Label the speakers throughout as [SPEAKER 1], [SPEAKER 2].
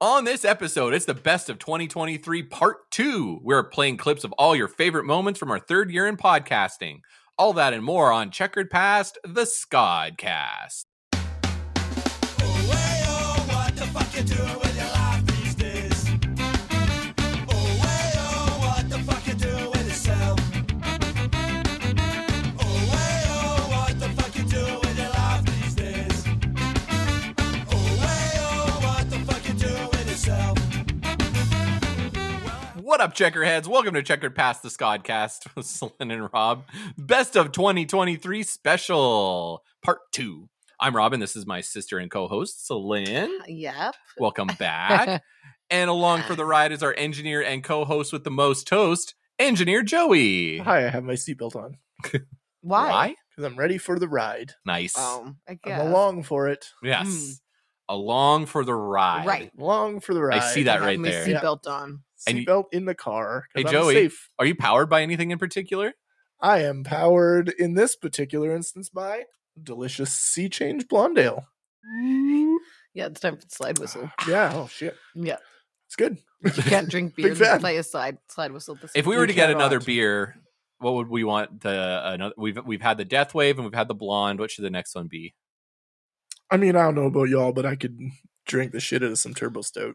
[SPEAKER 1] On this episode, it's the best of 2023 part two. We're playing clips of all your favorite moments from our third year in podcasting. All that and more on Checkered Past, the Scodcast. What up, checkerheads? Welcome to Checkered Past the Scodcast with Celine and Rob. Best of 2023 special, part two. I'm Robin. This is my sister and co-host, Celine.
[SPEAKER 2] Yep.
[SPEAKER 1] Welcome back. and along for the ride is our engineer and co-host with the most toast, engineer Joey.
[SPEAKER 3] Hi, I have my seatbelt on
[SPEAKER 2] Why?
[SPEAKER 1] Why?
[SPEAKER 3] because I'm ready for the ride.
[SPEAKER 1] Nice.
[SPEAKER 2] Oh, I guess.
[SPEAKER 3] I'm along for it.
[SPEAKER 1] Yes.
[SPEAKER 2] Mm.
[SPEAKER 1] Along for the ride.
[SPEAKER 2] Right.
[SPEAKER 3] Long for the ride.
[SPEAKER 1] I see that
[SPEAKER 2] Have
[SPEAKER 1] right
[SPEAKER 2] my
[SPEAKER 1] there.
[SPEAKER 3] seat- Yeah.
[SPEAKER 2] Seatbelt on.
[SPEAKER 1] And you-
[SPEAKER 3] Seatbelt in the car. 'cause
[SPEAKER 1] Hey,
[SPEAKER 3] I'm
[SPEAKER 1] Joey.
[SPEAKER 3] Safe.
[SPEAKER 1] Are you powered by anything in particular?
[SPEAKER 3] I am powered in this particular instance by delicious sea change blonde ale.
[SPEAKER 2] Yeah, it's time for the slide whistle.
[SPEAKER 3] Yeah. Oh shit.
[SPEAKER 2] Yeah,
[SPEAKER 3] It's good.
[SPEAKER 2] you can't drink beer
[SPEAKER 3] fan.
[SPEAKER 2] and play a slide slide whistle. This
[SPEAKER 1] If we
[SPEAKER 3] You
[SPEAKER 1] were to get
[SPEAKER 3] cannot.
[SPEAKER 1] another beer, what would we want? The another we've we've had the death wave and we've had the blonde. What should the next one be?
[SPEAKER 3] I mean, I don't know about y'all, but I could drink the shit out of some turbo stout.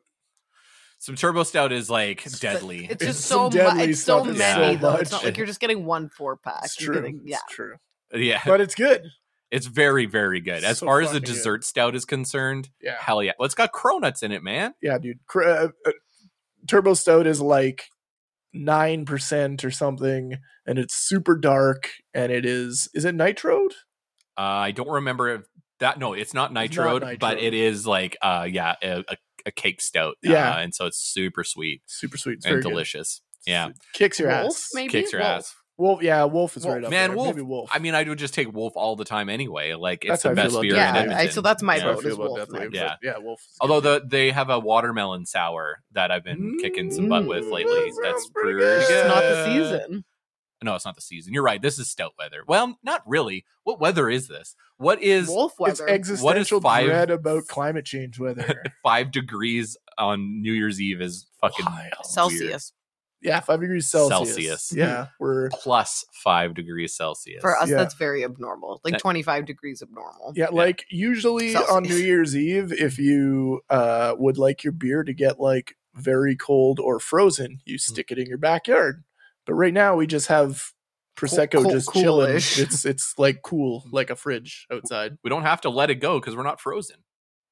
[SPEAKER 1] Some turbo stout is like
[SPEAKER 2] It's-
[SPEAKER 1] deadly.
[SPEAKER 2] it's
[SPEAKER 3] It's
[SPEAKER 2] just so
[SPEAKER 3] some
[SPEAKER 2] much.
[SPEAKER 3] deadly
[SPEAKER 2] It's so
[SPEAKER 3] stuff.
[SPEAKER 1] It's
[SPEAKER 2] many
[SPEAKER 1] so
[SPEAKER 2] though. It's
[SPEAKER 3] much.
[SPEAKER 2] not like you're just getting one four pack.
[SPEAKER 3] It's
[SPEAKER 2] You're
[SPEAKER 3] true.
[SPEAKER 2] getting- yeah,
[SPEAKER 3] It's true.
[SPEAKER 1] yeah,
[SPEAKER 3] But it's good.
[SPEAKER 1] it's very very good. As
[SPEAKER 3] so
[SPEAKER 1] far as the
[SPEAKER 3] fucking good.
[SPEAKER 1] dessert stout is concerned,
[SPEAKER 3] Yeah.
[SPEAKER 1] hell yeah. Well, it's got cronuts in it, man.
[SPEAKER 3] Yeah, dude. Cr- uh, uh, Turbo Stout is like nine percent or something, and it's super dark. And it is is it nitroed?
[SPEAKER 1] Uh, I don't remember if that. No, it's not
[SPEAKER 3] It's
[SPEAKER 1] nitro,
[SPEAKER 3] not
[SPEAKER 1] but
[SPEAKER 3] nitroed.
[SPEAKER 1] it is like uh, yeah, a, a, a cake stout.
[SPEAKER 3] Yeah.
[SPEAKER 1] uh, and so it's super sweet
[SPEAKER 3] Super sweet, it's
[SPEAKER 1] and
[SPEAKER 3] very good.
[SPEAKER 1] delicious. Yeah,
[SPEAKER 3] Kicks your
[SPEAKER 2] Wolf,
[SPEAKER 3] ass.
[SPEAKER 2] maybe?
[SPEAKER 1] kicks your
[SPEAKER 2] Wolf.
[SPEAKER 1] ass.
[SPEAKER 3] Wolf, yeah, Wolf is
[SPEAKER 2] Wolf.
[SPEAKER 3] right up
[SPEAKER 1] Man,
[SPEAKER 3] there.
[SPEAKER 1] Wolf-
[SPEAKER 3] Maybe Wolf.
[SPEAKER 1] I mean, I would just take Wolf all the time anyway. Like
[SPEAKER 3] That's
[SPEAKER 1] it's the
[SPEAKER 3] how I feel
[SPEAKER 1] best
[SPEAKER 3] about
[SPEAKER 1] beer.
[SPEAKER 3] Death Wave.
[SPEAKER 1] in
[SPEAKER 2] Yeah, I,
[SPEAKER 1] Edmonton.
[SPEAKER 2] so that's my
[SPEAKER 1] Yeah.
[SPEAKER 2] vote is Wolf.
[SPEAKER 3] Death Wave.
[SPEAKER 2] Knight.
[SPEAKER 1] Yeah.
[SPEAKER 3] but yeah, Wolf. is
[SPEAKER 1] Although
[SPEAKER 3] good.
[SPEAKER 1] the, they have a watermelon sour that I've been kicking some butt with
[SPEAKER 2] Mm.
[SPEAKER 1] lately.
[SPEAKER 3] That
[SPEAKER 1] That's
[SPEAKER 3] sounds
[SPEAKER 1] pretty
[SPEAKER 3] pretty
[SPEAKER 1] good.
[SPEAKER 3] good.
[SPEAKER 2] It's not the season.
[SPEAKER 1] No, it's not the season. You're right. This is stout weather. Well, not really. What weather is this? What is
[SPEAKER 2] Wolf
[SPEAKER 3] it's
[SPEAKER 2] weather.
[SPEAKER 3] existential
[SPEAKER 1] five-
[SPEAKER 3] dread about climate change weather.
[SPEAKER 1] five degrees on New Year's Eve is fucking
[SPEAKER 3] Wild.
[SPEAKER 1] weird.
[SPEAKER 2] Celsius
[SPEAKER 3] yeah, five degrees Celsius.
[SPEAKER 1] Celsius.
[SPEAKER 3] Yeah, we're
[SPEAKER 1] plus five degrees Celsius.
[SPEAKER 2] for us.
[SPEAKER 3] Yeah.
[SPEAKER 2] That's very abnormal. Like
[SPEAKER 1] That-
[SPEAKER 2] 25 degrees abnormal.
[SPEAKER 3] yeah, like usually on New
[SPEAKER 2] Celsius.
[SPEAKER 3] Year's Eve, if you uh, would like your beer to get like very cold or frozen, you
[SPEAKER 2] Hmm.
[SPEAKER 3] stick it in your backyard. But right now, we just have prosecco
[SPEAKER 2] cool-
[SPEAKER 3] just chilling.
[SPEAKER 2] coolish.
[SPEAKER 3] It's it's like cool, like a fridge outside.
[SPEAKER 1] we don't have to let it go because we're not frozen.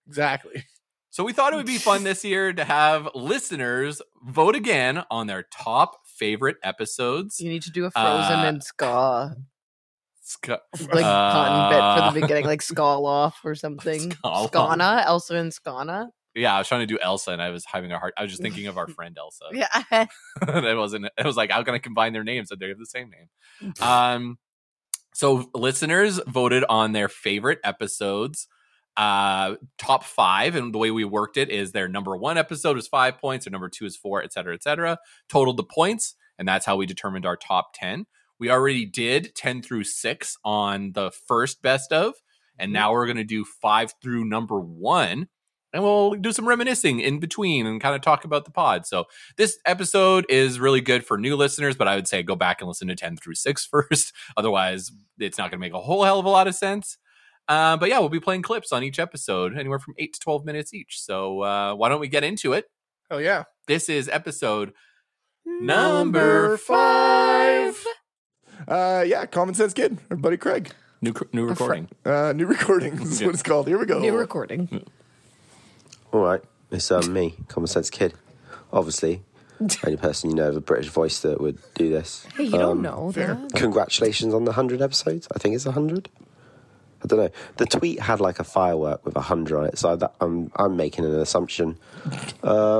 [SPEAKER 3] Exactly.
[SPEAKER 1] So we thought it would be fun this year to have listeners vote again on their top favorite episodes.
[SPEAKER 2] You need to do a frozen
[SPEAKER 1] Uh,
[SPEAKER 2] and ska
[SPEAKER 1] Sc-
[SPEAKER 2] like pun bit for
[SPEAKER 1] Uh,
[SPEAKER 2] the beginning, like scowl off or something.
[SPEAKER 1] Scowl off.
[SPEAKER 2] Skana, Elsa and Skana.
[SPEAKER 1] Yeah, I was trying to do Elsa, and I was having a hard. I was just thinking of our friend Elsa.
[SPEAKER 2] Yeah.
[SPEAKER 1] that wasn't. I was like, how can I combine their names? That they have the same name. Um, so listeners voted on their favorite episodes, uh, top five, and the way we worked it is their number one episode is five points, their number two is four, et cetera, et cetera. Totaled the points, and that's how we determined our top ten. We already did ten through six on the first best of, and now we're gonna do five through number one. And we'll do some reminiscing in between and kind of talk about the pod. So this episode is really good for new listeners, but I would say go back and listen to 10 through 6 first. Otherwise, it's not going to make a whole hell of a lot of sense. Uh, but yeah, we'll be playing clips on each episode, anywhere from 8 to 12 minutes each. So uh, why don't we get into it?
[SPEAKER 3] Oh yeah.
[SPEAKER 1] This is episode
[SPEAKER 3] Number five. Uh, yeah, Common Sense Kid, our buddy Craig.
[SPEAKER 1] new new recording.
[SPEAKER 3] Uh, new recording is what it's called. Here we go.
[SPEAKER 2] New recording.
[SPEAKER 4] All right, it's um, me, Common Sense Kid. Obviously, only person you know with a British voice that would do this. Um,
[SPEAKER 2] Hey, you
[SPEAKER 3] Um,
[SPEAKER 2] don't know that.
[SPEAKER 4] Congratulations on the 100 episodes. I think it's 100. I don't know. The tweet had like a firework with 100 on it, so I, I'm, I'm making an assumption. Um,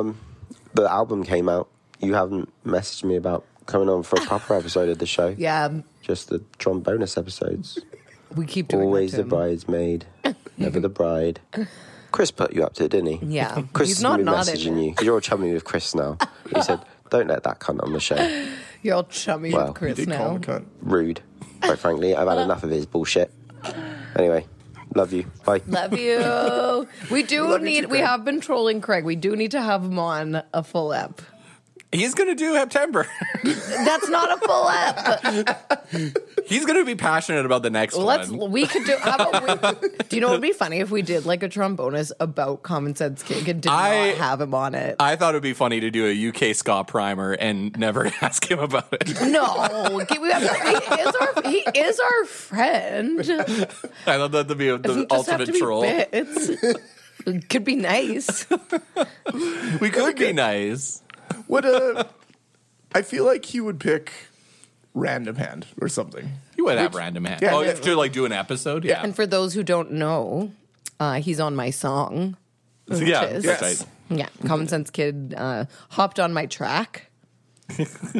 [SPEAKER 4] the album came out. You haven't messaged me about coming on for a proper episode of the show.
[SPEAKER 2] Yeah,
[SPEAKER 4] Just the drum bonus episodes.
[SPEAKER 2] we keep doing
[SPEAKER 4] Always
[SPEAKER 2] that to
[SPEAKER 4] the
[SPEAKER 2] him.
[SPEAKER 4] bridesmaid, never the bride. Chris put you up to it, didn't he?
[SPEAKER 2] Yeah.
[SPEAKER 4] Chris
[SPEAKER 2] He's
[SPEAKER 4] is
[SPEAKER 2] not
[SPEAKER 4] gonna be
[SPEAKER 2] nodding.
[SPEAKER 4] messaging you because you're all chummy with Chris now. He said, "Don't let that cunt on the show."
[SPEAKER 2] You're all chummy
[SPEAKER 4] Wow,
[SPEAKER 2] with
[SPEAKER 4] you
[SPEAKER 3] He
[SPEAKER 2] Chris
[SPEAKER 3] did call him
[SPEAKER 2] now.
[SPEAKER 3] a cunt.
[SPEAKER 4] Rude, quite frankly. I've had enough of his bullshit. Anyway,
[SPEAKER 5] Love you. Bye.
[SPEAKER 2] Love you. We do
[SPEAKER 3] Love you
[SPEAKER 2] need.
[SPEAKER 3] too,
[SPEAKER 2] we
[SPEAKER 3] Craig.
[SPEAKER 2] have been trolling Craig. We do need to have him on a full up.
[SPEAKER 1] He's gonna do September.
[SPEAKER 2] That's not a full up.
[SPEAKER 1] He's gonna be passionate about the next
[SPEAKER 2] Let's.
[SPEAKER 1] one.
[SPEAKER 2] We could do. How about we, do you know what would be funny if we did like a trombonist about common sense cake and did
[SPEAKER 1] I-
[SPEAKER 2] not have him on it?
[SPEAKER 1] I thought it'd be funny to do a UK ska primer and never ask him about it.
[SPEAKER 2] no, Can we have to- he is our he is our friend. Doesn't
[SPEAKER 1] I thought that'd be the
[SPEAKER 2] just have
[SPEAKER 1] ultimate
[SPEAKER 2] to be
[SPEAKER 1] troll.
[SPEAKER 2] bits. It could be nice.
[SPEAKER 1] We could be nice.
[SPEAKER 3] What uh I feel like he would pick random hand or something.
[SPEAKER 1] You would have random hand.
[SPEAKER 3] Yeah,
[SPEAKER 1] oh,
[SPEAKER 3] yeah.
[SPEAKER 1] to like do an episode, yeah,
[SPEAKER 2] And for those who don't know, uh, he's on my song.
[SPEAKER 1] So, yeah,
[SPEAKER 2] Which is-
[SPEAKER 1] that's
[SPEAKER 3] Yes.
[SPEAKER 1] right.
[SPEAKER 2] Yeah, Common Sense Kid uh, hopped on my track.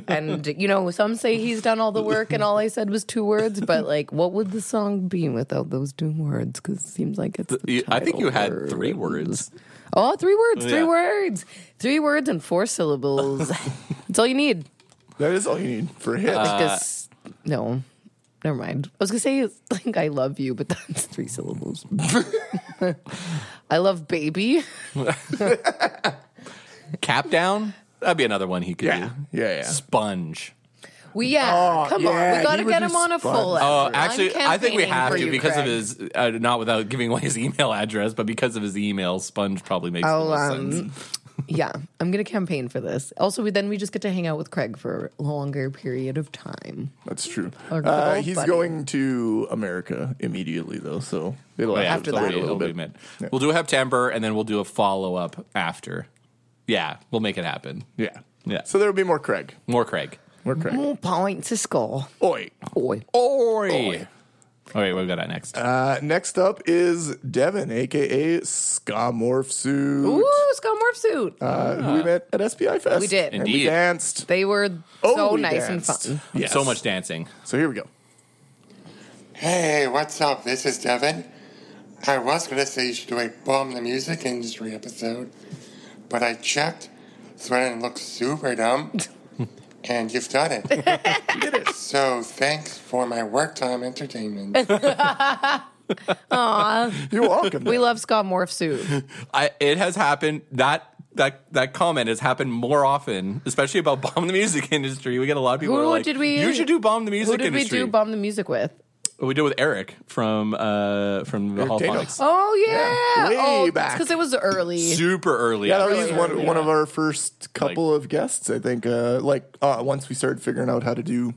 [SPEAKER 2] and you know, some say he's done all the work, and all I said was two words. But like, what would the song be without those two words? Because it seems like it's. the
[SPEAKER 1] You- I think
[SPEAKER 2] title
[SPEAKER 1] you had
[SPEAKER 2] word.
[SPEAKER 1] three words.
[SPEAKER 2] Oh, three words, three
[SPEAKER 1] Yeah.
[SPEAKER 2] words, three words, and four syllables. That's all you need.
[SPEAKER 3] That is all you need for a hit.
[SPEAKER 1] Uh,
[SPEAKER 2] Because no, never mind. I was gonna say it's like I love you, but that's three syllables. I love baby.
[SPEAKER 1] Cap down. That'd be another one he could
[SPEAKER 3] yeah,
[SPEAKER 1] do.
[SPEAKER 3] yeah, yeah.
[SPEAKER 1] Sponge.
[SPEAKER 2] We yeah,
[SPEAKER 3] Oh,
[SPEAKER 2] come on,
[SPEAKER 3] yeah,
[SPEAKER 2] we gotta
[SPEAKER 3] he would
[SPEAKER 2] get
[SPEAKER 3] be
[SPEAKER 2] him on a
[SPEAKER 3] spun.
[SPEAKER 1] Oh,
[SPEAKER 2] full. effort. I'm
[SPEAKER 1] actually, I think we
[SPEAKER 2] campaigning
[SPEAKER 1] have
[SPEAKER 2] for
[SPEAKER 1] to
[SPEAKER 2] you,
[SPEAKER 1] because
[SPEAKER 2] Craig.
[SPEAKER 1] of his uh, not without giving away his email address, but because of his email, Sponge probably makes the
[SPEAKER 3] Oh,
[SPEAKER 2] I'll,
[SPEAKER 1] most
[SPEAKER 2] um,
[SPEAKER 1] sense.
[SPEAKER 2] Yeah, I'm gonna campaign for this. Also, we, then we just get to hang out with Craig for a longer period of time.
[SPEAKER 3] That's true.
[SPEAKER 2] Our good
[SPEAKER 3] Uh,
[SPEAKER 2] old
[SPEAKER 3] he's
[SPEAKER 2] buddy.
[SPEAKER 3] going to America immediately though, so it'll
[SPEAKER 1] But Oh, yeah,
[SPEAKER 3] have to
[SPEAKER 2] after
[SPEAKER 1] it'll be-
[SPEAKER 2] that.
[SPEAKER 3] wait a little
[SPEAKER 1] it'll be
[SPEAKER 3] bit.
[SPEAKER 1] mid. We'll do a September and then we'll do a follow up after. Yeah, we'll make it happen.
[SPEAKER 3] Yeah.
[SPEAKER 1] Yeah.
[SPEAKER 3] So there'll be more Craig.
[SPEAKER 1] More Craig.
[SPEAKER 3] More Craig.
[SPEAKER 2] More points to score.
[SPEAKER 3] Oi.
[SPEAKER 2] Oi.
[SPEAKER 1] Oi. All right, we've got that next.
[SPEAKER 3] Uh, next up is Devin, aka Skamorph Suit,
[SPEAKER 2] Ooh, Scott Morph suit.
[SPEAKER 3] uh, who we met at SPI Fest.
[SPEAKER 2] We did.
[SPEAKER 3] And we
[SPEAKER 1] Indeed.
[SPEAKER 3] danced.
[SPEAKER 2] they were
[SPEAKER 3] Oh,
[SPEAKER 2] so
[SPEAKER 3] we
[SPEAKER 2] nice and
[SPEAKER 3] danced.
[SPEAKER 2] fun.
[SPEAKER 3] Yes.
[SPEAKER 1] So much dancing.
[SPEAKER 3] So here we go.
[SPEAKER 6] Hey, what's up? This is Devin. I was going to say you should do a Bomb the Music Industry episode, but I checked, so I didn't look super dumb, and you've done it. So thanks for my work time entertainment.
[SPEAKER 3] You're welcome.
[SPEAKER 2] We love Scott Morph suit.
[SPEAKER 1] I it has happened that that that comment has happened more often, especially about bomb the music industry. We get a lot of people
[SPEAKER 2] Who
[SPEAKER 1] who are like,
[SPEAKER 2] did we-
[SPEAKER 1] "You should do bomb the music
[SPEAKER 2] Who did
[SPEAKER 1] industry."
[SPEAKER 2] we do bomb the music with?
[SPEAKER 1] we did with Eric from uh from the Hall
[SPEAKER 3] Tatum.
[SPEAKER 1] Phonics.
[SPEAKER 2] Oh yeah,
[SPEAKER 3] Way
[SPEAKER 2] oh,
[SPEAKER 3] back.
[SPEAKER 2] because it was early.
[SPEAKER 1] Super early.
[SPEAKER 3] Yeah, that
[SPEAKER 1] episode.
[SPEAKER 3] was one, one of our first couple of guests, I think. Uh, like uh, once we started figuring out how to do.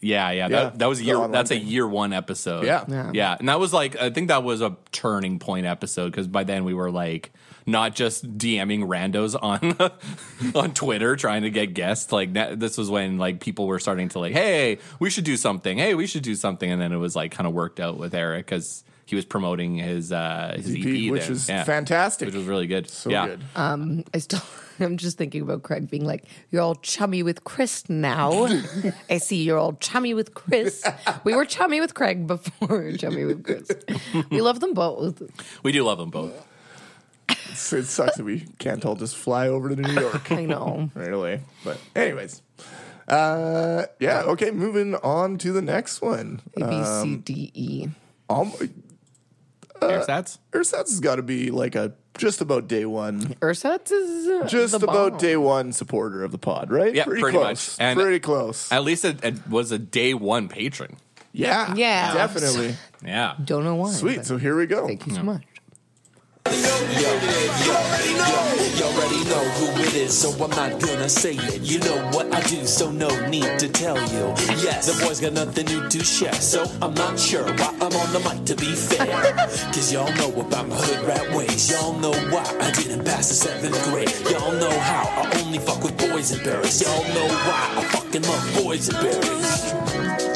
[SPEAKER 1] yeah,
[SPEAKER 3] Yeah.
[SPEAKER 1] yeah. That, that was a
[SPEAKER 3] The
[SPEAKER 1] year.
[SPEAKER 3] online
[SPEAKER 1] That's a
[SPEAKER 3] thing.
[SPEAKER 1] year one episode.
[SPEAKER 3] Yeah.
[SPEAKER 1] yeah,
[SPEAKER 2] Yeah.
[SPEAKER 1] And that was like I think that was a turning point episode because by then we were like not just DMing randos on on Twitter trying to get guests. Like that, this was when like people were starting to like, hey, we should do something. Hey, we should do something. And then it was like kind of worked out with Eric because he was promoting his uh his EP,
[SPEAKER 3] EP, E which
[SPEAKER 1] then.
[SPEAKER 3] was
[SPEAKER 1] Yeah.
[SPEAKER 3] fantastic.
[SPEAKER 1] which was really good.
[SPEAKER 3] so
[SPEAKER 1] yeah.
[SPEAKER 3] good.
[SPEAKER 2] Um, I still, I'm just thinking about Craig being like, "You're all chummy with Chris now." I see you're all chummy with Chris. We were chummy with Craig before we were chummy with Chris. We love them both.
[SPEAKER 1] We do love them both.
[SPEAKER 3] It's- it sucks that we can't all just fly over to New York
[SPEAKER 2] I know.
[SPEAKER 3] right away. But, anyways. Uh, yeah, okay, moving on to the next one.
[SPEAKER 2] A B C D E.
[SPEAKER 3] Um,
[SPEAKER 1] Air stats.
[SPEAKER 3] uh, Ersatz has got to be like a just about day one,
[SPEAKER 2] Ursatz is uh,
[SPEAKER 3] just
[SPEAKER 2] the
[SPEAKER 3] about
[SPEAKER 2] bomb.
[SPEAKER 3] day one supporter of the pod, right?
[SPEAKER 1] Yeah, pretty much.
[SPEAKER 3] close.
[SPEAKER 1] And-
[SPEAKER 3] pretty close.
[SPEAKER 1] At least it, it was a day one patron.
[SPEAKER 3] yeah,
[SPEAKER 2] Yeah.
[SPEAKER 3] definitely.
[SPEAKER 1] Yeah.
[SPEAKER 2] Don't know why.
[SPEAKER 3] Sweet.
[SPEAKER 2] but
[SPEAKER 3] So here we go.
[SPEAKER 2] Thank you so much.
[SPEAKER 7] You already know who it is, so I'm not gonna say it. You know what I do, so no need to tell you. Yes, the boy's got nothing new to share, so I'm not sure why I'm on the mic to be fair. Cause y'all know about my hood rat ways. Y'all know why I didn't pass the seventh grade. Y'all know how I only fuck with boys and berries. Y'all know why I fucking love boys and berries.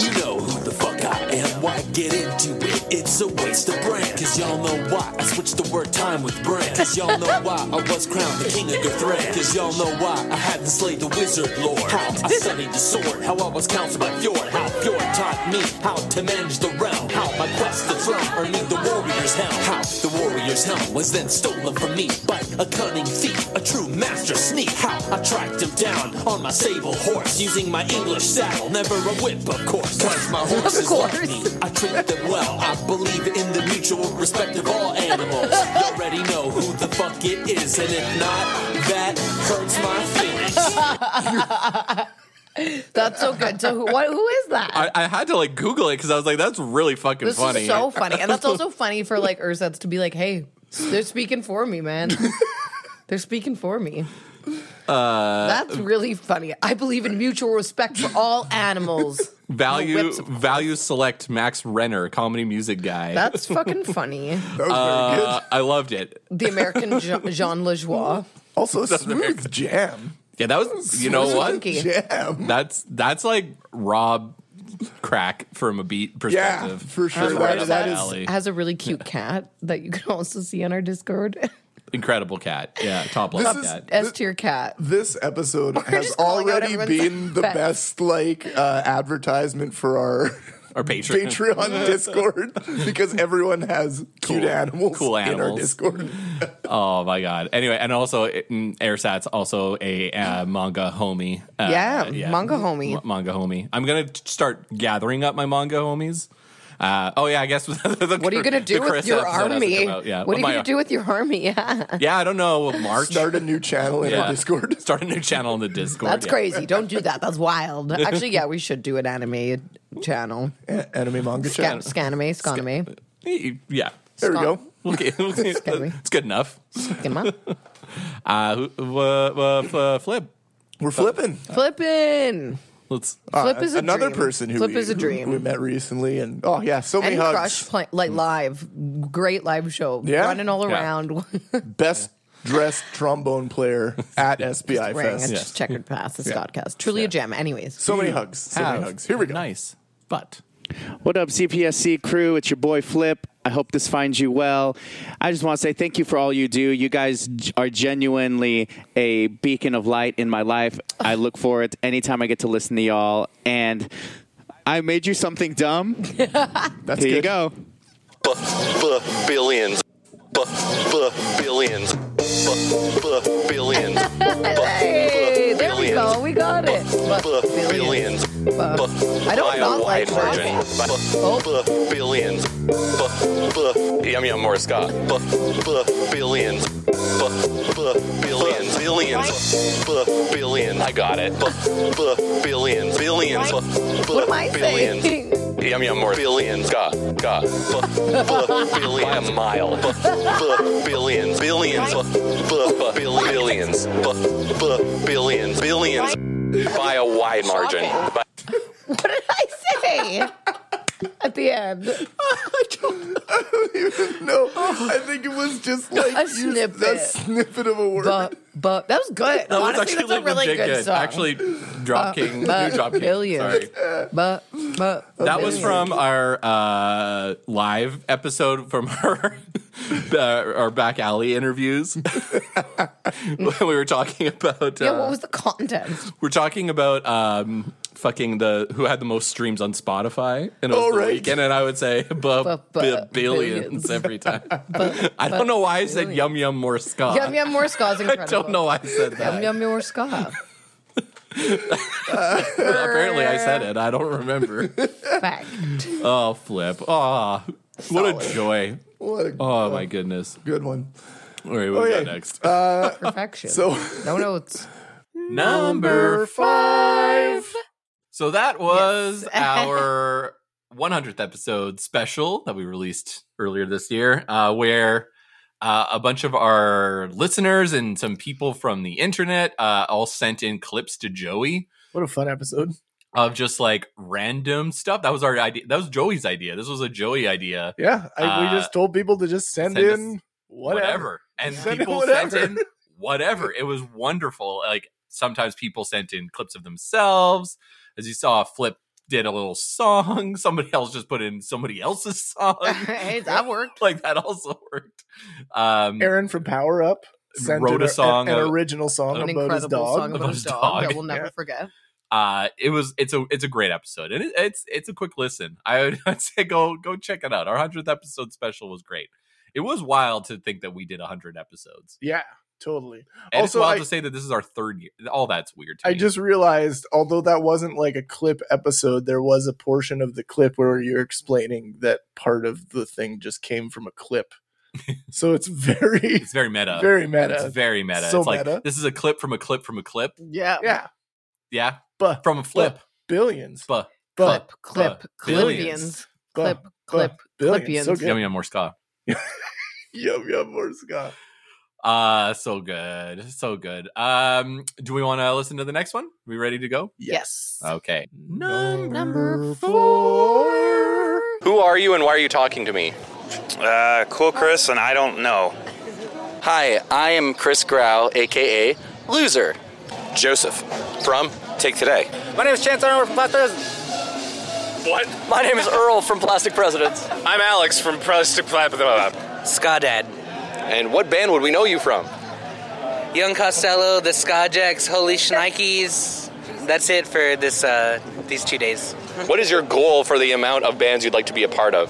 [SPEAKER 7] You know who the fuck I am, why get into it? It's a waste of brand. Cause y'all know why I switched the word time with brand. Cause y'all know why I was crowned the king of Gathran. Cause y'all know why I had to slay the wizard lord. How I studied the sword, how I was counseled by Fjord. How Fjord taught me how to manage the realm. How my quest the throne earned me the warrior's helm. How the warrior's helm was then stolen from me by a cunning thief, a true master sneak. How I tracked him down on my sable horse using my English saddle, never a whip, of course. Cause my horse
[SPEAKER 2] Of
[SPEAKER 7] is like
[SPEAKER 2] course.
[SPEAKER 8] me. I treat them well. I believe in the mutual respect of all animals. You already know who the fuck it is, and if not, that hurts my feelings.
[SPEAKER 2] That's so good. So who, what, who is that?
[SPEAKER 1] I, I had to like Google it because I was like, that's really fucking
[SPEAKER 2] this
[SPEAKER 1] funny.
[SPEAKER 2] is so funny, and that's also funny for like Ursets to be like, "Hey, they're speaking for me, man. they're speaking for me."
[SPEAKER 1] Uh,
[SPEAKER 3] Uh,
[SPEAKER 2] that's really funny. I believe in mutual respect for all animals.
[SPEAKER 1] value
[SPEAKER 2] Whips, of course.
[SPEAKER 1] value select Max Renner, comedy music guy.
[SPEAKER 2] That's fucking funny.
[SPEAKER 3] That was very
[SPEAKER 1] uh,
[SPEAKER 3] good.
[SPEAKER 1] I loved it.
[SPEAKER 2] The American Jean, Jean Lajoie.
[SPEAKER 3] Also, smooth jam.
[SPEAKER 1] Yeah, that was you know
[SPEAKER 2] Those are
[SPEAKER 1] what?
[SPEAKER 2] funky.
[SPEAKER 3] Jam.
[SPEAKER 1] That's that's like Rob crack from a beat perspective.
[SPEAKER 3] Yeah, for sure.
[SPEAKER 1] Just
[SPEAKER 2] That-
[SPEAKER 1] up
[SPEAKER 2] that
[SPEAKER 1] my
[SPEAKER 2] is-
[SPEAKER 1] alley.
[SPEAKER 2] Has a really cute cat that you can also see on our Discord.
[SPEAKER 1] incredible cat. Yeah, top
[SPEAKER 3] This
[SPEAKER 1] level
[SPEAKER 3] is-
[SPEAKER 1] cat.
[SPEAKER 2] S tier cat.
[SPEAKER 3] This episode has
[SPEAKER 2] just calling out
[SPEAKER 3] already
[SPEAKER 2] everyone's
[SPEAKER 3] been the
[SPEAKER 2] pets.
[SPEAKER 3] best like uh, advertisement for our
[SPEAKER 1] Or Patreon.
[SPEAKER 3] Patreon Discord because everyone has cute
[SPEAKER 1] Cool.
[SPEAKER 3] animals,
[SPEAKER 1] Cool
[SPEAKER 3] in our
[SPEAKER 1] animals.
[SPEAKER 3] Discord.
[SPEAKER 1] Oh my god. Anyway, and also mm, Airsat's also a uh, manga homie. Uh,
[SPEAKER 2] Yeah, manga homie.
[SPEAKER 1] M- manga homie. I'm gonna t- start gathering up my manga homies. Uh, oh yeah, I guess.
[SPEAKER 2] What are you gonna do with your army?
[SPEAKER 1] Yeah. Oh
[SPEAKER 2] What are you
[SPEAKER 1] My-
[SPEAKER 2] gonna do with your army? Yeah.
[SPEAKER 1] Yeah, I don't know. March.
[SPEAKER 3] Start a new channel in
[SPEAKER 1] Yeah.
[SPEAKER 3] our Discord.
[SPEAKER 1] Start a new channel on the Discord.
[SPEAKER 2] That's
[SPEAKER 1] yeah.
[SPEAKER 2] crazy. Don't do that. That's wild. Actually, yeah, we should do an anime channel.
[SPEAKER 3] A- Anime manga
[SPEAKER 2] Scan-
[SPEAKER 3] channel.
[SPEAKER 2] scanime, scanime.
[SPEAKER 1] Yeah.
[SPEAKER 3] There we
[SPEAKER 2] Scott.
[SPEAKER 3] go.
[SPEAKER 1] Okay.
[SPEAKER 2] Scary.
[SPEAKER 1] it's good enough.
[SPEAKER 2] Pick him up.
[SPEAKER 1] Uh, who- who- uh, uh, uh, flip.
[SPEAKER 3] We're flipping. Uh,
[SPEAKER 2] Flippin'.
[SPEAKER 1] Let's.
[SPEAKER 2] Flip is a
[SPEAKER 3] Another
[SPEAKER 2] dream.
[SPEAKER 3] person who
[SPEAKER 2] Flip
[SPEAKER 3] we,
[SPEAKER 2] is a
[SPEAKER 3] who
[SPEAKER 2] dream.
[SPEAKER 3] we met recently, and oh yeah, so many
[SPEAKER 2] And
[SPEAKER 3] hugs.
[SPEAKER 2] Crush, play, like live, great live show,
[SPEAKER 3] Yeah.
[SPEAKER 2] running all
[SPEAKER 1] Yeah.
[SPEAKER 2] around,
[SPEAKER 3] Best dressed trombone player at SBI
[SPEAKER 2] wearing a
[SPEAKER 3] Fest.
[SPEAKER 2] checkered past the Scottcast. Truly a gem. Anyways,
[SPEAKER 3] So many hugs. So many
[SPEAKER 1] Have
[SPEAKER 3] hugs. Here we go.
[SPEAKER 1] Nice. But.
[SPEAKER 9] What up, CPSC crew? It's your boy Flip. I hope this finds you well. I just want to say thank you for all you do. You guys g- are genuinely a beacon of light in my life. I look for it anytime I get to listen to y'all. And I made you something dumb.
[SPEAKER 3] That's good.
[SPEAKER 9] Here you go.
[SPEAKER 10] B- b- billions. B- b- billions. B- b- billions.
[SPEAKER 2] hey, there we go. We got it. Buck
[SPEAKER 10] B-
[SPEAKER 2] billions.
[SPEAKER 10] billions.
[SPEAKER 2] Buck. I don't
[SPEAKER 10] By
[SPEAKER 2] not
[SPEAKER 10] a
[SPEAKER 2] like
[SPEAKER 10] wide margin.
[SPEAKER 2] margin.
[SPEAKER 10] B- b- billions. B- b- yum yum Morska. B- b- billions. B- b- billions. Billions. B- billions. I got it. B- b- billions. Billions. B- b-
[SPEAKER 2] What am I
[SPEAKER 10] billions.
[SPEAKER 2] saying?
[SPEAKER 10] Yum yum more billions. Ga ga. B- b- billions. By a mile. B- b- billions. Billions. B- b- bill- billions. B- b- billions. Billions. By a wide margin. By-
[SPEAKER 2] What did I say at the end?
[SPEAKER 3] No, I think it was just like
[SPEAKER 2] A
[SPEAKER 3] you-
[SPEAKER 2] snippet.
[SPEAKER 3] A snippet of a word.
[SPEAKER 2] But but that was good.
[SPEAKER 1] That was
[SPEAKER 2] Honestly,
[SPEAKER 1] actually
[SPEAKER 2] that's a really
[SPEAKER 1] legit
[SPEAKER 2] good,
[SPEAKER 1] good.
[SPEAKER 2] song.
[SPEAKER 1] Actually, Drop King,
[SPEAKER 2] but
[SPEAKER 1] new Drop King.
[SPEAKER 2] billions.
[SPEAKER 1] Sorry.
[SPEAKER 2] but but
[SPEAKER 1] That was from our uh, live episode from our uh, our back alley interviews. when we were talking about uh,
[SPEAKER 2] yeah. What was the content?
[SPEAKER 1] we're talking about um, fucking the who had the most streams on Spotify and it was
[SPEAKER 3] Oh,
[SPEAKER 1] the
[SPEAKER 3] right.
[SPEAKER 1] weekend and I would say bu-
[SPEAKER 2] Bu-
[SPEAKER 1] bu-
[SPEAKER 2] bu-
[SPEAKER 1] billions,
[SPEAKER 2] billions.
[SPEAKER 1] every time. I don't know why I said yum yum more ska.
[SPEAKER 2] Yum yum more scott's
[SPEAKER 1] I
[SPEAKER 2] incredible.
[SPEAKER 1] don't know why I said that.
[SPEAKER 2] Yum yum more ska.
[SPEAKER 1] Apparently I said it. I don't remember.
[SPEAKER 2] Fact.
[SPEAKER 1] Oh, flip. Oh, what a joy.
[SPEAKER 3] What a
[SPEAKER 1] Oh, my goodness.
[SPEAKER 3] good one.
[SPEAKER 1] All right, what do we got
[SPEAKER 3] Okay.
[SPEAKER 1] next?
[SPEAKER 3] Uh,
[SPEAKER 2] Perfection.
[SPEAKER 3] So
[SPEAKER 2] no notes.
[SPEAKER 1] Number five. So that was our 100th episode special that we released earlier this year, uh, where uh, a bunch of our listeners and some people from the internet uh, all sent in clips to Joey
[SPEAKER 3] what a fun episode.
[SPEAKER 1] of just like random stuff. That was our idea. That was Joey's idea. This was a Joey idea.
[SPEAKER 3] Yeah, I,
[SPEAKER 1] Uh,
[SPEAKER 3] we just told people to just send,
[SPEAKER 1] send us
[SPEAKER 3] in whatever.
[SPEAKER 1] whatever. And
[SPEAKER 3] Send in
[SPEAKER 1] people
[SPEAKER 3] whatever.
[SPEAKER 1] sent in whatever. It was wonderful. Like sometimes people sent in clips of themselves. As you saw, Flip did a little song. Somebody else just put in somebody else's song.
[SPEAKER 2] hey, that worked.
[SPEAKER 1] like that also worked. Um,
[SPEAKER 3] Aaron from Power Up sent
[SPEAKER 1] Wrote
[SPEAKER 3] in
[SPEAKER 1] a song,
[SPEAKER 3] an,
[SPEAKER 1] uh,
[SPEAKER 3] original song
[SPEAKER 2] An
[SPEAKER 3] about his
[SPEAKER 2] incredible
[SPEAKER 3] dog.
[SPEAKER 2] song about his dog, that we'll never
[SPEAKER 3] Yeah.
[SPEAKER 2] forget.
[SPEAKER 1] uh, it was it's a it's a great episode, and it, it's it's a quick listen. I would I'd say go go check it out. Our hundredth episode special was great. It was wild to think that we did hundred episodes.
[SPEAKER 3] Yeah, totally.
[SPEAKER 1] And
[SPEAKER 3] also,
[SPEAKER 1] also, well, I'll
[SPEAKER 3] I-
[SPEAKER 1] just say that this is our third year. All that's weird. To
[SPEAKER 3] I
[SPEAKER 1] me.
[SPEAKER 3] just realized, although that wasn't like a clip episode, there was a portion of the clip where you're explaining that part of the thing just came from a clip. so it's very,
[SPEAKER 1] it's very meta.
[SPEAKER 3] very meta.
[SPEAKER 1] It's very meta.
[SPEAKER 3] So
[SPEAKER 1] it's like
[SPEAKER 3] meta.
[SPEAKER 1] this is a clip from a clip from a clip.
[SPEAKER 11] Yeah.
[SPEAKER 3] yeah,
[SPEAKER 1] Yeah,
[SPEAKER 3] but
[SPEAKER 1] from a flip.
[SPEAKER 3] billions,
[SPEAKER 1] But
[SPEAKER 3] but
[SPEAKER 11] Clip, clip,
[SPEAKER 1] billions.
[SPEAKER 11] clipians. Clip,
[SPEAKER 3] but-
[SPEAKER 11] clip,
[SPEAKER 3] billions. So
[SPEAKER 11] clipians.
[SPEAKER 3] good.
[SPEAKER 1] yummy, yum, more ska.
[SPEAKER 3] Yum yum more Scott.
[SPEAKER 1] Uh, so good, so good. Um, do we want to listen to the next one? We ready to go?
[SPEAKER 11] Yes.
[SPEAKER 1] Okay.
[SPEAKER 11] Number
[SPEAKER 3] four.
[SPEAKER 10] Who are you and why are you talking to me?
[SPEAKER 12] Uh, cool, Chris, and I don't know.
[SPEAKER 8] Hi, I am Chris Grau, aka Loser.
[SPEAKER 10] Joseph from Take Today.
[SPEAKER 8] My name is Chance Arnold from Plastic Presidents.
[SPEAKER 12] What?
[SPEAKER 8] My name is Earl from Plastic Presidents.
[SPEAKER 12] I'm Alex from Plastic Pla- blah, blah, blah.
[SPEAKER 8] Ska Dad.
[SPEAKER 10] And what band would we know you from?
[SPEAKER 8] Young Costello, the Ska Jacks, Holy Schnikes. That's it for this uh, these two days.
[SPEAKER 10] What is your goal for the amount of bands you'd like to be a part of?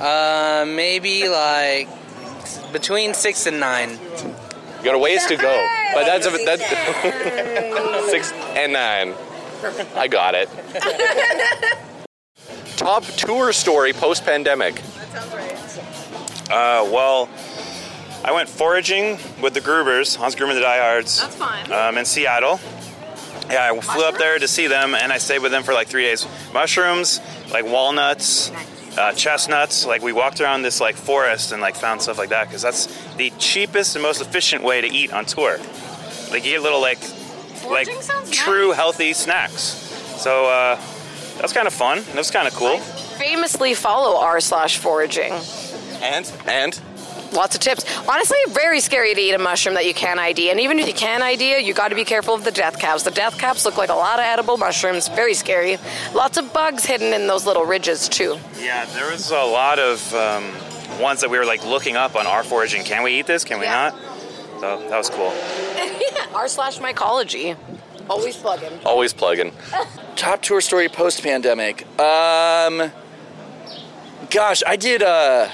[SPEAKER 8] Uh, maybe like between six and nine.
[SPEAKER 10] You got a ways to go, but that's a, that's six and nine. I got it. Top tour story post pandemic.
[SPEAKER 12] Uh, well, I went foraging with the Grubers, Hans Gruber and the Diehards. That's fine. Um, in Seattle. Yeah, I flew up there to see them, and I stayed with them for like three days. Mushrooms, like walnuts, uh, chestnuts. Like we walked around this like forest and like found stuff like that because that's the cheapest and most efficient way to eat on tour. Like you get little like like true healthy snacks. So uh, that was kind of fun. That was kind of cool.
[SPEAKER 2] Famously follow r slash foraging.
[SPEAKER 10] And and
[SPEAKER 2] Lots of tips. Honestly, very scary to eat a mushroom that you can ID. And even if you can ID it, you got to be careful of the death caps. The death caps look like a lot of edible mushrooms. Very scary. Lots of bugs hidden in those little ridges too.
[SPEAKER 12] Yeah, there was a lot of um, ones that we were like looking up on our foraging. Can we eat this? Can we
[SPEAKER 2] Yeah.
[SPEAKER 12] not? So that was cool.
[SPEAKER 2] R slash mycology. Always plugging.
[SPEAKER 10] always plugging.
[SPEAKER 8] Top tour story post pandemic. Um, gosh, I did a,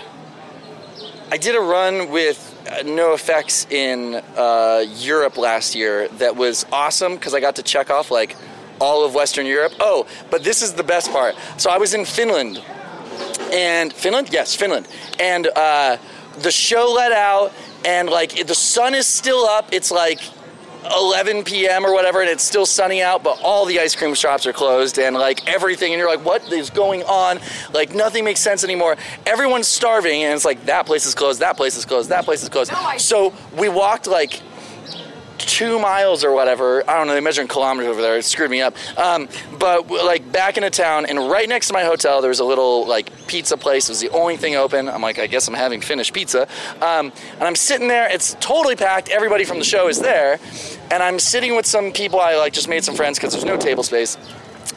[SPEAKER 8] I did a run with uh, No Effects in uh, Europe last year that was awesome because I got to check off like all of Western Europe. Oh, but this is the best part. So I was in Finland and Finland, yes, Finland, and uh, the show let out, and like the sun is still up. It's like 11 p.m. or whatever, and it's still sunny out, but all the ice cream shops are closed, and like everything, and you're like, what is going on? Like nothing makes sense anymore. Everyone's starving, and it's like that place is closed, that place is closed, that place is closed. so we walked like two miles or whatever. I don't know. They measure in kilometers over there. It screwed me up. Um, but like back into town, and right next to my hotel, there was a little like pizza place. It was the only thing open. I'm like, I guess I'm having Finnish pizza. Um, and I'm sitting there. It's totally packed. Everybody from the show is there, and I'm sitting with some people. I like just made some friends because there's no table space.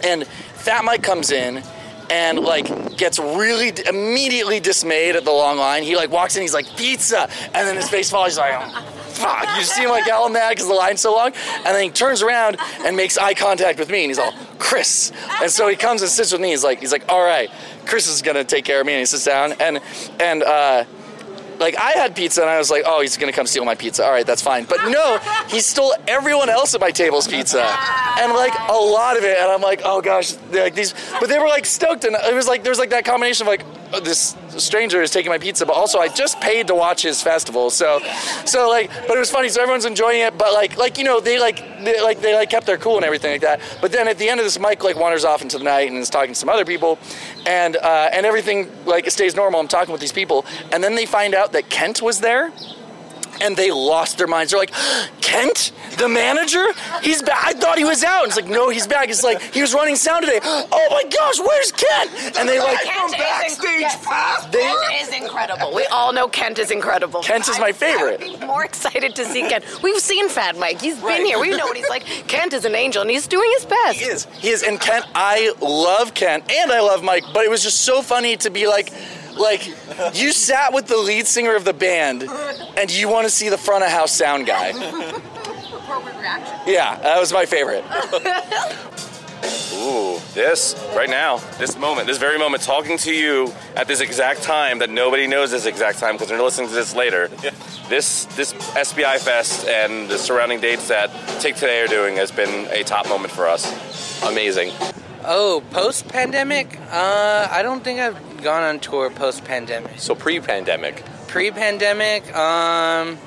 [SPEAKER 8] And Fat Mike comes in and like gets really d- immediately dismayed at the long line. He like walks in, he's like pizza, and then his face falls. He's like, "Oh, fuck. You see him like all mad because the line's so long, and then he turns around and makes eye contact with me, and he's all Chris. And so he comes and sits with me. He's like, he's like, all right, Chris is gonna take care of me, and he sits down and and. uh like I had pizza and I was like, oh, he's gonna come steal my pizza. All right, that's fine. But no, he stole everyone else at my table's pizza, and like a lot of it. And I'm like, oh gosh, they're like these. But they were like stoked, and it was like there was like that combination of like oh, this stranger is taking my pizza, but also I just paid to watch his festival. So, so like, but it was funny. So everyone's enjoying it, but like, like you know, they like they like they like kept their cool and everything like that. But then at the end of this, Mike like wanders off into the night and is talking to some other people, and uh, and everything like stays normal. I'm talking with these people, and then they find out that Kent was there. And they lost their minds. They're like, Kent, the manager, he's back. I thought he was out. It's like, no, he's back. It's like he was running sound today. Oh my gosh, where's Kent? And they like,
[SPEAKER 2] backstage Kent is incredible. We all know Kent is incredible.
[SPEAKER 8] Kent is my favorite.
[SPEAKER 2] I would be more excited to see Kent. We've seen Fat Mike. He's been here. We know what he's like. Kent is an angel, and he's doing his best.
[SPEAKER 8] He is. He is. And Kent, I love Kent and I love Mike, but it was just so funny to be like, like, you sat with the lead singer of the band and you want to see the front of house sound guy. Yeah, that was my favorite.
[SPEAKER 10] Ooh, this right now, this moment, this very moment, talking to you at this exact time that nobody knows this exact time because they're listening to this later. this this SBI Fest and the surrounding dates that Take Today are doing has been a top moment for us. Amazing.
[SPEAKER 13] Oh, post pandemic? Uh, I don't think I've gone on tour post pandemic.
[SPEAKER 10] So pre-pandemic,
[SPEAKER 13] Pre pandemic, um,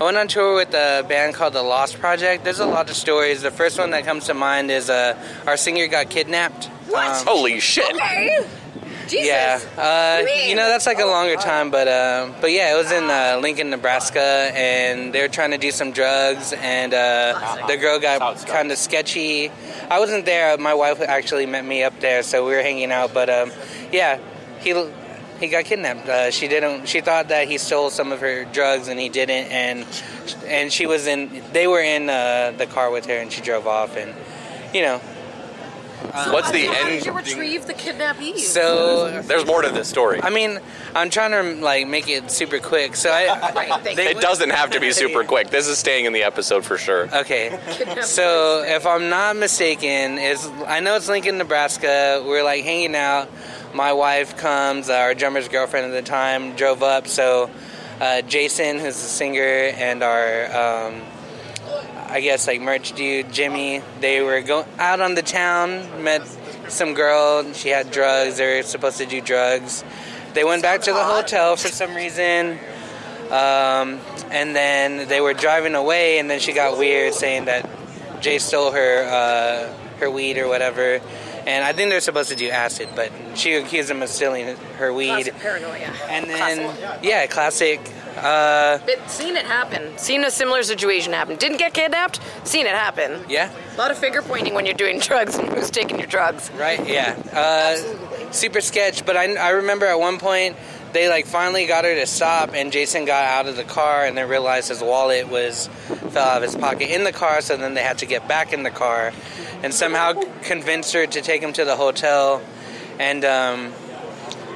[SPEAKER 13] I went on tour with a band called The Lost Project. There's a lot of stories. The first one that comes to mind is uh, our singer got kidnapped. Um, What?
[SPEAKER 10] holy shit!
[SPEAKER 2] Okay. Jesus. Oh.
[SPEAKER 13] Yeah, uh,
[SPEAKER 2] What do you
[SPEAKER 13] you know
[SPEAKER 2] mean?
[SPEAKER 13] that's like a longer time, but um, but yeah, it was in uh, Lincoln, Nebraska, and they were trying to do some drugs, and uh, the girl got kind of sketchy. I wasn't there; uh, my wife actually met me up there, so we were hanging out. But um, yeah, he he got kidnapped. Uh, she didn't. She thought that he stole some of her drugs, and he didn't. And and she was in. They were in uh, the car with her, and she drove off, and you know.
[SPEAKER 10] What's the
[SPEAKER 2] How did you
[SPEAKER 10] end?
[SPEAKER 2] retrieve the kidnappee?
[SPEAKER 13] So
[SPEAKER 10] There's more to this story.
[SPEAKER 13] I mean, I'm trying to like make it super quick. So I
[SPEAKER 2] Right, thank
[SPEAKER 13] They-
[SPEAKER 2] you.
[SPEAKER 10] It doesn't have to be super quick. This is staying in the episode for sure.
[SPEAKER 13] okay. So if I'm not mistaken, is I know it's Lincoln, Nebraska. We're like hanging out. My wife comes. Uh, our drummer's girlfriend at the time drove up. So uh, Jason, who's the singer, and our um, I guess like merch dude Jimmy. They were going out on the town, met some girl. and She had drugs. They were supposed to do drugs. They went back to the hotel for some reason. Um, and then they were driving away, and then she got weird, saying that Jay stole her uh, her weed or whatever. And I think they're supposed to do acid, but she accused him of stealing her weed.
[SPEAKER 2] Classic paranoia.
[SPEAKER 13] And
[SPEAKER 2] Classic.
[SPEAKER 13] then, yeah, classic. Uh,
[SPEAKER 2] But seen it happen. Seen a similar situation happen. Didn't get kidnapped. Seen it happen.
[SPEAKER 13] yeah.
[SPEAKER 2] A lot of finger pointing when you're doing drugs and who's taking your drugs.
[SPEAKER 13] Right, yeah. Uh, super sketch, but I, I remember at one point they like finally got her to stop and Jason got out of the car and then realized his wallet was fell out of his pocket in the car so then they had to get back in the car and somehow convinced her to take him to the hotel and um,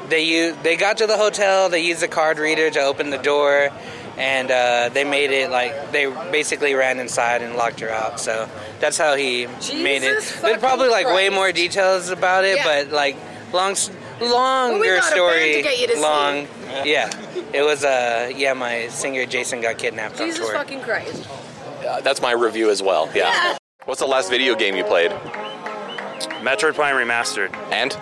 [SPEAKER 13] they u- they got to the hotel. They used the card reader to open the door, and uh, they made it like they basically ran inside and locked her out. So that's how he made it.
[SPEAKER 2] Jesus
[SPEAKER 13] There's probably like way
[SPEAKER 2] fucking
[SPEAKER 13] more details about it,
[SPEAKER 2] Yeah.
[SPEAKER 13] but like long s- longer
[SPEAKER 2] we got a band
[SPEAKER 13] story.
[SPEAKER 2] to get you to see.
[SPEAKER 13] long, yeah. It was uh yeah. My singer Jason got kidnapped on
[SPEAKER 2] Jesus
[SPEAKER 13] tour.
[SPEAKER 2] fucking Christ.
[SPEAKER 10] Uh, That's my review as well. Yeah. What's the last video game you played?
[SPEAKER 12] Metroid Prime Remastered.
[SPEAKER 10] And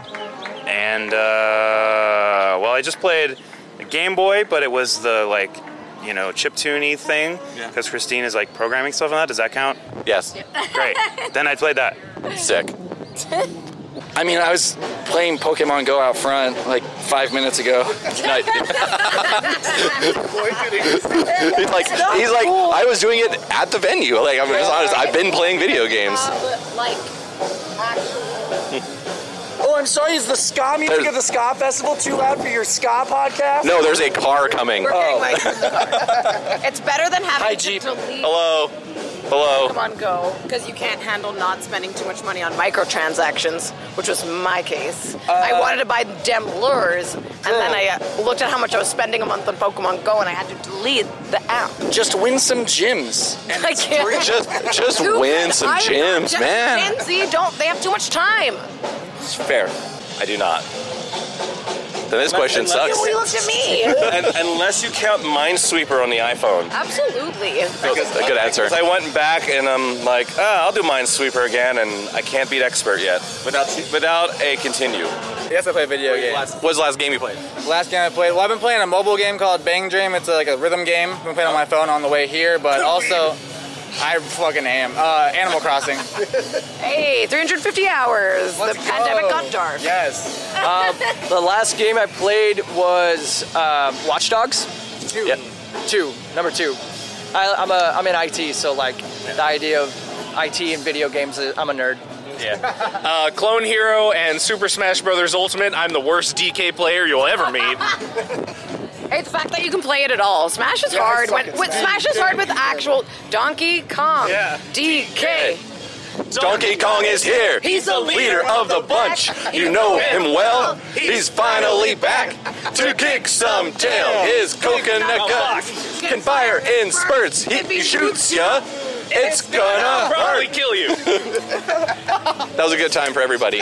[SPEAKER 12] and uh, well, I just played the Game Boy, but it was the like, you know, chiptune thing because Christine is like programming stuff on that. Does that count?
[SPEAKER 10] yes,
[SPEAKER 12] Great. then I played that.
[SPEAKER 10] sick.
[SPEAKER 8] I mean, I was playing Pokemon Go out front like five minutes ago.
[SPEAKER 10] No, he's like, he's like, I was doing it at the venue. Like, I'm just honest. I've been playing video games.
[SPEAKER 2] like,
[SPEAKER 8] Oh, I'm sorry. Is the ska music
[SPEAKER 10] There's-
[SPEAKER 8] of the ska festival too loud for your ska podcast?
[SPEAKER 10] No, there's a car coming.
[SPEAKER 2] we're getting like. it's better than having
[SPEAKER 8] Hi,
[SPEAKER 2] to
[SPEAKER 8] Jeep.
[SPEAKER 2] delete
[SPEAKER 10] Oh. Hello, hello.
[SPEAKER 2] Pokemon Go because you can't handle not spending too much money on microtransactions, which was my case.
[SPEAKER 10] Uh,
[SPEAKER 2] I wanted to buy dem lures, and then I uh, looked at how much I was spending a month on Pokemon Go, and I had to delete the app.
[SPEAKER 8] Just win some gyms. And
[SPEAKER 2] I can't.
[SPEAKER 10] Just, just
[SPEAKER 2] Dude,
[SPEAKER 10] win some
[SPEAKER 2] I am not
[SPEAKER 10] gyms,
[SPEAKER 2] just-
[SPEAKER 10] man.
[SPEAKER 2] Gen Z don't. They have too much time.
[SPEAKER 10] It's fair. I do not. Then this question sucks.
[SPEAKER 2] You looked at me.
[SPEAKER 10] And, unless you count Minesweeper on the iPhone.
[SPEAKER 2] Absolutely.
[SPEAKER 10] a good answer. I went back and I'm like, ah, I'll do Minesweeper again, and I can't beat Expert yet. Without without a continue.
[SPEAKER 8] yes, I play
[SPEAKER 1] Oh,
[SPEAKER 8] video games.
[SPEAKER 10] What's the last game you played?
[SPEAKER 8] Last game I played, well, I've been playing a mobile game called Bang Dream. It's uh, like a rhythm game. I've been playing on my phone on the way here, but also, I fucking am. Uh, Animal Crossing.
[SPEAKER 2] Hey, 350 hours.
[SPEAKER 8] Let's
[SPEAKER 2] the pandemic
[SPEAKER 8] go.
[SPEAKER 2] got dark.
[SPEAKER 8] Yes. Uh, the last game I played was uh, Watch Dogs. Two.
[SPEAKER 10] Yep.
[SPEAKER 8] Two. Number two. I, I'm a I'm in IT, so like the idea of IT and video games, uh, I'm a nerd.
[SPEAKER 1] Uh, Clone Hero and Super Smash Bros. Ultimate. I'm the worst DK player you'll ever meet.
[SPEAKER 2] Hey, the fact that you can play it at all. Smash is hard. When, when Smash is hard with actual Donkey Kong.
[SPEAKER 1] Yeah.
[SPEAKER 2] DK.
[SPEAKER 10] Donkey Kong is here.
[SPEAKER 2] He's the leader
[SPEAKER 10] of the bunch. You know him well. He's finally back to kick some tail. His coconut gut can fire in spurts. If he shoots ya, it's gonna hurt.
[SPEAKER 14] literally kill you.
[SPEAKER 10] that was a good time for everybody.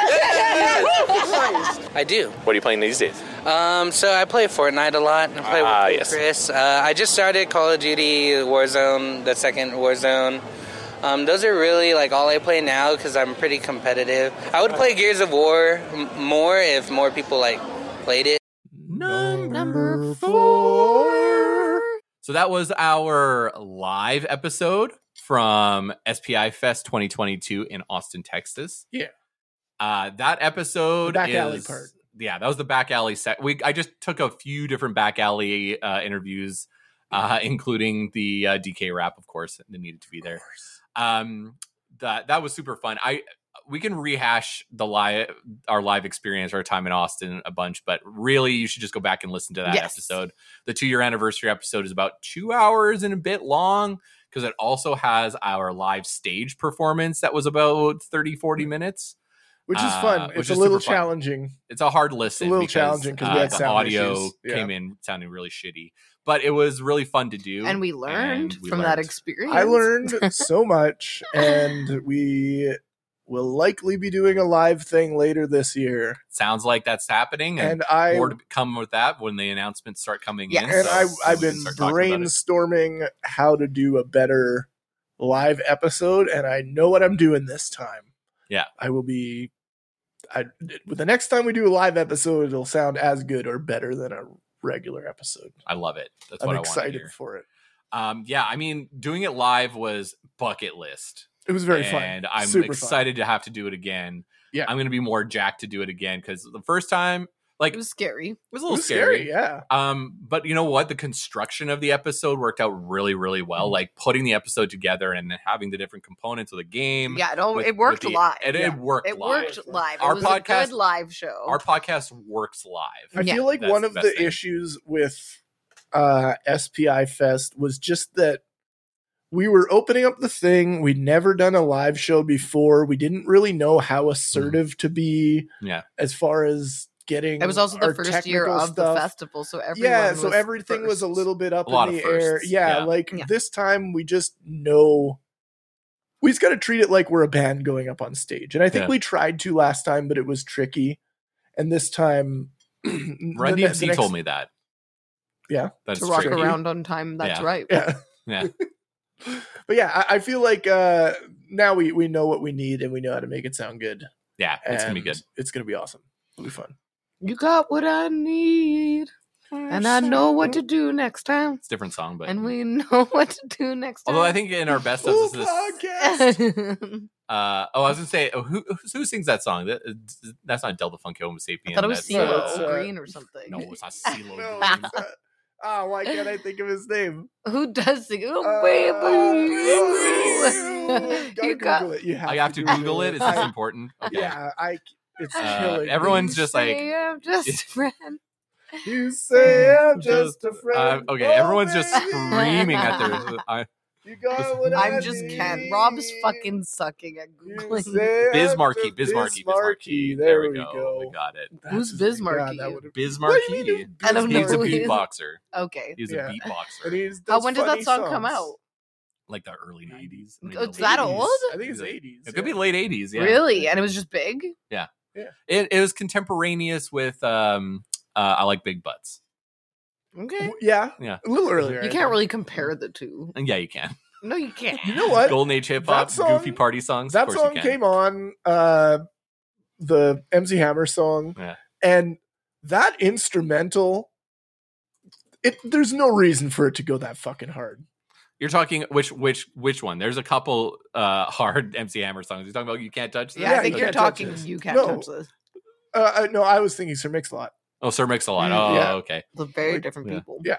[SPEAKER 13] I do.
[SPEAKER 10] What are you playing these days?
[SPEAKER 13] Um, so I play Fortnite a lot. I play
[SPEAKER 10] Ah,
[SPEAKER 13] with
[SPEAKER 10] yes.
[SPEAKER 13] Chris. Uh, I just started Call of Duty Warzone, the second Warzone. Um, those are really like all I play now because I'm pretty competitive. I would play Gears of War m- more if more people like played it.
[SPEAKER 1] Number four. So that was our live episode from SPI Fest 2022 in Austin, Texas.
[SPEAKER 3] Yeah.
[SPEAKER 1] Uh, that episode
[SPEAKER 3] The back
[SPEAKER 1] is,
[SPEAKER 3] alley part.
[SPEAKER 1] Yeah, that was the back alley set. We I just took a few different back alley uh, interviews, uh, including the uh, DK rap, of course, that needed to be there. Um, that that was super fun. I we can rehash the live our live experience, our time in Austin a bunch, but really you should just go back and listen to that
[SPEAKER 8] Yes.
[SPEAKER 1] episode. The two year anniversary episode is about two hours and a bit long because it also has our live stage performance that was about 30, 40 minutes.
[SPEAKER 3] Which is
[SPEAKER 1] uh,
[SPEAKER 3] fun.
[SPEAKER 1] which
[SPEAKER 3] It's
[SPEAKER 1] is
[SPEAKER 3] a little
[SPEAKER 1] super fun.
[SPEAKER 3] challenging.
[SPEAKER 1] It's a hard listen.
[SPEAKER 3] little
[SPEAKER 1] because, uh,
[SPEAKER 3] challenging 'cause we had
[SPEAKER 1] the
[SPEAKER 3] sound
[SPEAKER 1] audio
[SPEAKER 3] issues. Yeah.
[SPEAKER 1] came in sounding really shitty, but it was really fun to do,
[SPEAKER 2] And we learned
[SPEAKER 1] and we
[SPEAKER 2] from
[SPEAKER 1] learned.
[SPEAKER 2] that experience.
[SPEAKER 3] I learned so much, and we will likely be doing a live thing later this year.
[SPEAKER 1] Sounds like that's happening, and,
[SPEAKER 3] And I-
[SPEAKER 1] more to come with that when the announcements start coming in.
[SPEAKER 3] and
[SPEAKER 1] so
[SPEAKER 3] I, I've
[SPEAKER 1] we can
[SPEAKER 3] been
[SPEAKER 1] start talking about it.
[SPEAKER 3] brainstorming how to do a better live episode, and I know what I'm doing this time.
[SPEAKER 1] Yeah.
[SPEAKER 3] I will be. I the next time we do a live episode, it'll sound as good or better than a regular episode.
[SPEAKER 1] I love it. That's
[SPEAKER 3] I'm
[SPEAKER 1] what I want
[SPEAKER 3] excited
[SPEAKER 1] to hear.
[SPEAKER 3] for it.
[SPEAKER 1] Um, yeah, I mean, doing it live was bucket list.
[SPEAKER 3] It was very
[SPEAKER 1] and
[SPEAKER 3] fun.
[SPEAKER 1] And I'm
[SPEAKER 3] Super fun.
[SPEAKER 1] excited to have to do it again.
[SPEAKER 3] Yeah.
[SPEAKER 1] I'm going to be more jacked to do it again because the first time, like,
[SPEAKER 2] It was scary. It
[SPEAKER 1] was a little
[SPEAKER 3] It was
[SPEAKER 1] scary.
[SPEAKER 3] Yeah.
[SPEAKER 1] Um, but you know what? The construction of the episode worked out really, really well.
[SPEAKER 3] Mm-hmm.
[SPEAKER 1] Like putting the episode together and then having the different components of the game.
[SPEAKER 2] Yeah, it, all,
[SPEAKER 1] with-
[SPEAKER 2] it worked
[SPEAKER 1] with the-
[SPEAKER 2] live.
[SPEAKER 1] And
[SPEAKER 2] Yeah.
[SPEAKER 1] it worked.
[SPEAKER 2] It
[SPEAKER 1] live.
[SPEAKER 2] worked live.
[SPEAKER 1] Our
[SPEAKER 2] it was a
[SPEAKER 1] podcast-
[SPEAKER 2] good live show.
[SPEAKER 1] Our podcast works live.
[SPEAKER 3] I feel like
[SPEAKER 1] That's
[SPEAKER 3] one of
[SPEAKER 1] best
[SPEAKER 3] the
[SPEAKER 1] thing.
[SPEAKER 3] issues with uh, SPI Fest was just that we were opening up the thing. We'd never done a live show before. We didn't really know how assertive to be
[SPEAKER 1] Yeah.
[SPEAKER 3] as far as getting.
[SPEAKER 2] it was also
[SPEAKER 3] our
[SPEAKER 2] the first year
[SPEAKER 3] technical
[SPEAKER 2] of
[SPEAKER 3] stuff.
[SPEAKER 2] the festival, so everyone
[SPEAKER 3] Yeah, so
[SPEAKER 2] was
[SPEAKER 3] everything was a
[SPEAKER 2] first.
[SPEAKER 3] little bit up
[SPEAKER 1] A lot
[SPEAKER 3] in
[SPEAKER 1] of
[SPEAKER 3] the air.
[SPEAKER 1] firsts,
[SPEAKER 3] Yeah,
[SPEAKER 1] yeah.
[SPEAKER 3] like this time we just know we just got to treat it like we're a band going up on stage. And I think
[SPEAKER 1] Yeah.
[SPEAKER 3] we tried to last time, but it was tricky. And this time,
[SPEAKER 1] Run
[SPEAKER 3] the ne-
[SPEAKER 1] DMC
[SPEAKER 3] the next-
[SPEAKER 1] told me that.
[SPEAKER 3] Yeah,
[SPEAKER 1] That's
[SPEAKER 2] to rock
[SPEAKER 1] tricky.
[SPEAKER 2] around on time. That's
[SPEAKER 1] Yeah.
[SPEAKER 2] right.
[SPEAKER 3] yeah.
[SPEAKER 1] Yeah.
[SPEAKER 3] But yeah, I, I feel like uh, now we we know what we need and we know how to make it sound good.
[SPEAKER 1] Yeah. It's going to be
[SPEAKER 3] And
[SPEAKER 1] good.
[SPEAKER 3] It's gonna be awesome. It'll be fun.
[SPEAKER 2] You got what I need, and I know what to do next time.
[SPEAKER 1] It's a different song, but.
[SPEAKER 2] And we know what to do next time.
[SPEAKER 1] Although I think in our best of this, this uh, oh, I was gonna say, oh, who who sings that song? That, that's not Delta Funky Homo Sapien.
[SPEAKER 2] I thought it was
[SPEAKER 1] that's,
[SPEAKER 2] CeeLo
[SPEAKER 1] uh,
[SPEAKER 2] Green or something.
[SPEAKER 1] No, it's not CeeLo
[SPEAKER 3] No,
[SPEAKER 1] Green.
[SPEAKER 3] it's not. Ah, why can't I think of his name?
[SPEAKER 2] Who does sing? Oh,
[SPEAKER 3] Uh,
[SPEAKER 2] baby.
[SPEAKER 3] Gotta
[SPEAKER 2] you
[SPEAKER 3] Google
[SPEAKER 2] got
[SPEAKER 3] it. You have
[SPEAKER 1] I have to Google it. Is this
[SPEAKER 3] I-
[SPEAKER 1] important? Okay.
[SPEAKER 3] Yeah, I. It's
[SPEAKER 1] Uh,
[SPEAKER 3] killing. me.
[SPEAKER 1] everyone's just like,
[SPEAKER 2] say I'm just a friend.
[SPEAKER 3] You say I'm
[SPEAKER 1] Just,
[SPEAKER 3] just a
[SPEAKER 1] uh,
[SPEAKER 3] friend.
[SPEAKER 1] okay,
[SPEAKER 3] Oh,
[SPEAKER 1] everyone's just
[SPEAKER 3] baby,
[SPEAKER 1] screaming at their. uh, I,
[SPEAKER 3] You got what I
[SPEAKER 2] I'm just Ken. Rob's
[SPEAKER 3] need.
[SPEAKER 2] fucking sucking at
[SPEAKER 3] You
[SPEAKER 2] googling.
[SPEAKER 3] say I'm
[SPEAKER 1] Bismarcky,
[SPEAKER 3] just Bismarcky.
[SPEAKER 1] Bismarcky, Bismarcky. There we go. We got it.
[SPEAKER 2] Who's
[SPEAKER 3] That's- God,
[SPEAKER 2] Bismarcky?
[SPEAKER 3] that would've- What do you mean
[SPEAKER 1] Bismarcky.
[SPEAKER 3] it's
[SPEAKER 2] I don't know
[SPEAKER 1] He's a
[SPEAKER 2] who he
[SPEAKER 3] Bismarcky?
[SPEAKER 2] is.
[SPEAKER 1] beatboxer.
[SPEAKER 2] Okay.
[SPEAKER 1] He's
[SPEAKER 3] Yeah.
[SPEAKER 1] a
[SPEAKER 3] And
[SPEAKER 1] beatboxer.
[SPEAKER 3] he's-
[SPEAKER 2] Uh,
[SPEAKER 3] does
[SPEAKER 2] when did that
[SPEAKER 3] funny
[SPEAKER 2] song come
[SPEAKER 3] songs.
[SPEAKER 2] out?
[SPEAKER 1] Like the early '90s. maybe
[SPEAKER 2] Oh, it's
[SPEAKER 1] late
[SPEAKER 2] that
[SPEAKER 1] 80s.
[SPEAKER 2] old?
[SPEAKER 3] I think it's
[SPEAKER 1] He's a-
[SPEAKER 3] 80s.
[SPEAKER 1] It could be
[SPEAKER 3] yeah.
[SPEAKER 1] late '80s. Yeah.
[SPEAKER 2] Really? And it was just big?
[SPEAKER 1] It, it was contemporaneous with um, uh, I like big butts.
[SPEAKER 2] Okay.
[SPEAKER 3] Yeah.
[SPEAKER 1] Yeah.
[SPEAKER 3] A little earlier.
[SPEAKER 2] You
[SPEAKER 3] I
[SPEAKER 2] can't
[SPEAKER 3] think.
[SPEAKER 2] really compare the two.
[SPEAKER 1] And yeah, you can.
[SPEAKER 2] No, you can't.
[SPEAKER 3] You know what?
[SPEAKER 1] Golden age hip hop,
[SPEAKER 3] That song-
[SPEAKER 1] goofy party songs.
[SPEAKER 3] that
[SPEAKER 1] of course
[SPEAKER 3] song
[SPEAKER 1] you can.
[SPEAKER 3] came on uh the MC Hammer song.
[SPEAKER 1] Yeah.
[SPEAKER 3] And that instrumental it there's no reason for it to go that fucking hard.
[SPEAKER 1] You're talking which which which one? There's a couple uh hard MC Hammer songs. You're talking about you can't touch this.
[SPEAKER 2] Yeah,
[SPEAKER 3] Yeah,
[SPEAKER 2] I think
[SPEAKER 3] you
[SPEAKER 2] you're
[SPEAKER 3] can't touch
[SPEAKER 2] talking.
[SPEAKER 3] this.
[SPEAKER 2] You can't
[SPEAKER 3] No.
[SPEAKER 2] touch this.
[SPEAKER 3] Uh I- no, I was thinking Sir Mix-a-Lot.
[SPEAKER 1] Oh, Sir Mix a lot.
[SPEAKER 3] Mm,
[SPEAKER 1] Oh,
[SPEAKER 3] yeah.
[SPEAKER 1] okay.
[SPEAKER 2] The very
[SPEAKER 3] Like-
[SPEAKER 2] different
[SPEAKER 1] Yeah.
[SPEAKER 2] people.
[SPEAKER 3] Yeah.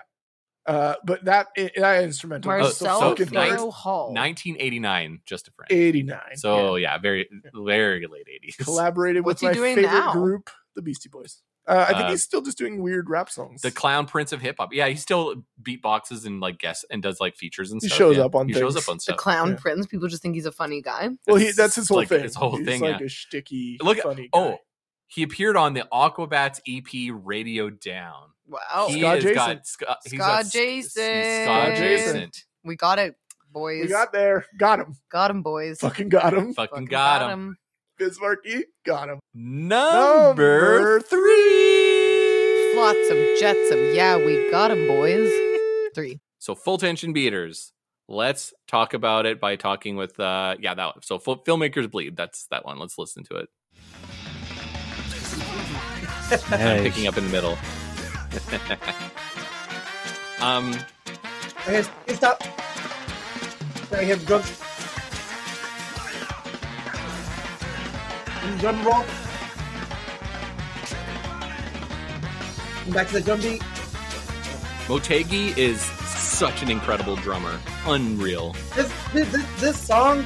[SPEAKER 3] Uh but that i- that instrumental
[SPEAKER 1] Oh,
[SPEAKER 3] was so
[SPEAKER 2] Marcel
[SPEAKER 3] fucking
[SPEAKER 1] nice-
[SPEAKER 3] hard.
[SPEAKER 2] Farrow Hall.
[SPEAKER 1] 1989, just a friend.
[SPEAKER 3] 89.
[SPEAKER 1] So yeah, very very late 80s.
[SPEAKER 3] collaborated
[SPEAKER 2] What's he
[SPEAKER 3] with my
[SPEAKER 2] doing
[SPEAKER 3] favorite
[SPEAKER 2] now?
[SPEAKER 3] group, the Beastie Boys. Uh, I think
[SPEAKER 1] Uh,
[SPEAKER 3] he's still just doing weird rap songs.
[SPEAKER 1] The clown prince of hip hop. Yeah, he still beatboxes and like guess and does like features and
[SPEAKER 3] He
[SPEAKER 1] stuff.
[SPEAKER 3] shows
[SPEAKER 1] yeah.
[SPEAKER 3] up on
[SPEAKER 1] he shows
[SPEAKER 3] things.
[SPEAKER 1] up on
[SPEAKER 2] The
[SPEAKER 1] stuff.
[SPEAKER 2] clown
[SPEAKER 3] Yeah.
[SPEAKER 2] prince. People just think he's a funny guy.
[SPEAKER 3] well, he,
[SPEAKER 1] it's
[SPEAKER 3] that's his whole
[SPEAKER 1] like-
[SPEAKER 3] thing.
[SPEAKER 1] his whole
[SPEAKER 3] he's
[SPEAKER 1] thing,
[SPEAKER 3] like
[SPEAKER 1] yeah.
[SPEAKER 3] a shticky,
[SPEAKER 1] Look at-
[SPEAKER 3] funny. Guy.
[SPEAKER 1] Oh, he appeared on the Aquabats EP Radio Down.
[SPEAKER 2] Wow.
[SPEAKER 1] he
[SPEAKER 3] Scott
[SPEAKER 1] has
[SPEAKER 3] Jason.
[SPEAKER 1] got Sc- he's got
[SPEAKER 2] Scott
[SPEAKER 1] Sc-
[SPEAKER 2] Jason.
[SPEAKER 1] Scott Jason.
[SPEAKER 2] We got it. boys.
[SPEAKER 3] We got there. Got him.
[SPEAKER 2] Got him, boys.
[SPEAKER 3] Fucking got him.
[SPEAKER 1] Fucking got got 'em.
[SPEAKER 3] Bismarcky got him.
[SPEAKER 1] Number three.
[SPEAKER 2] Flotsam, jetsam. Yeah, we got him, boys. Three.
[SPEAKER 1] So full tension beaters. Let's talk about it by talking with uh yeah that one. so Fil- filmmakers bleed. That's that one. Let's listen to it. I'm picking up in the middle. um,
[SPEAKER 15] Okay, stop. I have drugs. Drum roll. Back to the drum beat.
[SPEAKER 1] Motegi is such an incredible drummer. Unreal.
[SPEAKER 15] This this, this, this song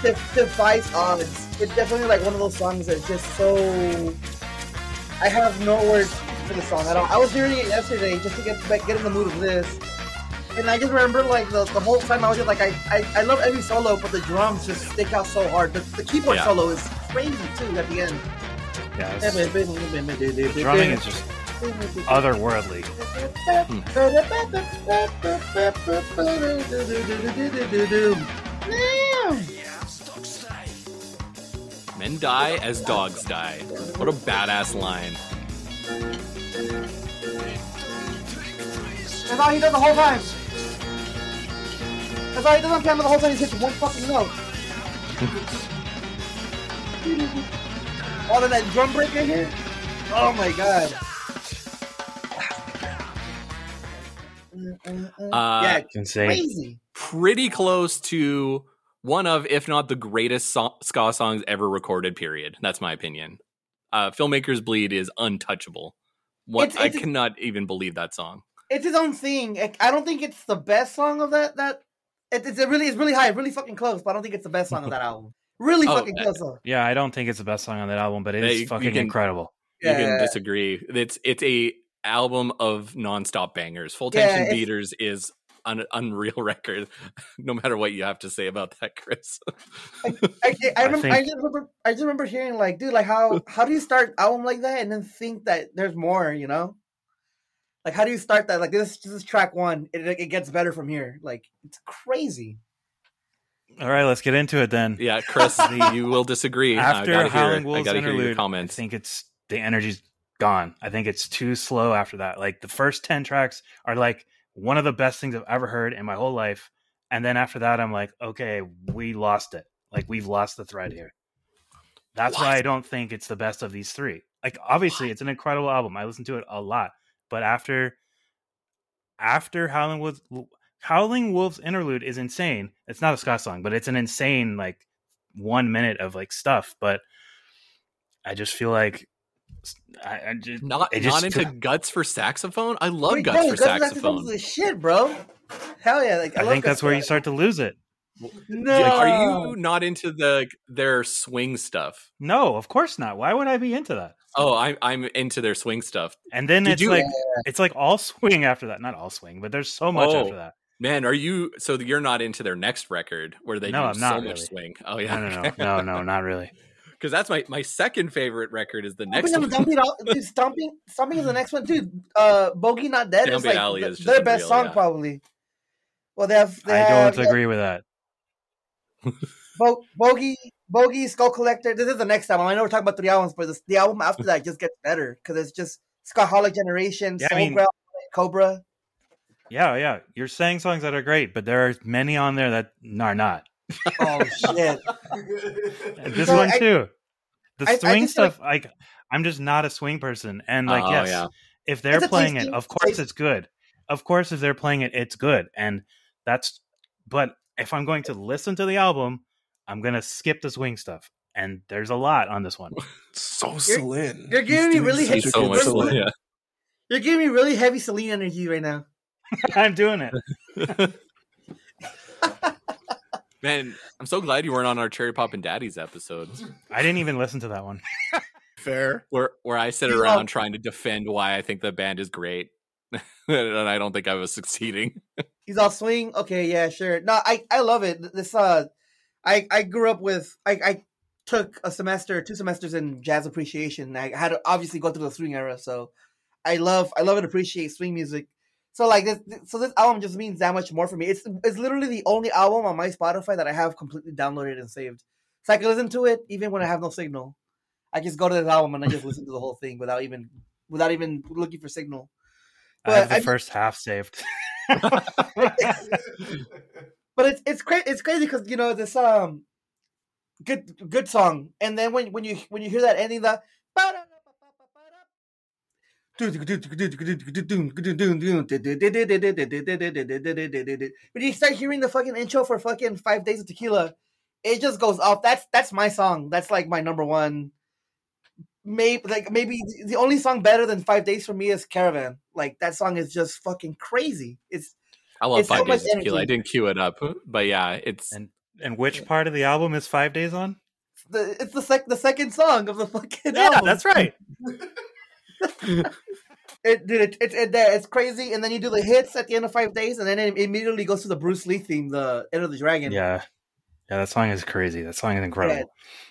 [SPEAKER 15] de- defies odds. It's definitely like one of those songs that's just so. I have no words for the song at all. I was hearing it yesterday just to get back, get in the mood of this, and I just remember like the, the whole time I was just like I, I I love every solo, but the drums just stick out so hard. The, the keyboard
[SPEAKER 12] Yeah.
[SPEAKER 15] solo is crazy too at the end.
[SPEAKER 12] Yeah, it's- the drumming is just otherworldly.
[SPEAKER 1] Men die as dogs die. What a badass line.
[SPEAKER 15] That's all he does the whole time. That's all he does on camera the whole time. He hits one fucking note. all of that drum break in here. Oh my god.
[SPEAKER 1] Uh,
[SPEAKER 15] yeah,
[SPEAKER 12] Insane.
[SPEAKER 15] crazy.
[SPEAKER 1] Pretty close to one of, if not the greatest so- ska songs ever recorded. Period. That's my opinion. Uh, Filmmakers Bleed is untouchable. What
[SPEAKER 15] It's- it's-
[SPEAKER 1] I cannot even believe that song.
[SPEAKER 15] It's his own thing. Like, I don't think it's the best song of that. That it, it's it really it's really high, really fucking close. But I don't think it's the best song of that album. Really
[SPEAKER 1] Oh,
[SPEAKER 15] fucking
[SPEAKER 1] uh,
[SPEAKER 15] close. though.
[SPEAKER 12] Yeah, I don't think it's the best song on that album, but it
[SPEAKER 1] Yeah,
[SPEAKER 12] is
[SPEAKER 1] you- you
[SPEAKER 12] fucking
[SPEAKER 1] can-
[SPEAKER 12] incredible.
[SPEAKER 1] You can
[SPEAKER 15] Yeah.
[SPEAKER 1] disagree. It's it's a album of nonstop bangers. Full tension
[SPEAKER 15] it's-
[SPEAKER 1] beaters is an unreal record. no matter what you have to say about that, Chris.
[SPEAKER 15] I, I,
[SPEAKER 1] I
[SPEAKER 15] remember, I
[SPEAKER 1] think-
[SPEAKER 15] just remember, I just remember hearing like, dude, like how how do you start album like that and then think that there's more, you know? Like, how do you start that? Like, this, this is track one. It, it gets better from here. Like, it's crazy.
[SPEAKER 12] All right, let's get into it then.
[SPEAKER 1] Yeah, Chris, you will disagree. I
[SPEAKER 12] After
[SPEAKER 1] gotta hear,
[SPEAKER 12] Howling
[SPEAKER 1] I
[SPEAKER 12] Wolves
[SPEAKER 1] gotta hear your
[SPEAKER 12] interlude, I
[SPEAKER 1] comments.
[SPEAKER 12] think it's the energy's gone. I think it's too slow after that. Like the first ten tracks are like one of the best things I've ever heard in my whole life, and then after that, I'm like, okay, we lost it. Like we've lost the thread here. That's why I don't think it's the best of these three. Like obviously, it's an incredible album. I listen to it a lot, but after after Howling Wolves, Howling Wolves interlude is insane. It's not a ska song, but it's an insane like one minute of like stuff. But I just feel like I, I just
[SPEAKER 1] not
[SPEAKER 12] it
[SPEAKER 1] not
[SPEAKER 12] just
[SPEAKER 1] into guts for saxophone. I love
[SPEAKER 15] Dude,
[SPEAKER 1] guts
[SPEAKER 15] yeah,
[SPEAKER 1] for
[SPEAKER 15] Guns N'
[SPEAKER 1] saxophone.
[SPEAKER 15] Roses is shit, bro. Hell yeah! Like, I,
[SPEAKER 12] I
[SPEAKER 15] love
[SPEAKER 12] think that's where you start to lose it.
[SPEAKER 15] No.
[SPEAKER 1] Like, are you not into the their swing stuff?
[SPEAKER 12] No, of course not. Why would I be into that?
[SPEAKER 1] Oh, I'm I'm into their swing stuff.
[SPEAKER 12] And then
[SPEAKER 1] Did
[SPEAKER 12] it's
[SPEAKER 1] you-
[SPEAKER 12] like it's like all swing after that. Not all swing, but there's so much
[SPEAKER 1] Oh,
[SPEAKER 12] after that.
[SPEAKER 1] Man, are you so you're not into their next record where they
[SPEAKER 12] No,
[SPEAKER 1] do
[SPEAKER 12] I'm
[SPEAKER 1] so
[SPEAKER 12] not
[SPEAKER 1] much
[SPEAKER 12] really.
[SPEAKER 1] swing? Oh yeah,
[SPEAKER 12] No, no, no, no, no, not really.
[SPEAKER 1] Because that's my my second favorite record is the next
[SPEAKER 15] Stomping on the
[SPEAKER 1] one.
[SPEAKER 15] Dump It Out- dude, stomping, stomping is the next one, dude. Uh, Bogey Not Dead
[SPEAKER 1] Dump
[SPEAKER 15] is
[SPEAKER 1] It
[SPEAKER 15] like
[SPEAKER 1] Alley
[SPEAKER 15] th-
[SPEAKER 1] is just
[SPEAKER 15] their best
[SPEAKER 1] unreal,
[SPEAKER 15] song
[SPEAKER 1] yeah.
[SPEAKER 15] probably. Well, they have. They
[SPEAKER 12] I
[SPEAKER 15] have,
[SPEAKER 12] don't agree with that.
[SPEAKER 15] Bo- Bogey, Bogey, Skull Collector. This is the next album. I know we're talking about three albums, but this, the album after that just gets better because it's just Skaholic Generation,
[SPEAKER 12] Yeah, I
[SPEAKER 15] Soul
[SPEAKER 12] mean-
[SPEAKER 15] Ground, Cobra.
[SPEAKER 12] Yeah, yeah. You're saying songs that are great, but there are many on there that are not.
[SPEAKER 15] Oh shit!
[SPEAKER 12] This
[SPEAKER 15] So
[SPEAKER 12] one
[SPEAKER 15] I-
[SPEAKER 12] too.
[SPEAKER 15] I-
[SPEAKER 12] The swing
[SPEAKER 15] I just feel
[SPEAKER 12] stuff, like, I'm just not a swing person. And like,
[SPEAKER 1] Oh,
[SPEAKER 12] yes,
[SPEAKER 1] yeah.
[SPEAKER 12] if they're
[SPEAKER 15] It's a
[SPEAKER 12] playing it,
[SPEAKER 15] tasty-
[SPEAKER 12] of course it's good. Of course, if they're playing it, it's good. And that's. But if I'm going to listen to the album, I'm gonna skip the swing stuff. And there's a lot on this one.
[SPEAKER 3] So Celine.
[SPEAKER 15] You're giving me really heavy.
[SPEAKER 12] He's so much Celine, yeah.
[SPEAKER 15] You're giving me really heavy Celine energy right now.
[SPEAKER 12] I'm doing it.
[SPEAKER 1] Man, I'm so glad you weren't on our Cherry Pop and Daddies episode
[SPEAKER 12] I didn't even listen to that one.
[SPEAKER 3] Fair.
[SPEAKER 1] where where I sit
[SPEAKER 15] You
[SPEAKER 1] around
[SPEAKER 15] love-
[SPEAKER 1] trying to defend why I think the band is great, and I don't think I was succeeding.
[SPEAKER 15] He's all swing. Okay, yeah, sure. No, I I love it. This uh, I I grew up with I I took a semester, two semesters in jazz appreciation. I had to obviously go through the swing era, so I love I love and appreciate swing music. So like this, so this album just means that much more for me. It's it's literally the only album on my Spotify that I have completely downloaded and saved. So I can listen to it even when I have no signal. I just go to this album and I just listen to the whole thing without even without even looking for signal.
[SPEAKER 12] I have the
[SPEAKER 15] I-
[SPEAKER 12] first half saved.
[SPEAKER 15] but it's it's crazy. It's crazy because you know this um good good song, and then when when you when you hear that ending, the when you start hearing the fucking intro for fucking Five Days of Tequila, it just goes off. That's that's my song. That's like my number one. Maybe like maybe the only song better than Five Days for me is Caravan. Like that song is just fucking crazy. It's
[SPEAKER 1] I love
[SPEAKER 15] it's so
[SPEAKER 1] Five
[SPEAKER 15] much
[SPEAKER 1] Days of Tequila. I
[SPEAKER 15] energy.
[SPEAKER 1] didn't queue it up, but yeah, it's
[SPEAKER 12] and, and which part of the album is Five Days on?
[SPEAKER 15] the it's the sec the second song of the fucking
[SPEAKER 12] Yeah,
[SPEAKER 15] album.
[SPEAKER 12] that's right.
[SPEAKER 15] It, dude, it, it, it, it's crazy, and then you do the hits at the end of five days, and then it immediately goes to the Bruce Lee theme, the end of the dragon.
[SPEAKER 12] Yeah, yeah, that song is crazy. That song is incredible.
[SPEAKER 15] Yeah,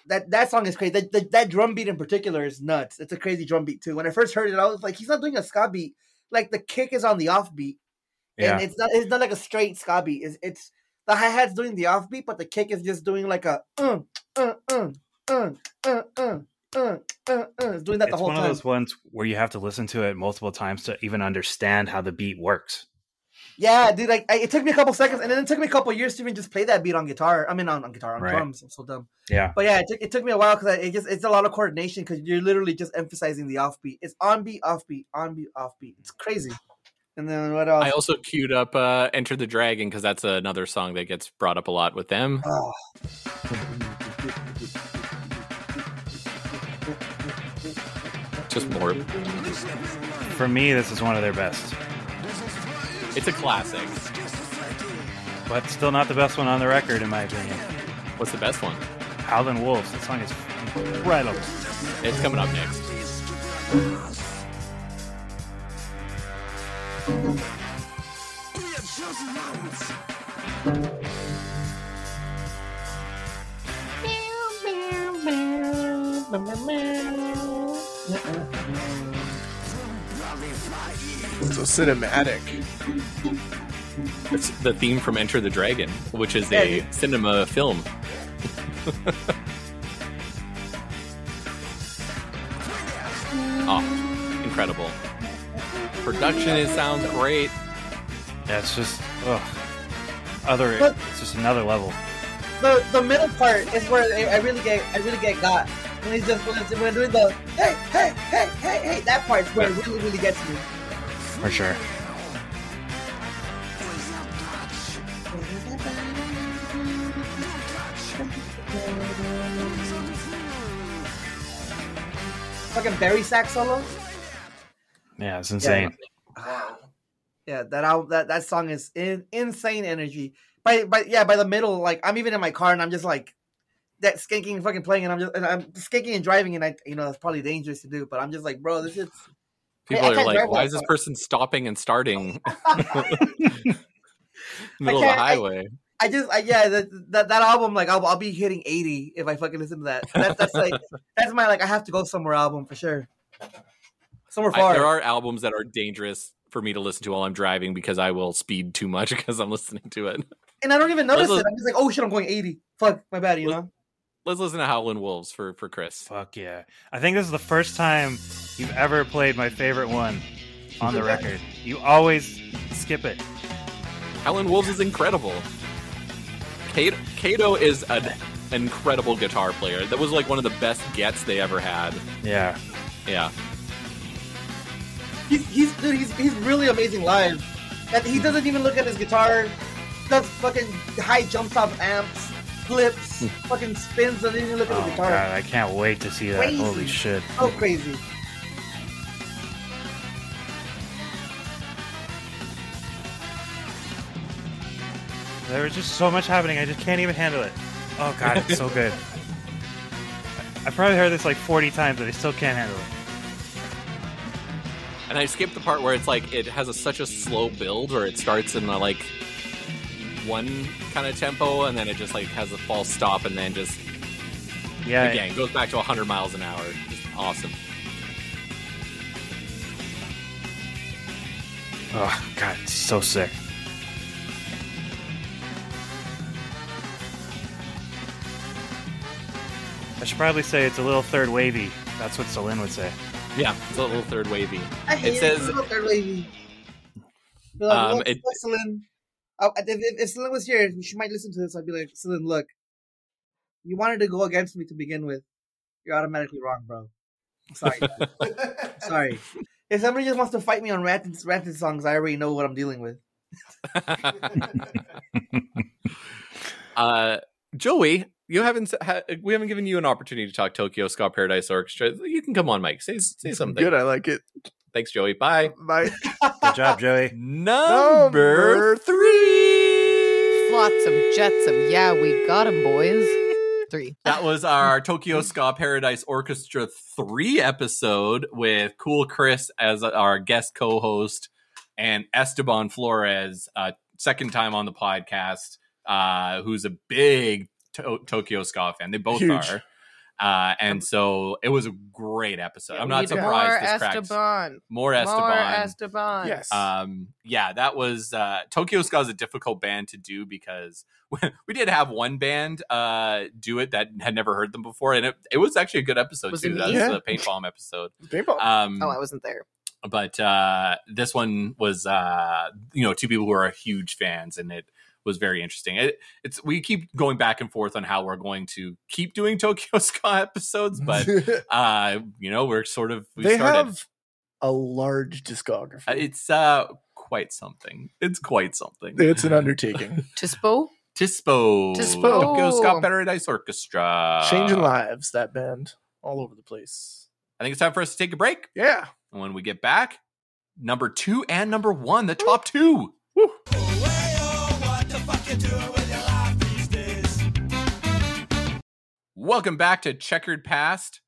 [SPEAKER 15] that that song is crazy. That, that that drum beat in particular is nuts. It's a crazy drum beat too. When I first heard it, I was like, he's not doing a ska beat. Like the kick is on the off beat,
[SPEAKER 12] Yeah.
[SPEAKER 15] and it's not it's not like a straight ska beat. It's, it's the hi hat's doing the off beat, but the kick is just doing like a uh uh uh uh uh uh uh uh. uh. It's doing that the
[SPEAKER 12] It's
[SPEAKER 15] whole
[SPEAKER 12] one
[SPEAKER 15] time.
[SPEAKER 12] of those ones where you have to listen to it multiple times to even understand how the beat works.
[SPEAKER 15] Yeah, dude. Like I, it took me a couple seconds, and then it took me a couple years to even just play that beat on guitar. I mean, on, on guitar, on
[SPEAKER 12] Right.
[SPEAKER 15] drums. I'm so dumb.
[SPEAKER 12] Yeah.
[SPEAKER 15] But yeah, it took, it took me a while because it just it's a lot of coordination because you're literally just emphasizing the offbeat. It's on beat, offbeat, on beat, offbeat. It's crazy. And then what else?
[SPEAKER 1] I also queued up uh, Enter the Dragon because that's another song that gets brought up a lot with them. Just more.
[SPEAKER 12] For me, this is one of their best,
[SPEAKER 1] It's a classic.
[SPEAKER 12] but still not the best one on the record, in my opinion.
[SPEAKER 1] What's the best one?
[SPEAKER 12] Howlin' Wolves. That song is incredible.
[SPEAKER 1] It's coming up next.
[SPEAKER 3] So cinematic.
[SPEAKER 1] It's the theme from Enter the Dragon, which is a cinema film. oh, incredible. Production it sounds great.
[SPEAKER 12] Yeah, it's just ugh. other. It's just another level.
[SPEAKER 15] the the middle part is where I, I really get I really get got when he's just when, it's, when doing the hey hey hey hey hey that part's where it really really gets me.
[SPEAKER 12] For sure.
[SPEAKER 15] Fucking Barry sax solo.
[SPEAKER 12] Yeah, it's insane.
[SPEAKER 15] Yeah, that album, that that song is in, insane energy. By by yeah, by the middle, like I'm even in my car and I'm just like that skanking fucking playing, and I'm just and I'm skanking and driving, and I you know that's probably dangerous to do, but I'm just like, bro, this is.
[SPEAKER 1] People
[SPEAKER 15] I- I
[SPEAKER 1] are
[SPEAKER 15] can't
[SPEAKER 1] like,
[SPEAKER 15] drive
[SPEAKER 1] why
[SPEAKER 15] that
[SPEAKER 1] is this
[SPEAKER 15] far."
[SPEAKER 1] person stopping and starting? Middle of the
[SPEAKER 15] can't- I-
[SPEAKER 1] highway.
[SPEAKER 15] I just I, yeah that, that that album like I'll, I'll be hitting 80 if I fucking listen to that. That that's like that's my like I have to go somewhere album for sure. Somewhere
[SPEAKER 1] I-
[SPEAKER 15] far.
[SPEAKER 1] there are albums that are dangerous for me to listen to while I'm driving because I will speed too much because I'm listening to it.
[SPEAKER 15] and I don't even notice
[SPEAKER 1] Let's-
[SPEAKER 15] it. I'm just like, oh shit, I'm going 80. Fuck, my bad, you know.
[SPEAKER 1] Let's listen to Howlin' Wolves for for Chris.
[SPEAKER 12] Fuck yeah. I think this is the first time you've ever played my favorite one on the record. You always skip it.
[SPEAKER 1] Howlin' Wolves is incredible. Kato, Kato is an incredible guitar player. That was like one of the best gets they ever had.
[SPEAKER 12] Yeah.
[SPEAKER 1] Yeah.
[SPEAKER 15] He's he's dude, he's he's really amazing live. That he doesn't even look at his guitar. Does fucking high jumps off amps, flips, fucking spins. Doesn't even look at
[SPEAKER 12] Oh my
[SPEAKER 15] the guitar.
[SPEAKER 12] god, I can't wait to see that.
[SPEAKER 15] Crazy.
[SPEAKER 12] Holy shit.
[SPEAKER 15] So crazy.
[SPEAKER 12] There was just so much happening, I just can't even handle it. Oh god, it's so good. I probably heard this like 40 times, but I still can't handle it.
[SPEAKER 1] And I skipped the part where it's like it has a, such a slow build where it starts in a, like one kind of tempo and then it just like has a false stop and then just
[SPEAKER 12] Yeah.
[SPEAKER 1] again goes back to 100 miles an hour. Just awesome.
[SPEAKER 12] Oh god, it's so sick. I should probably say it's a little third wavy. That's what Celine would say.
[SPEAKER 1] Yeah, it's a little third wavy.
[SPEAKER 15] I hate it
[SPEAKER 1] says-
[SPEAKER 15] third wavy. Be like,
[SPEAKER 1] Um,
[SPEAKER 15] look,
[SPEAKER 1] it-
[SPEAKER 15] look, Celine. Oh, if, if, if Celine was here, she might listen to this. I'd be like, Celine, look, you wanted to go against me to begin with. You're automatically wrong, bro. Sorry, sorry. If somebody just wants to fight me on ranting, ranting songs, I already know what I'm dealing with.
[SPEAKER 1] Uh, Joey, you haven't s- ha- we haven't given you an opportunity to talk Tokyo Ska Paradise Orchestra. You can come on, Mike. Say say something.
[SPEAKER 16] Good, I like it.
[SPEAKER 1] Thanks, Joey. Bye.
[SPEAKER 16] Bye.
[SPEAKER 12] Good job, Joey.
[SPEAKER 1] Number three.
[SPEAKER 2] Flotsam, jetsam. Yeah, we got him, boys. Three.
[SPEAKER 1] That was our Tokyo Ska Paradise Orchestra 3 episode with Cool Chris as our guest co host and Esteban Flores, uh, second time on the podcast, uh, who's a big to- Tokyo Ska fan. They both
[SPEAKER 2] Huge.
[SPEAKER 1] are. Uh, and so it was a great episode. I'm not
[SPEAKER 2] Need
[SPEAKER 1] surprised
[SPEAKER 2] More
[SPEAKER 1] this cracked
[SPEAKER 2] Esteban.
[SPEAKER 1] more Esteban.
[SPEAKER 2] More Esteban.
[SPEAKER 1] Um, yeah, that was uh, Tokyo Ska is a difficult band to do because we did have one band uh, do it that had never heard them before, and it, it was actually a good episode
[SPEAKER 2] Was it
[SPEAKER 1] too.
[SPEAKER 2] me?
[SPEAKER 1] That
[SPEAKER 2] Yeah.
[SPEAKER 1] was the paint bomb episode.
[SPEAKER 3] Paintball.
[SPEAKER 1] Um,
[SPEAKER 2] oh, I wasn't there.
[SPEAKER 1] but uh, this one was uh, you know two people who are huge fans, and it was very interesting. It, it's we keep going back and forth on how we're going to keep doing Tokyo Ska episodes, but uh, you know we're sort of we
[SPEAKER 3] they
[SPEAKER 1] started.
[SPEAKER 3] have a large discography.
[SPEAKER 1] Uh, It's uh quite something. It's quite something.
[SPEAKER 3] It's an undertaking.
[SPEAKER 2] Tispo?
[SPEAKER 1] Tispo.
[SPEAKER 3] Tispo.
[SPEAKER 1] Tokyo Ska Paradise Orchestra.
[SPEAKER 3] Changing lives, that band, all over the place.
[SPEAKER 1] I think it's time for us to take a break.
[SPEAKER 3] Yeah.
[SPEAKER 1] And when we get back, number two and number one, the top two. Welcome back to Checkered Past.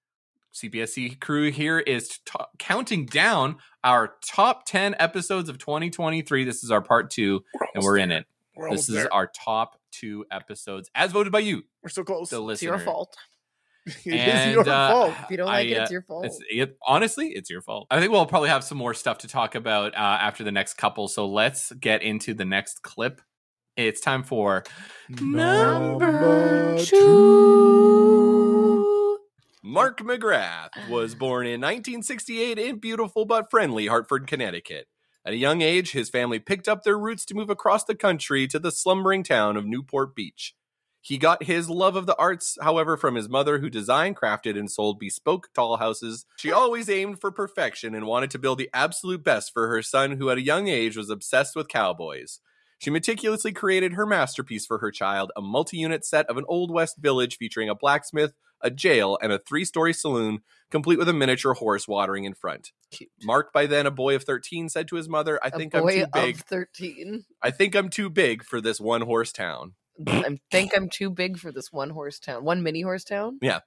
[SPEAKER 1] CPSC crew here is to- counting down our top 10 episodes of 2023. This is our part two, and we're in it.
[SPEAKER 3] We're
[SPEAKER 1] this
[SPEAKER 3] almost
[SPEAKER 1] is
[SPEAKER 3] there.
[SPEAKER 1] our top two episodes, as voted by you.
[SPEAKER 3] We're so close.
[SPEAKER 1] The
[SPEAKER 2] It's your
[SPEAKER 1] listener.
[SPEAKER 2] fault.
[SPEAKER 3] It is
[SPEAKER 1] And,
[SPEAKER 3] your
[SPEAKER 1] uh,
[SPEAKER 3] fault.
[SPEAKER 2] If you don't like it,
[SPEAKER 1] I,
[SPEAKER 2] it's
[SPEAKER 1] uh,
[SPEAKER 2] your fault.
[SPEAKER 1] it's- it- honestly, it's your fault. I think we'll probably have some more stuff to talk about uh, after the next couple. So let's get into the next clip. It's time for
[SPEAKER 8] Number
[SPEAKER 1] Mark McGrath was born in 1968 in beautiful but friendly Hartford, Connecticut. At a young age, his family picked up their roots to move across the country to the slumbering town of Newport Beach. He got his love of the arts, however, from his mother, who designed, crafted, and sold bespoke tall houses. She always aimed for perfection and wanted to build the absolute best for her son, who at a young age was obsessed with cowboys. She meticulously created her masterpiece for her child a multi unit set of an Old West village featuring a blacksmith, a jail, and a three story saloon, complete with a miniature horse watering in front. Mark, by then a boy of 13, said to his mother, I
[SPEAKER 2] A
[SPEAKER 1] think I'm
[SPEAKER 2] boy
[SPEAKER 1] too big.
[SPEAKER 2] of 13.
[SPEAKER 1] I think I'm too big for this one horse town.
[SPEAKER 2] I think I'm too big for this one horse town. One mini horse town?
[SPEAKER 1] Yeah.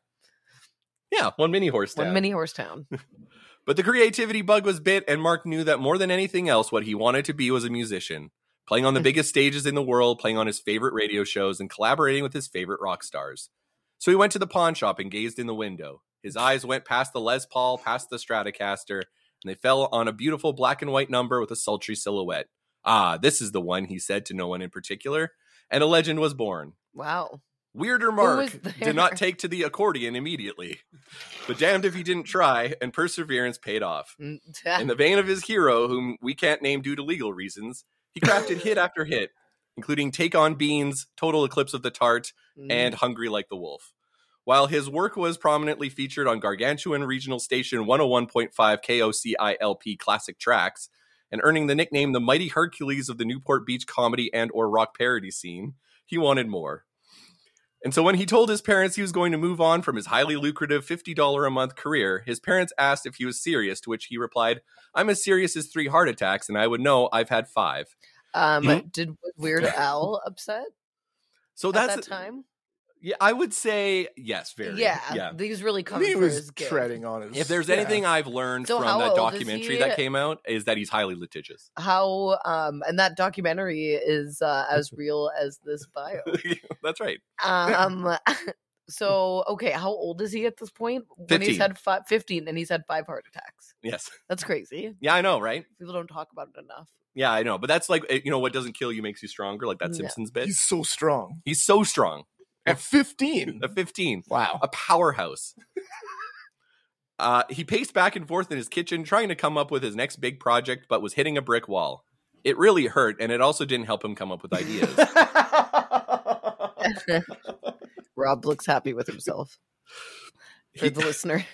[SPEAKER 1] Yeah, one mini horse town.
[SPEAKER 2] One mini horse town.
[SPEAKER 1] But the creativity bug was bit, and Mark knew that more than anything else, what he wanted to be was a musician. Playing
[SPEAKER 2] Mm-hmm.
[SPEAKER 1] on the biggest stages in the world, playing on his favorite radio shows, and collaborating with his favorite rock stars. So he went to the pawn shop and gazed in the window. His eyes went past the Les Paul, past the Stratocaster, and they fell on a beautiful black and white number with a sultry silhouette. Ah, this is the one, he said to no one in particular. And a legend was born.
[SPEAKER 2] Wow.
[SPEAKER 1] Weirder
[SPEAKER 2] was
[SPEAKER 1] Mark
[SPEAKER 2] there?
[SPEAKER 1] did not take to the accordion immediately, but damned if he didn't try, and perseverance paid
[SPEAKER 2] Mm,
[SPEAKER 1] off. In the vein of his hero, whom we can't name due to legal reasons, he crafted hit after hit, including Take on Beans, Total Eclipse of the Tart,
[SPEAKER 2] Mm.
[SPEAKER 1] and Hungry Like the Wolf. While his work was prominently featured on Gargantuan Regional Station 101.5 KOCILP classic tracks, and earning the nickname the Mighty Hercules of the Newport Beach comedy and or rock parody scene, he wanted more. And so when he told his parents he was going to move on from his highly lucrative $50 a month career, his parents asked if he was serious, to which he replied, I'm as serious as three heart attacks, and I would know I've had five.
[SPEAKER 2] Um,
[SPEAKER 1] Hmm?
[SPEAKER 2] Did was Weird Al upset
[SPEAKER 1] So
[SPEAKER 2] at
[SPEAKER 1] that's
[SPEAKER 2] that time?
[SPEAKER 1] yeah, I would say yes, very.
[SPEAKER 2] Yeah,
[SPEAKER 1] Yeah.
[SPEAKER 2] These really come
[SPEAKER 3] He
[SPEAKER 2] for
[SPEAKER 3] was
[SPEAKER 2] his gift.
[SPEAKER 3] treading on his.
[SPEAKER 1] If there's
[SPEAKER 3] yeah.
[SPEAKER 1] anything I've learned
[SPEAKER 2] So how
[SPEAKER 1] from that
[SPEAKER 2] old is
[SPEAKER 1] documentary
[SPEAKER 2] he?
[SPEAKER 1] that came out is that he's highly litigious.
[SPEAKER 2] How um and that documentary is uh, as real as this bio.
[SPEAKER 1] That's right.
[SPEAKER 2] Um So, okay, how old is he at this point? When he's
[SPEAKER 1] 15.
[SPEAKER 2] had fi- 15 and he's had five heart attacks.
[SPEAKER 1] Yes.
[SPEAKER 2] That's crazy.
[SPEAKER 1] Yeah, I know, right?
[SPEAKER 2] People don't talk about it enough.
[SPEAKER 1] Yeah, I know. But that's like eh, you know what doesn't kill you makes you stronger, like that
[SPEAKER 2] Yeah.
[SPEAKER 1] Simpsons bit.
[SPEAKER 3] He's so strong.
[SPEAKER 1] He's so strong.
[SPEAKER 3] At 15.
[SPEAKER 1] At 15.
[SPEAKER 3] Wow.
[SPEAKER 1] A powerhouse. uh, he paced back and forth in his kitchen trying to come up with his next big project, but was hitting a brick wall. It really hurt, and it also didn't help him come up with ideas.
[SPEAKER 2] Rob looks happy with himself. For the listener.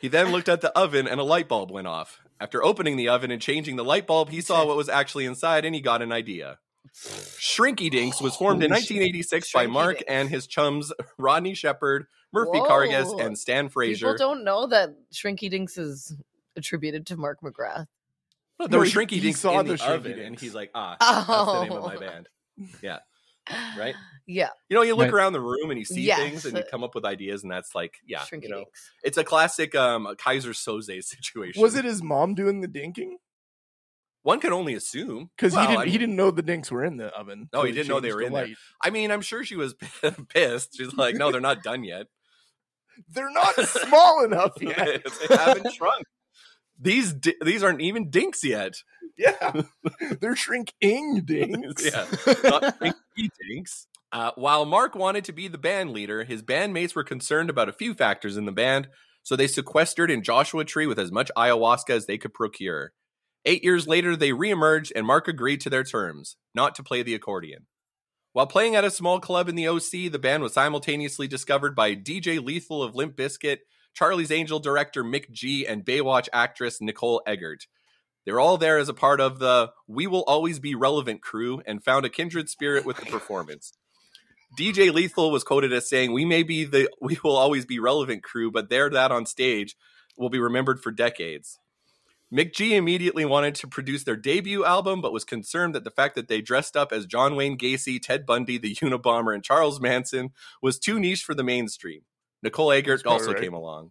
[SPEAKER 1] he then looked at the oven, and a light bulb went off. After opening the oven and changing the light bulb, he saw what was actually inside, and he got an idea. Shrinky Dinks was formed in
[SPEAKER 10] Holy shit.
[SPEAKER 1] 1986 by Mark and his chums Rodney Shepard, Murphy Cargas,
[SPEAKER 2] Whoa.
[SPEAKER 1] and Stan Frazier.
[SPEAKER 2] People don't know that Shrinky Dinks is attributed to Mark McGrath.
[SPEAKER 1] No, there were Shrinky Dinks in the, oven, and he's like, ah, that's the name of my
[SPEAKER 2] Oh.
[SPEAKER 1] band. Yeah, right.
[SPEAKER 2] Yeah.
[SPEAKER 1] You know, you look
[SPEAKER 2] Right.
[SPEAKER 1] around the room and you see
[SPEAKER 2] Yes.
[SPEAKER 1] things, and you come up with ideas, and that's like, yeah,
[SPEAKER 2] Shrinky
[SPEAKER 1] you know, it's a classic um, Kaiser Soze situation.
[SPEAKER 3] Was it his mom doing the dinking?
[SPEAKER 1] One can only assume
[SPEAKER 3] Because
[SPEAKER 1] Well,
[SPEAKER 3] he
[SPEAKER 1] I
[SPEAKER 3] didn't. He
[SPEAKER 1] mean-
[SPEAKER 3] didn't know the dinks were in the oven. till
[SPEAKER 1] No, Oh, he didn't know they
[SPEAKER 3] changed
[SPEAKER 1] were
[SPEAKER 3] the
[SPEAKER 1] in there.
[SPEAKER 3] light.
[SPEAKER 1] I mean, I'm sure she was pissed. She's like, no, they're not done yet.
[SPEAKER 3] They're not small enough yet.
[SPEAKER 1] they haven't shrunk. These di- these aren't even dinks yet.
[SPEAKER 3] Yeah, they're shrinking dinks.
[SPEAKER 1] yeah, not Pinky Dinks. Uh, while Mark wanted to be the band leader, his bandmates were concerned about a few factors in the band, so they sequestered in Joshua Tree with as much ayahuasca as they could procure. Eight years later, they reemerged, and Mark agreed to their terms not to play the accordion. While playing at a small club in the OC, the band was simultaneously discovered by DJ Lethal of Limp Bizkit, Charlie's Angel director Mick G, and Baywatch actress Nicole Eggert. They were all there as a part of the We Will Always Be Relevant crew and found a kindred spirit with the performance. DJ Lethal was quoted as saying, We may be the We Will Always Be Relevant crew, but they're that on stage will be remembered for decades. Mick G immediately wanted to produce their debut album, but was concerned that the fact that they dressed up as John Wayne Gacy, Ted Bundy, the Unabomber, and Charles Manson was too niche for the mainstream. Nicole Eggert
[SPEAKER 10] probably
[SPEAKER 1] also
[SPEAKER 10] right.
[SPEAKER 1] came along.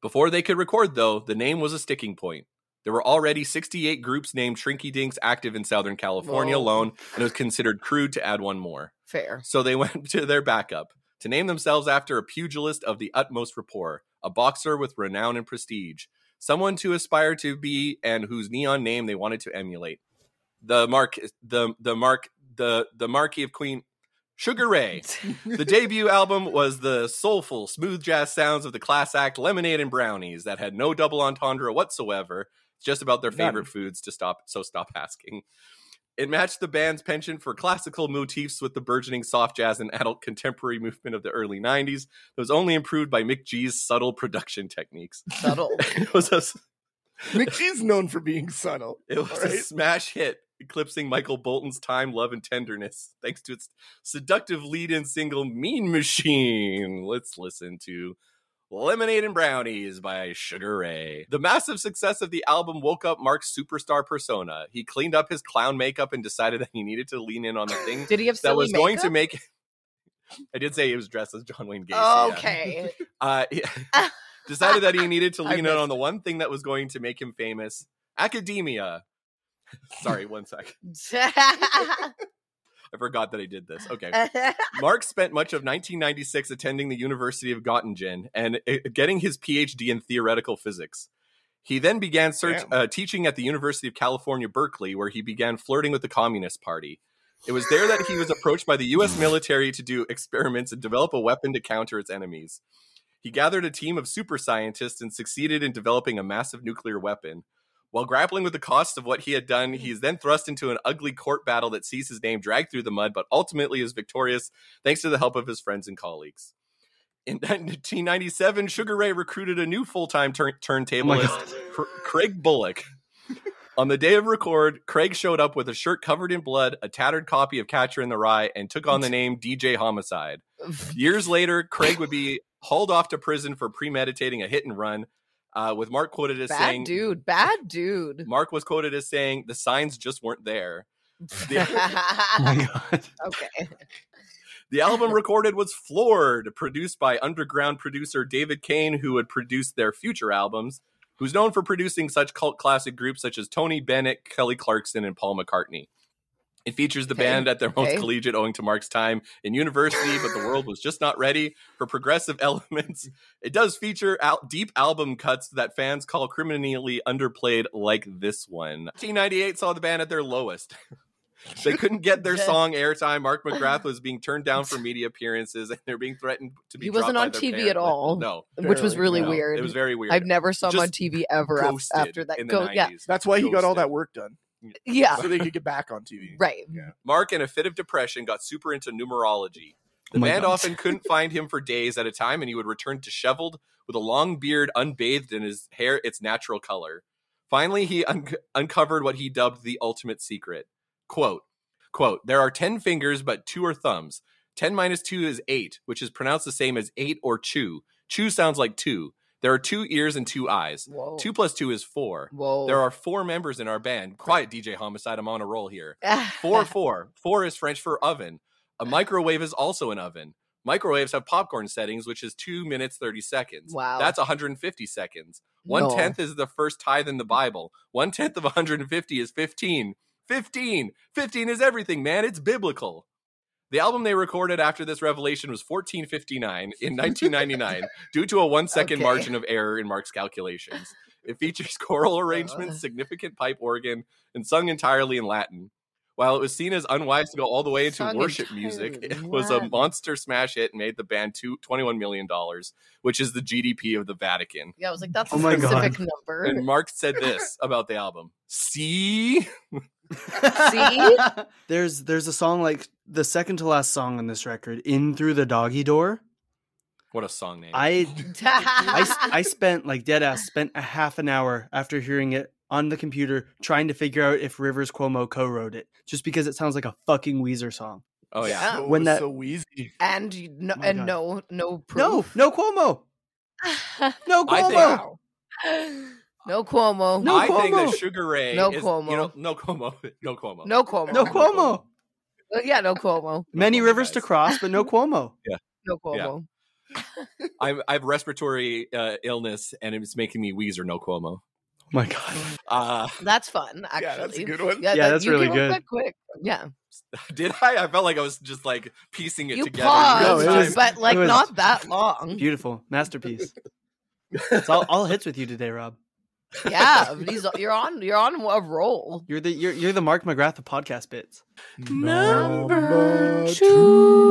[SPEAKER 1] Before they could record, though, the name was a sticking point. There were already 68 groups named Shrinky Dinks active in Southern California
[SPEAKER 2] Whoa.
[SPEAKER 1] alone, and it was considered crude to add one more.
[SPEAKER 2] Fair.
[SPEAKER 1] So they went to their backup to name themselves after a pugilist of the utmost rapport, a boxer with renown and prestige, someone to aspire to be and whose neon name they wanted to emulate. The mark the the mark the the Marquis of Queen Sugar Ray. the debut album was the soulful, smooth jazz sounds of the class act Lemonade and Brownies that had no double entendre whatsoever. It's just about their
[SPEAKER 10] None.
[SPEAKER 1] favorite foods to stop so stop asking. It matched the band's penchant for classical motifs with the burgeoning soft jazz and adult contemporary movement of the early 90s that was only improved by Mick G's subtle production techniques.
[SPEAKER 2] Subtle.
[SPEAKER 1] it was a,
[SPEAKER 3] McGee's known for being subtle.
[SPEAKER 1] it was a
[SPEAKER 3] alright?
[SPEAKER 1] smash hit, eclipsing Michael Bolton's Time, Love, and Tenderness, thanks to its seductive lead in single Mean Machine. Let's listen to Lemonade and Brownies by Sugar Ray. The massive success of the album woke up Mark's superstar persona. He cleaned up his clown makeup and decided that he needed to lean in on the thing
[SPEAKER 2] Did he have
[SPEAKER 1] that
[SPEAKER 2] silly
[SPEAKER 1] was going to
[SPEAKER 2] makeup? Oh,
[SPEAKER 1] make. I did say he was dressed as John Wayne Gacy. yeah.
[SPEAKER 2] Okay.
[SPEAKER 1] Uh, he- decided that he needed to
[SPEAKER 2] I
[SPEAKER 1] lean out
[SPEAKER 2] missed
[SPEAKER 1] on the one thing that was going to make him famous academia. Sorry, one sec. I forgot that I did this. Okay. Mark spent much of 1996 attending the University of Göttingen and uh, getting his PhD in theoretical physics. He then began search,
[SPEAKER 10] Damn.
[SPEAKER 1] uh, teaching at the University of California, Berkeley, where he began flirting with the Communist Party. It was there that he was approached by the
[SPEAKER 2] Mm.
[SPEAKER 1] U.S. military to do experiments and develop a weapon to counter its enemies. He gathered a team of super scientists and succeeded in developing a massive nuclear weapon. While grappling with the cost of what he had done, he is then thrust into an ugly court battle that sees his name dragged through the mud, but ultimately is victorious thanks to the help of his friends and colleagues. In 1997, Sugar Ray recruited a new full-time turn- turntablist, Cr- Craig Bullock. On the day of record, Craig showed up with a shirt covered in blood, a tattered copy of Catcher in the Rye, and took on the name DJ Homicide. Years later, Craig would be hauled off to prison for premeditating a hit and run, uh, with Mark quoted as
[SPEAKER 2] Bad
[SPEAKER 1] saying,
[SPEAKER 2] dude. Bad dude.
[SPEAKER 1] Mark was quoted as saying, "The signs just weren't there."
[SPEAKER 2] okay.
[SPEAKER 1] The album recorded was Floored, produced by underground producer David Kane, who would produce their future albums, who's known for producing such cult classic groups such as Tony Bennett, Kelly Clarkson, and Paul McCartney. It features the
[SPEAKER 10] Okay.
[SPEAKER 1] band at their most
[SPEAKER 10] Okay.
[SPEAKER 1] collegiate, owing to Mark's time in university, but the world was just not ready for progressive elements. It does feature al- deep album cuts that fans call criminally underplayed, like this one. 1998 saw the band at their lowest. they couldn't get their song airtime. Mark McGrath was being turned down for media appearances, and they're being threatened to be.
[SPEAKER 2] He
[SPEAKER 1] dropped
[SPEAKER 2] wasn't
[SPEAKER 1] by
[SPEAKER 2] on
[SPEAKER 1] their
[SPEAKER 2] TV
[SPEAKER 1] parent
[SPEAKER 2] at all.
[SPEAKER 1] label. No,
[SPEAKER 2] which was really
[SPEAKER 1] No,
[SPEAKER 2] weird.
[SPEAKER 1] It was very weird.
[SPEAKER 2] I've never saw him on TV ever af-
[SPEAKER 1] ghosted
[SPEAKER 2] after that.
[SPEAKER 1] in the
[SPEAKER 2] Go- yeah,
[SPEAKER 1] 90s.
[SPEAKER 3] That's why he got all that work done.
[SPEAKER 2] Yeah.
[SPEAKER 3] So they could get back on TV.
[SPEAKER 2] right.
[SPEAKER 1] Mark, in a fit of depression, got super into numerology. The
[SPEAKER 3] Oh my
[SPEAKER 1] band
[SPEAKER 3] God.
[SPEAKER 1] often couldn't find him for days at a time, and he would return disheveled with a long beard unbathed and his hair its natural color. Finally, he un- uncovered what he dubbed the ultimate secret. Quote, quote, there are 10 fingers, but two are thumbs. 10 minus 2 is 8, which is pronounced the same as 8 or chew. Chew sounds like 2. There are two ears and two eyes.
[SPEAKER 2] Whoa.
[SPEAKER 1] 2 plus 2 is 4.
[SPEAKER 2] Whoa.
[SPEAKER 1] There are four members in our band. Quiet, DJ Homicide. I'm on a roll here. Four, four. Four is French for oven. A microwave is also an oven. Microwaves have popcorn settings, which is two minutes, 30 seconds.
[SPEAKER 10] Wow.
[SPEAKER 1] That's 150 seconds.
[SPEAKER 10] No.
[SPEAKER 1] One tenth is the first tithe in the Bible. One tenth of 150 is 15. 15. 15 is everything, man. It's biblical. The album they recorded after this revelation was 1459 in 1999 due to a one second
[SPEAKER 10] Okay.
[SPEAKER 1] margin of error in Mark's calculations. It features choral
[SPEAKER 10] Uh-huh.
[SPEAKER 1] arrangements, significant pipe organ, and sung entirely in Latin. While it was seen as unwise to go all the way into
[SPEAKER 10] Sung
[SPEAKER 1] worship
[SPEAKER 10] entirely
[SPEAKER 1] music,
[SPEAKER 10] in
[SPEAKER 1] it was a
[SPEAKER 10] Latin.
[SPEAKER 1] monster smash hit and made the band two, $21 million, which is the GDP of the Vatican.
[SPEAKER 2] Yeah, I was like, that's
[SPEAKER 1] Oh
[SPEAKER 2] a
[SPEAKER 1] my God.
[SPEAKER 2] specific number.
[SPEAKER 1] And Mark said this about the album See?
[SPEAKER 2] See?
[SPEAKER 16] there's there's a song like the second to last song on this record, "In Through the Doggy Door."
[SPEAKER 1] What a song name!
[SPEAKER 16] I I, s- I spent like dead ass spent a half an hour after hearing it on the computer trying to figure out if Rivers Cuomo co-wrote it, just because it sounds like a fucking Weezer song.
[SPEAKER 1] Oh
[SPEAKER 2] yeah. So-
[SPEAKER 16] when that
[SPEAKER 2] so
[SPEAKER 3] wheezy.
[SPEAKER 2] And you, no,
[SPEAKER 16] my
[SPEAKER 2] and
[SPEAKER 16] God.
[SPEAKER 2] no, no
[SPEAKER 16] no
[SPEAKER 2] proof.
[SPEAKER 16] no Cuomo no
[SPEAKER 1] I
[SPEAKER 16] Cuomo
[SPEAKER 1] think-
[SPEAKER 2] no Cuomo.
[SPEAKER 1] I think that Sugar Ray
[SPEAKER 2] No
[SPEAKER 1] is,
[SPEAKER 2] Cuomo.
[SPEAKER 1] You know, no Cuomo. No Cuomo.
[SPEAKER 2] no Cuomo.
[SPEAKER 16] no Cuomo.
[SPEAKER 2] Uh, Yeah, no Cuomo.
[SPEAKER 16] Many rivers to cross, but no Cuomo.
[SPEAKER 1] Yeah.
[SPEAKER 2] No Cuomo.
[SPEAKER 1] I'm, I have respiratory uh, illness, and it's making me wheeze or no Cuomo.
[SPEAKER 16] Oh my god!
[SPEAKER 1] Uh,
[SPEAKER 2] That's fun, actually.
[SPEAKER 1] Yeah, that's a good one.
[SPEAKER 2] Yeah,
[SPEAKER 1] Yeah,
[SPEAKER 2] that-
[SPEAKER 1] that's
[SPEAKER 2] you
[SPEAKER 1] really
[SPEAKER 2] came up with
[SPEAKER 1] good.
[SPEAKER 2] That quick. Yeah.
[SPEAKER 1] did I? I felt like I was just like piecing it
[SPEAKER 2] You
[SPEAKER 1] together.
[SPEAKER 2] paused,
[SPEAKER 16] No, it was-
[SPEAKER 2] but like
[SPEAKER 16] it was-
[SPEAKER 2] not that long.
[SPEAKER 16] Beautiful masterpiece. it's all, all hits with you today, Rob.
[SPEAKER 2] Yeah, these, you're on you're on a roll.
[SPEAKER 16] You're the you're, you're the Mark McGrath of podcast bits.
[SPEAKER 2] Number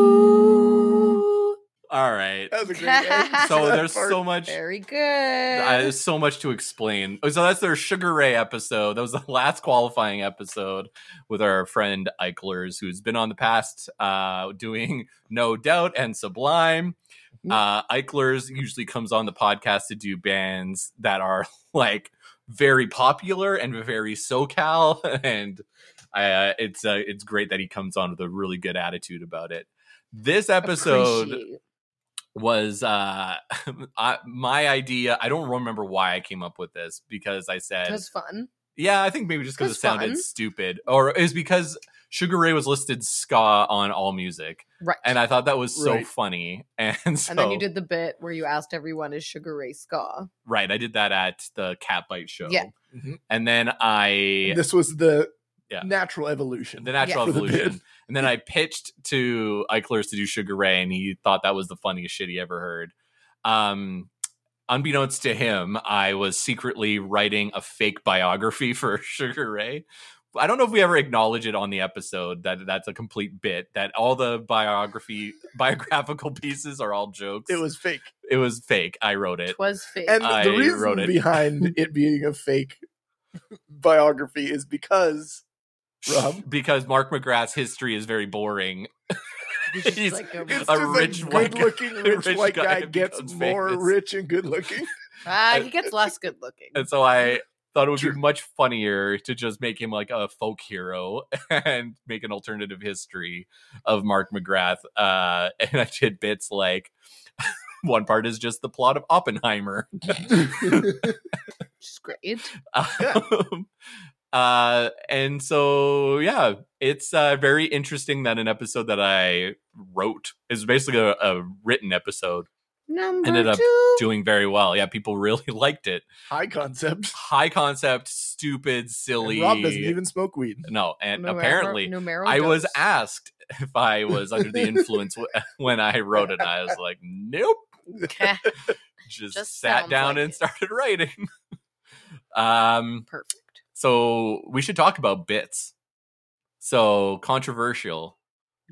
[SPEAKER 2] two.
[SPEAKER 1] All right.
[SPEAKER 3] That was a great
[SPEAKER 1] So there's so much.
[SPEAKER 2] Very good.
[SPEAKER 1] I, there's so much to explain. Oh, So that's their Sugar Ray episode. That was the last qualifying episode with our friend Eichlers, who's been on the past uh, doing No Doubt and Sublime. Uh, Eichlers usually comes on the podcast to do bands that are like very popular and very SoCal, and uh, it's uh, it's great that he comes on with a really good attitude about it. This episode
[SPEAKER 10] Appreciate.
[SPEAKER 1] was uh I, my idea i don't remember why i came up with this because i said
[SPEAKER 2] That's fun.
[SPEAKER 1] yeah i think maybe just because it
[SPEAKER 2] That's
[SPEAKER 1] sounded
[SPEAKER 2] fun.
[SPEAKER 1] stupid or it was because sugar ray was listed ska on all music
[SPEAKER 2] Right.
[SPEAKER 1] and i thought that was so
[SPEAKER 2] Right.
[SPEAKER 1] funny and so
[SPEAKER 2] and then you did the bit where you asked everyone is Sugar Ray Ska.
[SPEAKER 1] right i did that at the cat bite show
[SPEAKER 2] Yeah.
[SPEAKER 1] and then i
[SPEAKER 3] This was the
[SPEAKER 1] Yeah.
[SPEAKER 3] natural evolution.
[SPEAKER 1] the natural
[SPEAKER 3] for the bit.
[SPEAKER 1] evolution and then i pitched to eichlers to do sugar ray and he thought that was the funniest shit he ever heard um unbeknownst to him i was secretly writing a fake biography for sugar ray i don't know if we ever acknowledge it on the episode that that's a complete bit that all the biography biographical pieces are all jokes
[SPEAKER 3] It was fake.
[SPEAKER 1] it was fake i wrote it
[SPEAKER 2] was fake.
[SPEAKER 3] And
[SPEAKER 1] I
[SPEAKER 3] the reason
[SPEAKER 1] wrote it.
[SPEAKER 3] behind it being a fake biography is because Rob.
[SPEAKER 1] because mark mcgrath's history is very boring he's
[SPEAKER 3] like
[SPEAKER 1] a,
[SPEAKER 3] It's just
[SPEAKER 1] rich
[SPEAKER 3] a
[SPEAKER 1] white guy-
[SPEAKER 3] good-looking rich, white guy,
[SPEAKER 1] who
[SPEAKER 3] gets
[SPEAKER 1] becomes
[SPEAKER 3] more
[SPEAKER 1] famous.
[SPEAKER 3] rich and good looking.
[SPEAKER 2] Ah, he gets less good looking.
[SPEAKER 1] And so I thought it would be much funnier to just make him like a folk hero and make an alternative history of Mark McGrath. Uh, and I did bits like one part is just the plot of Oppenheimer.
[SPEAKER 2] It's great.
[SPEAKER 1] Um, uh, and so, yeah, it's uh, very interesting that an episode that I wrote is basically a, a written episode
[SPEAKER 2] Number
[SPEAKER 1] ended up
[SPEAKER 2] two.
[SPEAKER 1] doing very well. Yeah, people really liked it.
[SPEAKER 3] High concept.
[SPEAKER 1] High concept, stupid, silly.
[SPEAKER 3] And Rob doesn't even smoke weed.
[SPEAKER 1] No, and
[SPEAKER 3] Numero-
[SPEAKER 1] apparently
[SPEAKER 3] numero
[SPEAKER 1] I was
[SPEAKER 3] dos.
[SPEAKER 1] asked if I was under the influence w- when I wrote it. and I was like, nope. Just,
[SPEAKER 2] Just
[SPEAKER 1] sat
[SPEAKER 2] sounds
[SPEAKER 1] down and started writing. um,
[SPEAKER 2] Perfect.
[SPEAKER 1] So we should talk about bits. So controversial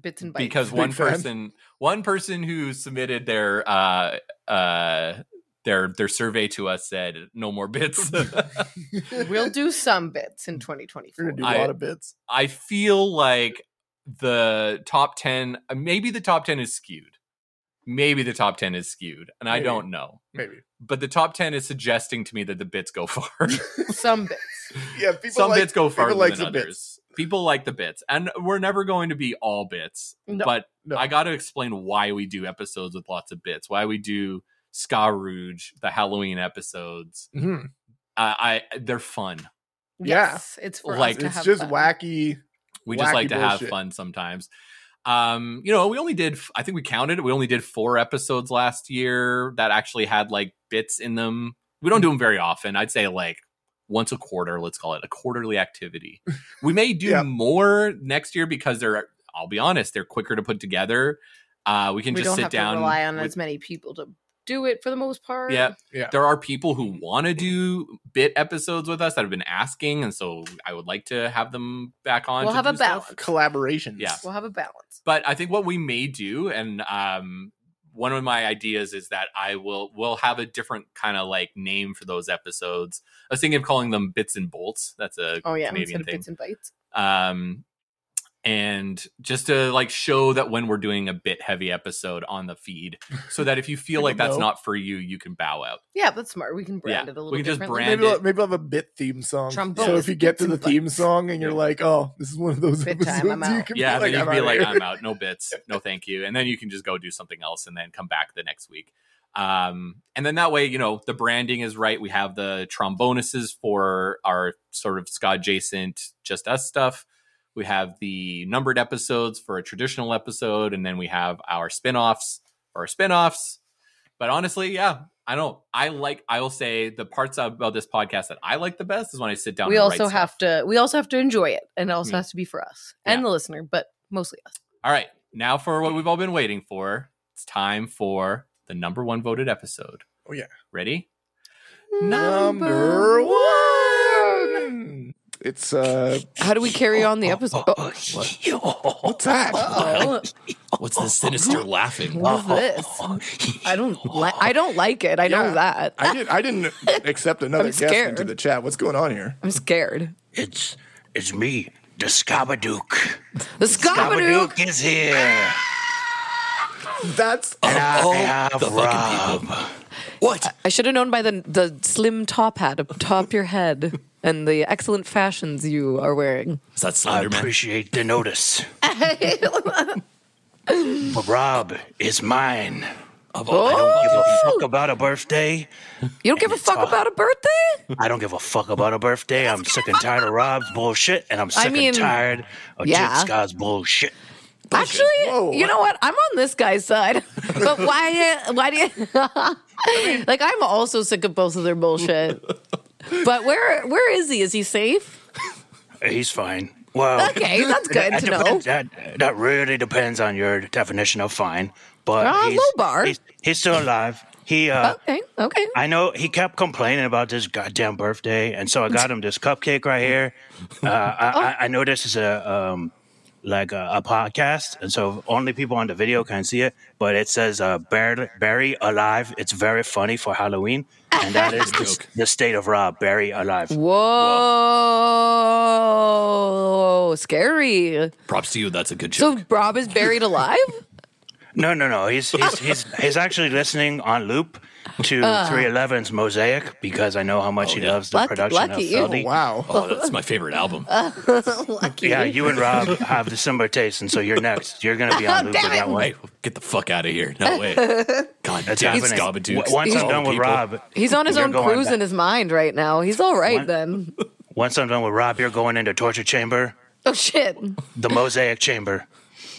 [SPEAKER 2] Bits and bites.
[SPEAKER 1] because one person one person who submitted their uh uh their their survey to us said no more bits
[SPEAKER 2] we'll do some bits in 2024.
[SPEAKER 1] I- i feel like the top 10 maybe the top 10 is skewed maybe the top 10 is skewed and i
[SPEAKER 2] Maybe.
[SPEAKER 1] don't know
[SPEAKER 3] Maybe.
[SPEAKER 1] but the top 10 is suggesting to me that the bits go far
[SPEAKER 2] Some bits.
[SPEAKER 3] Yeah, people
[SPEAKER 1] some
[SPEAKER 3] like,
[SPEAKER 1] bits go
[SPEAKER 3] people
[SPEAKER 1] farther
[SPEAKER 3] like
[SPEAKER 1] than
[SPEAKER 3] the
[SPEAKER 1] others.
[SPEAKER 3] bits.
[SPEAKER 1] People like the bits, and we're never going to be all bits.
[SPEAKER 3] No,
[SPEAKER 1] but I got to explain why we do episodes with lots of bits. Why we do Ska Rouge, the Halloween episodes.
[SPEAKER 3] Mhm.
[SPEAKER 1] Uh, I they're fun.
[SPEAKER 2] Yes, it's for us
[SPEAKER 1] Like-
[SPEAKER 2] to
[SPEAKER 1] It's
[SPEAKER 2] have
[SPEAKER 1] just
[SPEAKER 2] fun.
[SPEAKER 3] wacky.
[SPEAKER 1] We just
[SPEAKER 3] wacky
[SPEAKER 1] like to have
[SPEAKER 3] bullshit.
[SPEAKER 1] fun sometimes. Um, you know, we only did. I think we counted. it, We only did four episodes last year that actually had like bits in them. We
[SPEAKER 3] Mm.
[SPEAKER 1] don't do them very often. I'd say like once a quarter. Let's call it a quarterly activity. We may do more next year because they're. I'll be honest, they're quicker to put together. Uh, we can
[SPEAKER 2] we
[SPEAKER 1] just
[SPEAKER 2] don't
[SPEAKER 1] sit
[SPEAKER 2] have
[SPEAKER 1] down.
[SPEAKER 2] to rely on
[SPEAKER 1] with-
[SPEAKER 2] as many people to do it for the most part.
[SPEAKER 1] yeah. There are people
[SPEAKER 2] Mm.
[SPEAKER 1] who want to do bit episodes with us that have been asking, and so I would like to have them back on.
[SPEAKER 2] We'll
[SPEAKER 1] to
[SPEAKER 2] have a
[SPEAKER 1] do stuff.
[SPEAKER 2] balance.
[SPEAKER 3] Collaborations.
[SPEAKER 1] Yeah.
[SPEAKER 2] We'll have a balance.
[SPEAKER 1] But I think what we may do, and um, one of my ideas is that I will will have a different kind of like name for those episodes. I was thinking of calling them bits and bolts. That's a
[SPEAKER 2] Oh yeah,
[SPEAKER 1] Canadian
[SPEAKER 2] instead of
[SPEAKER 1] thing.
[SPEAKER 2] bits and bites.
[SPEAKER 1] um, and just to like show that when we're doing a bit heavy episode on the feed, so that if you feel like
[SPEAKER 3] People
[SPEAKER 1] that's
[SPEAKER 3] know.
[SPEAKER 1] not for you, you can bow out.
[SPEAKER 2] Yeah, that's smart. We can brand
[SPEAKER 1] Yeah,
[SPEAKER 2] it a little.
[SPEAKER 1] we can just
[SPEAKER 2] differently.
[SPEAKER 1] brand
[SPEAKER 3] maybe, I'll, maybe I'll have a bit theme song.
[SPEAKER 2] Trombone
[SPEAKER 3] so
[SPEAKER 2] is
[SPEAKER 3] if you get
[SPEAKER 2] bits
[SPEAKER 3] to the
[SPEAKER 2] and
[SPEAKER 3] theme song and you're like, oh, this is one of those
[SPEAKER 2] Bit
[SPEAKER 3] episodes,
[SPEAKER 2] time, I'm
[SPEAKER 3] you
[SPEAKER 2] out.
[SPEAKER 3] can be
[SPEAKER 1] yeah,
[SPEAKER 3] like,
[SPEAKER 1] then you
[SPEAKER 3] I'm,
[SPEAKER 1] can be like,
[SPEAKER 3] here."
[SPEAKER 1] I'm out, no bits, no thank you, and then you can just go do something else, and then come back the next week. Um, and then that way, you know, the branding is right. We have the trombonuses for our sort of ska adjacent, just us stuff. We have the numbered episodes for a traditional episode, and then we have our spin offs for our spin offs. But honestly, yeah, I don't. I like. I will say the parts about this podcast that I like the best is when I sit down.
[SPEAKER 2] we
[SPEAKER 1] and write
[SPEAKER 2] also
[SPEAKER 1] stuff.
[SPEAKER 2] have to. We also have to enjoy it, and it also
[SPEAKER 1] Yeah.
[SPEAKER 2] has to be for us and the listener, but mostly us.
[SPEAKER 1] All right, now for what we've all been waiting for. It's time for the number one voted episode.
[SPEAKER 3] Oh yeah.
[SPEAKER 1] Ready?
[SPEAKER 3] Number one. It's uh.
[SPEAKER 2] How do we carry on the episode? Oh,
[SPEAKER 3] What's that?
[SPEAKER 2] Uh-oh.
[SPEAKER 1] What's the sinister laughing?
[SPEAKER 2] What is this? I don't like. I don't like it. I know that.
[SPEAKER 3] I didn't. I didn't accept another
[SPEAKER 2] I'm
[SPEAKER 3] guest into
[SPEAKER 2] scared.
[SPEAKER 3] the chat. What's going on here?
[SPEAKER 2] I'm scared.
[SPEAKER 17] It's it's me, the Scabadook.
[SPEAKER 2] The Scabadook.
[SPEAKER 17] is here.
[SPEAKER 3] That's
[SPEAKER 17] and I
[SPEAKER 2] Oh,
[SPEAKER 17] have
[SPEAKER 2] the
[SPEAKER 17] Rob.
[SPEAKER 2] fucking What? I should have known by the the slim top hat atop your head and the excellent fashions you are wearing.
[SPEAKER 17] Is that Slenderman? I appreciate the notice. But Rob is mine. I don't give a fuck about a birthday.
[SPEAKER 2] You don't give a fuck about a birthday?
[SPEAKER 17] I don't give a fuck about a birthday. I'm sick and tired of Rob's bullshit, and I'm
[SPEAKER 2] I
[SPEAKER 17] sick
[SPEAKER 2] mean,
[SPEAKER 17] and tired of
[SPEAKER 2] yeah.
[SPEAKER 17] Jim Scott's bullshit.
[SPEAKER 2] Actually, you know what? I'm on this guy's side. but why? uh, Why do you? like, I'm also sick of both of their bullshit. but where where is he? Is he safe?
[SPEAKER 17] He's fine. Well,
[SPEAKER 2] Okay, that's good
[SPEAKER 17] that
[SPEAKER 2] to know.
[SPEAKER 17] depends- That, that really depends on your definition of fine, but
[SPEAKER 2] Ah,
[SPEAKER 17] he's,
[SPEAKER 2] low bar.
[SPEAKER 17] He's, he's still alive. He, uh,
[SPEAKER 2] Okay, okay.
[SPEAKER 17] I know he kept complaining about this goddamn birthday, and so I got him this cupcake right here. Uh, I, I, I know this is a um, like a, a podcast, and so only people on the video can see it. But it says uh, "Barry Barry Alive." It's very funny for Halloween, and that is the, the state of Rob Barry Alive.
[SPEAKER 2] Whoa, Oh, scary.
[SPEAKER 1] Props to you. That's a good
[SPEAKER 2] So Rob is buried alive.
[SPEAKER 17] No, no, no. He's he's he's, he's actually listening on loop to
[SPEAKER 2] Uh.
[SPEAKER 17] 311's Mosaic because I know how
[SPEAKER 1] Oh,
[SPEAKER 17] much he loves the
[SPEAKER 2] Lucky-
[SPEAKER 17] production
[SPEAKER 2] lucky you.
[SPEAKER 17] of Feldy.
[SPEAKER 2] Oh, wow. Oh, that's
[SPEAKER 1] my favorite album.
[SPEAKER 2] Lucky.
[SPEAKER 17] Yeah, you and Rob have the similar taste, and so you're next. You're going to be on
[SPEAKER 2] Oh,
[SPEAKER 17] loop with
[SPEAKER 2] damn
[SPEAKER 17] that
[SPEAKER 2] it.
[SPEAKER 17] one.
[SPEAKER 2] Hey,
[SPEAKER 1] get the fuck out of here!
[SPEAKER 2] No way.
[SPEAKER 1] God,
[SPEAKER 17] That's
[SPEAKER 1] damn
[SPEAKER 17] happening.
[SPEAKER 1] Scabadoo.
[SPEAKER 17] W- Once I'm
[SPEAKER 1] All
[SPEAKER 17] done with
[SPEAKER 1] people.
[SPEAKER 17] Rob,
[SPEAKER 2] He's on his
[SPEAKER 17] you're
[SPEAKER 2] own
[SPEAKER 17] going
[SPEAKER 2] cruise
[SPEAKER 17] back-
[SPEAKER 2] in his mind right now. He's all right then.
[SPEAKER 17] Once I'm done with Rob, you're going into torture chamber,
[SPEAKER 2] Oh shit.
[SPEAKER 17] the Mosaic chamber.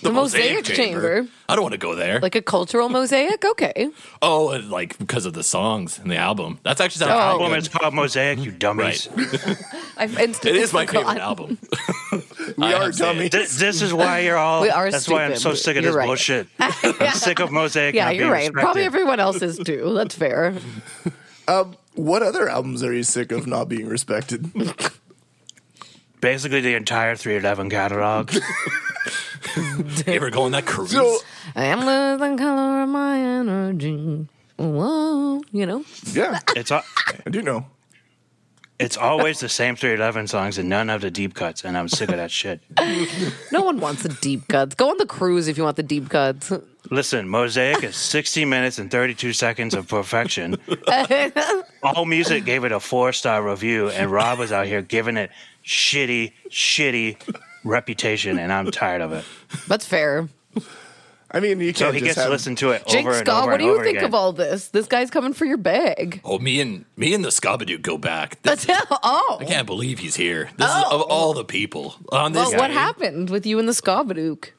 [SPEAKER 2] The mosaic chamber.
[SPEAKER 1] I don't want to go there.
[SPEAKER 2] Like a cultural mosaic? Okay.
[SPEAKER 1] oh, and like because of the songs and the album. That's actually
[SPEAKER 17] The
[SPEAKER 1] sounds pretty
[SPEAKER 17] album
[SPEAKER 1] good.
[SPEAKER 17] is Oh, called Mosaic, you dummies.
[SPEAKER 2] I've
[SPEAKER 1] It
[SPEAKER 2] instantly
[SPEAKER 1] is my
[SPEAKER 2] forgotten.
[SPEAKER 1] favorite album.
[SPEAKER 17] We are dummies. This, this is why you're all.
[SPEAKER 2] We are
[SPEAKER 17] that's why I'm so
[SPEAKER 2] stupid.
[SPEAKER 17] sick of
[SPEAKER 2] You're
[SPEAKER 17] this
[SPEAKER 2] right.
[SPEAKER 17] bullshit. I'm sick of Mosaic.
[SPEAKER 2] Yeah,
[SPEAKER 17] not
[SPEAKER 2] you're
[SPEAKER 17] being
[SPEAKER 2] right. Probably
[SPEAKER 17] respected.
[SPEAKER 2] everyone else is too. That's fair.
[SPEAKER 18] Um, what other albums are you sick of not being respected?
[SPEAKER 17] Basically, the entire 311 catalog.
[SPEAKER 1] you ever go on that cruise?
[SPEAKER 2] I am losing color of my energy. Whoa, you know?
[SPEAKER 18] yeah,
[SPEAKER 17] it's all.
[SPEAKER 18] I do know.
[SPEAKER 17] It's always the same 311 songs and none of the deep cuts, and I'm sick of that shit.
[SPEAKER 2] No one wants the deep cuts. Go on the cruise if you want the deep cuts.
[SPEAKER 17] Listen, Mosaic is 60 minutes and 32 seconds of perfection. All Music gave it a four star review, and Rob was out here giving it shitty, shitty reputation, and I'm tired of it.
[SPEAKER 2] That's fair.
[SPEAKER 18] I mean, you
[SPEAKER 17] So he gets to listen to it over
[SPEAKER 2] Jake
[SPEAKER 17] and
[SPEAKER 2] Scott,
[SPEAKER 17] over
[SPEAKER 2] what
[SPEAKER 17] and
[SPEAKER 2] do you
[SPEAKER 17] over
[SPEAKER 2] think
[SPEAKER 17] again.
[SPEAKER 2] of all this? This guy's coming for your bag.
[SPEAKER 1] Oh, me and me and the Scabadoo go back. This,
[SPEAKER 2] That's oh.
[SPEAKER 1] I can't believe he's here. This is of all the people on this.
[SPEAKER 2] Well, what
[SPEAKER 1] day.
[SPEAKER 2] happened with you and the Skabadook?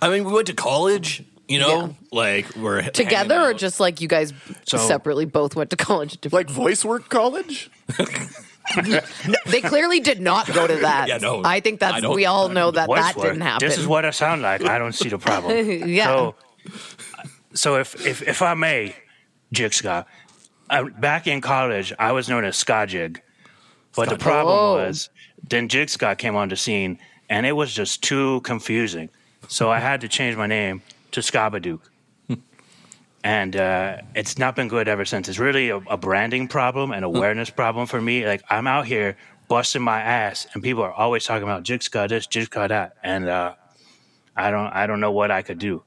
[SPEAKER 1] I mean, we went to college. You know, like we're hanging
[SPEAKER 2] Together or just like you guys
[SPEAKER 1] So-
[SPEAKER 2] separately both went to college? at Different
[SPEAKER 18] like voice work college?
[SPEAKER 2] they clearly did not go to that.
[SPEAKER 17] Yeah, no.
[SPEAKER 2] I think that's,
[SPEAKER 17] I don't-
[SPEAKER 2] we all know that
[SPEAKER 17] Voice
[SPEAKER 2] that
[SPEAKER 17] work.
[SPEAKER 2] didn't happen.
[SPEAKER 17] This is what I sound like. I don't see the problem.
[SPEAKER 2] Yeah.
[SPEAKER 17] So, so if, if, if I may, Jig Scott, uh, back in college, I was known as Ska Jig. But the problem was, then Jig Scott came on the scene, and it was just too confusing. So I had to change my name to Skabadook. And uh, it's not been good ever since. It's really a, a branding problem, an awareness problem for me. Like I'm out here busting my ass, and people are always talking about Jig Scott this, Jig Scott that, and uh, I don't, I don't know what I could do.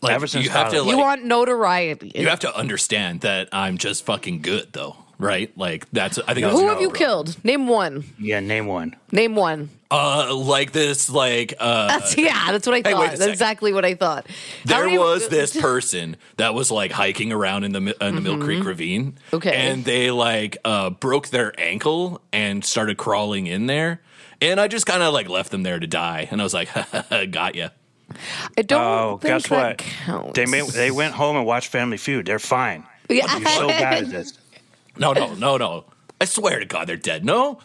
[SPEAKER 1] Like,
[SPEAKER 17] ever since
[SPEAKER 1] you have to,
[SPEAKER 17] college.
[SPEAKER 1] like-
[SPEAKER 2] you want notoriety.
[SPEAKER 1] You have to understand that I'm just fucking good, though, right? Like that's. I think. that's
[SPEAKER 2] Who
[SPEAKER 1] how
[SPEAKER 2] have you
[SPEAKER 1] it-
[SPEAKER 2] killed? Name one.
[SPEAKER 17] Yeah, name one.
[SPEAKER 2] Name one.
[SPEAKER 1] Uh, like this, like uh,
[SPEAKER 2] That's yeah. That's what I
[SPEAKER 1] hey,
[SPEAKER 2] thought.
[SPEAKER 1] wait a
[SPEAKER 2] that's
[SPEAKER 1] second.
[SPEAKER 2] exactly what I thought.
[SPEAKER 1] There was this person that was like hiking around in the mi- in the Mill Creek Ravine.
[SPEAKER 2] Mm-hmm. Okay.
[SPEAKER 1] and they like uh, broke their ankle and started crawling in there, and I just kind of like left them there to die. And I was like, got ya.
[SPEAKER 2] I don't.
[SPEAKER 17] Oh,
[SPEAKER 2] think
[SPEAKER 17] guess
[SPEAKER 2] that
[SPEAKER 17] what? They may, they went home and watched Family Feud. They're fine.
[SPEAKER 2] Yeah.
[SPEAKER 17] You're so bad at this.
[SPEAKER 1] No, no, no, no. I swear to God, they're dead. No.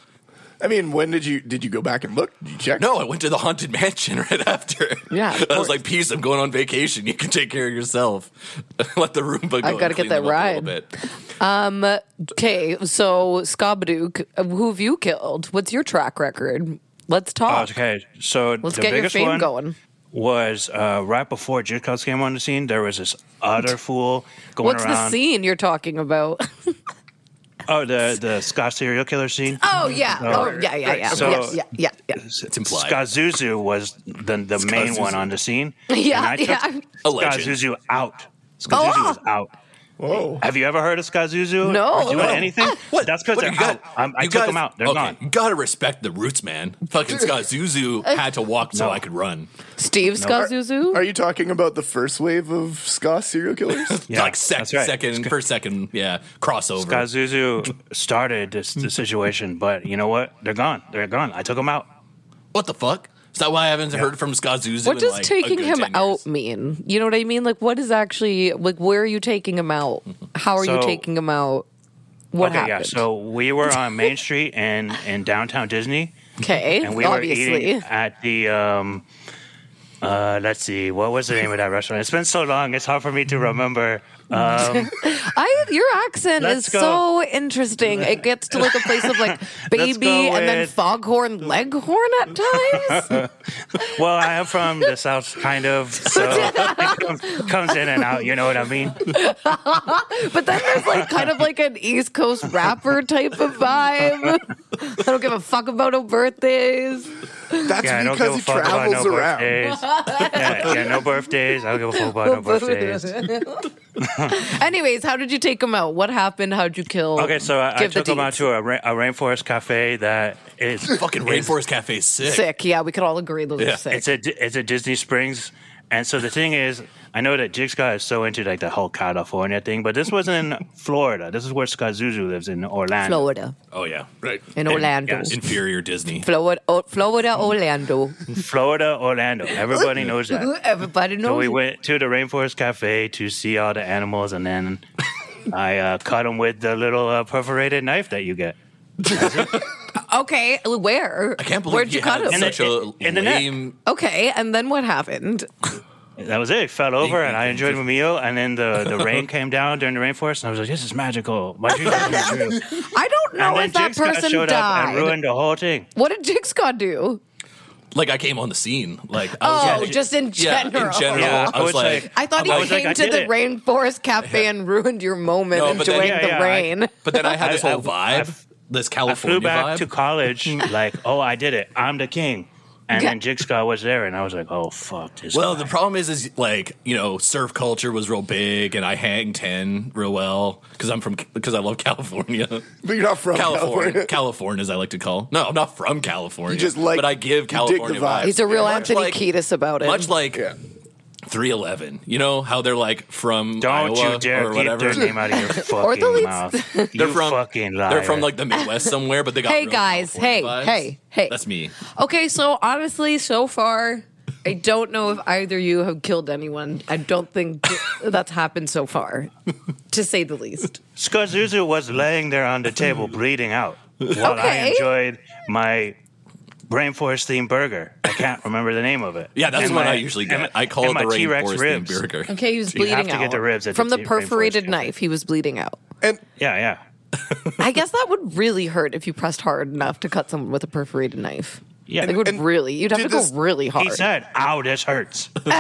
[SPEAKER 18] I mean, when did you did you go back and look? Did you check?
[SPEAKER 1] No, I went to the haunted mansion right after.
[SPEAKER 2] Yeah, of
[SPEAKER 1] I was like, "Peace, I'm going on vacation. You can take care of yourself. Let the Roomba go."
[SPEAKER 2] I gotta
[SPEAKER 1] and clean
[SPEAKER 2] get that
[SPEAKER 1] them up a little
[SPEAKER 2] ride.
[SPEAKER 1] bit."
[SPEAKER 2] Um. Okay. So Skabadook, who have you killed? What's your track record? Let's talk.
[SPEAKER 17] Oh, Okay, so
[SPEAKER 2] Let's
[SPEAKER 17] the
[SPEAKER 2] get your
[SPEAKER 17] biggest
[SPEAKER 2] fame
[SPEAKER 17] one
[SPEAKER 2] going.
[SPEAKER 17] was uh, right before Jitcots came on the scene. There was this utter fool going
[SPEAKER 2] What's
[SPEAKER 17] around.
[SPEAKER 2] the scene you're talking about?
[SPEAKER 17] Oh, the the Scott serial killer scene.
[SPEAKER 2] Oh yeah.
[SPEAKER 17] Oh,
[SPEAKER 2] Oh yeah. Yeah. Yeah.
[SPEAKER 17] so-
[SPEAKER 2] yeah, yeah. Yeah. Yeah.
[SPEAKER 17] It's implied. Scott Zuzu was the the
[SPEAKER 1] Scott
[SPEAKER 17] main
[SPEAKER 1] Zuzu.
[SPEAKER 17] one on the scene.
[SPEAKER 2] Yeah,
[SPEAKER 17] and I took
[SPEAKER 2] yeah. Oh.
[SPEAKER 1] A
[SPEAKER 17] Scott
[SPEAKER 1] legend.
[SPEAKER 17] Zuzu out. Scott Zuzu was out.
[SPEAKER 18] Whoa.
[SPEAKER 17] Have you ever heard of Scott Zuzu?
[SPEAKER 2] No.
[SPEAKER 17] Is he Doing
[SPEAKER 1] No.
[SPEAKER 17] anything? what? That's because
[SPEAKER 1] But
[SPEAKER 17] they're
[SPEAKER 1] you got-
[SPEAKER 17] out. I'm, I
[SPEAKER 1] you
[SPEAKER 17] took
[SPEAKER 1] guys-
[SPEAKER 17] them out. They're
[SPEAKER 1] okay,
[SPEAKER 17] gone.
[SPEAKER 1] You gotta respect the roots, man. Fucking Scott Zuzu had to walk so I could run.
[SPEAKER 2] Steve
[SPEAKER 18] No.
[SPEAKER 2] Scott Zuzu.
[SPEAKER 18] Are you talking about the first wave of ska serial killers?
[SPEAKER 1] like sec- second per second, yeah, crossover.
[SPEAKER 17] Scott Zuzu started this, this situation, but you know what? They're gone. They're gone. I took them out.
[SPEAKER 1] what the fuck? Is that why I haven't heard from Scott Zuzu?
[SPEAKER 2] What
[SPEAKER 1] in,
[SPEAKER 2] does
[SPEAKER 1] like, a
[SPEAKER 2] taking
[SPEAKER 1] good
[SPEAKER 2] him
[SPEAKER 1] 10
[SPEAKER 2] out mean? You know what I mean? Like, what is actually like? Where are you taking him out? How are you
[SPEAKER 17] So-
[SPEAKER 2] taking him out? What
[SPEAKER 17] okay, yeah.
[SPEAKER 2] happened?
[SPEAKER 17] So we were on Main Street and in downtown Disney,
[SPEAKER 2] okay,
[SPEAKER 17] and we were
[SPEAKER 2] obviously.
[SPEAKER 17] eating at the. Um, uh, let's see, what was the name of that restaurant? It's been so long; it's hard for me to remember. Um,
[SPEAKER 2] I your accent
[SPEAKER 17] Let's
[SPEAKER 2] is
[SPEAKER 17] go.
[SPEAKER 2] so interesting. It gets to like a place of like baby and then
[SPEAKER 17] with-
[SPEAKER 2] foghorn leghorn at times.
[SPEAKER 17] well, I am from the south, kind of, so it comes, comes in and out. You know what I mean?
[SPEAKER 2] but then there's like kind of like an East Coast rapper type of vibe. I don't give a fuck about no birthdays.
[SPEAKER 18] That's
[SPEAKER 17] Yeah, I don't
[SPEAKER 18] because
[SPEAKER 17] give
[SPEAKER 18] he
[SPEAKER 17] a fuck about
[SPEAKER 18] travels
[SPEAKER 17] no
[SPEAKER 18] around.
[SPEAKER 17] birthdays. yeah, yeah, no birthdays. I don't give a fuck about no birthdays.
[SPEAKER 2] Anyways, how did you take him out? What happened? How'd you kill?
[SPEAKER 17] Okay, so I, I
[SPEAKER 2] give the
[SPEAKER 17] took him out
[SPEAKER 2] deets.
[SPEAKER 17] to a, ra- a rainforest cafe that is
[SPEAKER 1] fucking Rainforest Cafe is sick.
[SPEAKER 2] Sick. Yeah, we could all agree those are sick.
[SPEAKER 17] It's a Di- it's a Disney Springs, And so the thing is, I know that Jig Scott is so into like the whole California thing, but this wasn't in Florida. This is where Scott Zuzu lives in Orlando.
[SPEAKER 2] Florida.
[SPEAKER 1] Oh yeah, right.
[SPEAKER 2] In Orlando.
[SPEAKER 1] inferior Disney.
[SPEAKER 2] Florida, O- Florida, Orlando.
[SPEAKER 17] Florida, Orlando. Everybody knows that.
[SPEAKER 2] Everybody knows.
[SPEAKER 17] So we
[SPEAKER 2] it.
[SPEAKER 17] went to the Rainforest Cafe to see all the animals, and then I uh, cut them with the little uh, perforated knife that you get.
[SPEAKER 2] Okay, where? I
[SPEAKER 1] can't believe
[SPEAKER 2] Where'd
[SPEAKER 17] he
[SPEAKER 2] you cut
[SPEAKER 17] had
[SPEAKER 2] him?
[SPEAKER 17] such a In the neck. lame-
[SPEAKER 2] Okay, and then what happened?
[SPEAKER 17] That was it. It fell over, and I enjoyed my meal. And then the, the rain came down during the rainforest, and I was like, "This is magical." My dreams are coming true.
[SPEAKER 2] I don't know
[SPEAKER 17] and
[SPEAKER 2] if that person
[SPEAKER 17] showed up
[SPEAKER 2] died.
[SPEAKER 17] and ruined the whole thing.
[SPEAKER 2] what did Jigscott do?
[SPEAKER 1] Like I came on the scene. Like I
[SPEAKER 2] Oh,
[SPEAKER 1] was like,
[SPEAKER 2] just in
[SPEAKER 1] Yeah, in
[SPEAKER 2] general.
[SPEAKER 1] general, Yeah, I was like-
[SPEAKER 2] I thought he
[SPEAKER 1] I was like,
[SPEAKER 2] came
[SPEAKER 1] I
[SPEAKER 2] to
[SPEAKER 1] did
[SPEAKER 2] the
[SPEAKER 1] it.
[SPEAKER 2] rainforest cafe and ruined your moment
[SPEAKER 1] No, but then-
[SPEAKER 2] enjoying
[SPEAKER 1] Yeah,
[SPEAKER 2] the
[SPEAKER 1] yeah, I-
[SPEAKER 2] rain.
[SPEAKER 1] but then I had this
[SPEAKER 17] I-
[SPEAKER 1] whole
[SPEAKER 17] I-
[SPEAKER 1] vibe, this
[SPEAKER 17] I
[SPEAKER 1] California
[SPEAKER 17] flew back
[SPEAKER 1] vibe.
[SPEAKER 17] to college like, "Oh, I did it. I'm the king." And
[SPEAKER 1] Yeah.
[SPEAKER 17] then Jigscott was there, and I was like, "Oh fuck this."
[SPEAKER 1] well, the problem is, is like you know, surf culture was real big, and I hang ten real well because I'm from because I love California.
[SPEAKER 18] But you're not from California.
[SPEAKER 1] California. California, as I like to call. No, I'm not from California.
[SPEAKER 18] You just like-
[SPEAKER 1] but I give
[SPEAKER 18] you dig the
[SPEAKER 1] California
[SPEAKER 18] vibe.
[SPEAKER 1] vibes.
[SPEAKER 2] He's a real
[SPEAKER 1] Much
[SPEAKER 2] Anthony
[SPEAKER 1] like-
[SPEAKER 2] Kiedis about it.
[SPEAKER 1] much like 311. You know how they're like from
[SPEAKER 17] Don't
[SPEAKER 1] Iowa
[SPEAKER 17] you dare
[SPEAKER 1] or
[SPEAKER 17] get
[SPEAKER 1] whatever.
[SPEAKER 17] their name out of your
[SPEAKER 2] Or the
[SPEAKER 17] fucking
[SPEAKER 2] least-
[SPEAKER 17] mouth.
[SPEAKER 2] They're
[SPEAKER 17] You
[SPEAKER 1] from-
[SPEAKER 17] fucking liar.
[SPEAKER 1] They're from like the Midwest somewhere, but they got
[SPEAKER 2] hey
[SPEAKER 1] real
[SPEAKER 2] guys, hey,
[SPEAKER 1] vibes.
[SPEAKER 2] hey, hey.
[SPEAKER 1] That's me.
[SPEAKER 2] Okay, so honestly, so far, I don't know if either of you have killed anyone. I don't think that's happened so far, to say the least.
[SPEAKER 17] Scott Zuzu was laying there on the table bleeding out while I
[SPEAKER 2] Okay.
[SPEAKER 17] enjoyed my rainforest themed burger. I can't remember the name of it.
[SPEAKER 1] Yeah, that's
[SPEAKER 17] And
[SPEAKER 1] the one
[SPEAKER 17] my-
[SPEAKER 1] I usually get.
[SPEAKER 17] and-
[SPEAKER 1] I call
[SPEAKER 17] and
[SPEAKER 1] it
[SPEAKER 17] my
[SPEAKER 1] the
[SPEAKER 17] T-Rex
[SPEAKER 1] Rainforest
[SPEAKER 17] ribs.
[SPEAKER 1] themed burger.
[SPEAKER 2] Okay, he was
[SPEAKER 17] You
[SPEAKER 2] bleeding
[SPEAKER 17] have to
[SPEAKER 2] out
[SPEAKER 17] get the ribs at
[SPEAKER 2] from
[SPEAKER 17] the
[SPEAKER 2] the,
[SPEAKER 17] T- rainforest,
[SPEAKER 2] perforated knife. He was bleeding out.
[SPEAKER 17] Yeah, yeah.
[SPEAKER 2] I guess that would really hurt if you pressed hard enough to cut someone with a perforated knife.
[SPEAKER 17] Yeah.
[SPEAKER 2] it would
[SPEAKER 17] And-
[SPEAKER 2] really. You'd have to
[SPEAKER 17] did
[SPEAKER 2] go
[SPEAKER 17] this-
[SPEAKER 2] really hard.
[SPEAKER 17] He said, "Ow, this hurts."
[SPEAKER 2] and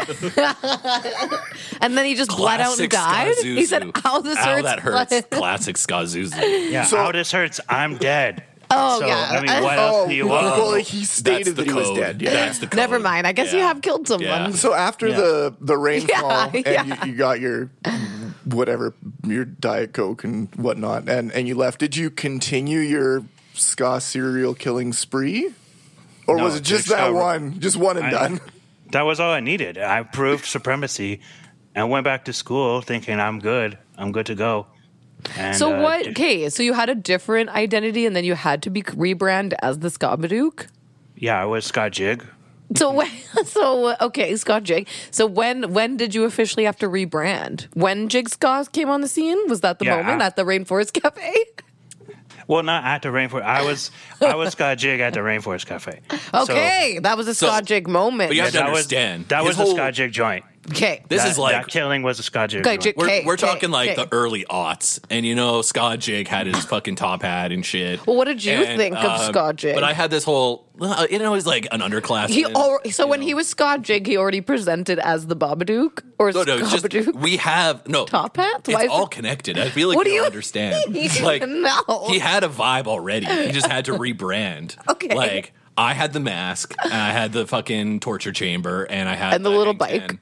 [SPEAKER 2] then he just bled out
[SPEAKER 1] Classic
[SPEAKER 2] and died.
[SPEAKER 1] Scott
[SPEAKER 2] He said,
[SPEAKER 1] Zuzu.
[SPEAKER 2] "Ow, this
[SPEAKER 1] Ow,
[SPEAKER 2] hurts."
[SPEAKER 1] that hurts.
[SPEAKER 2] bled."
[SPEAKER 1] Classic Skazuzu.
[SPEAKER 17] Yeah,
[SPEAKER 18] So-
[SPEAKER 17] ow, this hurts. I'm dead.
[SPEAKER 2] Oh,
[SPEAKER 17] So,
[SPEAKER 2] yeah.
[SPEAKER 17] I mean, what else do you want?
[SPEAKER 18] Well, like, he stated that he was dead. Yeah.
[SPEAKER 2] Never mind. I guess you have killed someone.
[SPEAKER 18] So after the the rainfall
[SPEAKER 2] Yeah,
[SPEAKER 18] and
[SPEAKER 2] yeah.
[SPEAKER 18] You, you got your whatever your diet coke and whatnot, and and you left, did you continue your ska serial killing spree, or
[SPEAKER 17] No,
[SPEAKER 18] was it just
[SPEAKER 17] Jigsaw
[SPEAKER 18] that
[SPEAKER 17] re-
[SPEAKER 18] one, just one and
[SPEAKER 17] I-
[SPEAKER 18] done?
[SPEAKER 17] That was all I needed. I proved supremacy and went back to school thinking I'm good. I'm good to go. And,
[SPEAKER 2] so
[SPEAKER 17] uh,
[SPEAKER 2] what? Okay, so you had a different identity, and then you had to be rebrand as the Skabadook.
[SPEAKER 17] Yeah, I was Scott Jig.
[SPEAKER 2] So when, so okay, Scott Jig. So when when did you officially have to rebrand? When Jig Scott came on the scene? Was that the
[SPEAKER 17] Yeah,
[SPEAKER 2] moment
[SPEAKER 17] I-
[SPEAKER 2] at the Rainforest Cafe?
[SPEAKER 17] Well, not at the rainforest. I was I was Scott Jig at the Rainforest Cafe. So-
[SPEAKER 2] Okay, that was a
[SPEAKER 17] so-
[SPEAKER 2] Scott Jig moment.
[SPEAKER 17] Yeah, that was- that was a Scott Jig joint.
[SPEAKER 2] Okay,
[SPEAKER 1] This
[SPEAKER 17] is
[SPEAKER 1] is like-
[SPEAKER 17] that killing was a Scott Jig.
[SPEAKER 2] Okay,
[SPEAKER 17] joint.
[SPEAKER 2] Jig-
[SPEAKER 1] We're,
[SPEAKER 2] Okay,
[SPEAKER 1] we're
[SPEAKER 2] okay,
[SPEAKER 1] talking like
[SPEAKER 2] okay.
[SPEAKER 1] the early aughts, and you know, Scott Jig had his fucking top hat and shit.
[SPEAKER 2] Well, what did you
[SPEAKER 1] And,
[SPEAKER 2] think of
[SPEAKER 1] um,
[SPEAKER 2] Scott Jig?
[SPEAKER 1] But I had this whole, uh, you know, he's like an underclassman.
[SPEAKER 2] he al- so when he was Scott Jig, he already presented as the Babadook or
[SPEAKER 1] no, no, just we have no
[SPEAKER 2] Top Hat.
[SPEAKER 1] It's
[SPEAKER 2] is
[SPEAKER 1] all
[SPEAKER 2] it-
[SPEAKER 1] connected. I feel like
[SPEAKER 2] What do
[SPEAKER 1] you
[SPEAKER 2] you
[SPEAKER 1] don't understand.
[SPEAKER 2] mean?
[SPEAKER 1] Like
[SPEAKER 2] No.
[SPEAKER 1] he had a vibe already. He just had to rebrand.
[SPEAKER 2] Okay.
[SPEAKER 1] Like I had the mask, and I had the fucking torture chamber, and I had
[SPEAKER 2] and the little bike?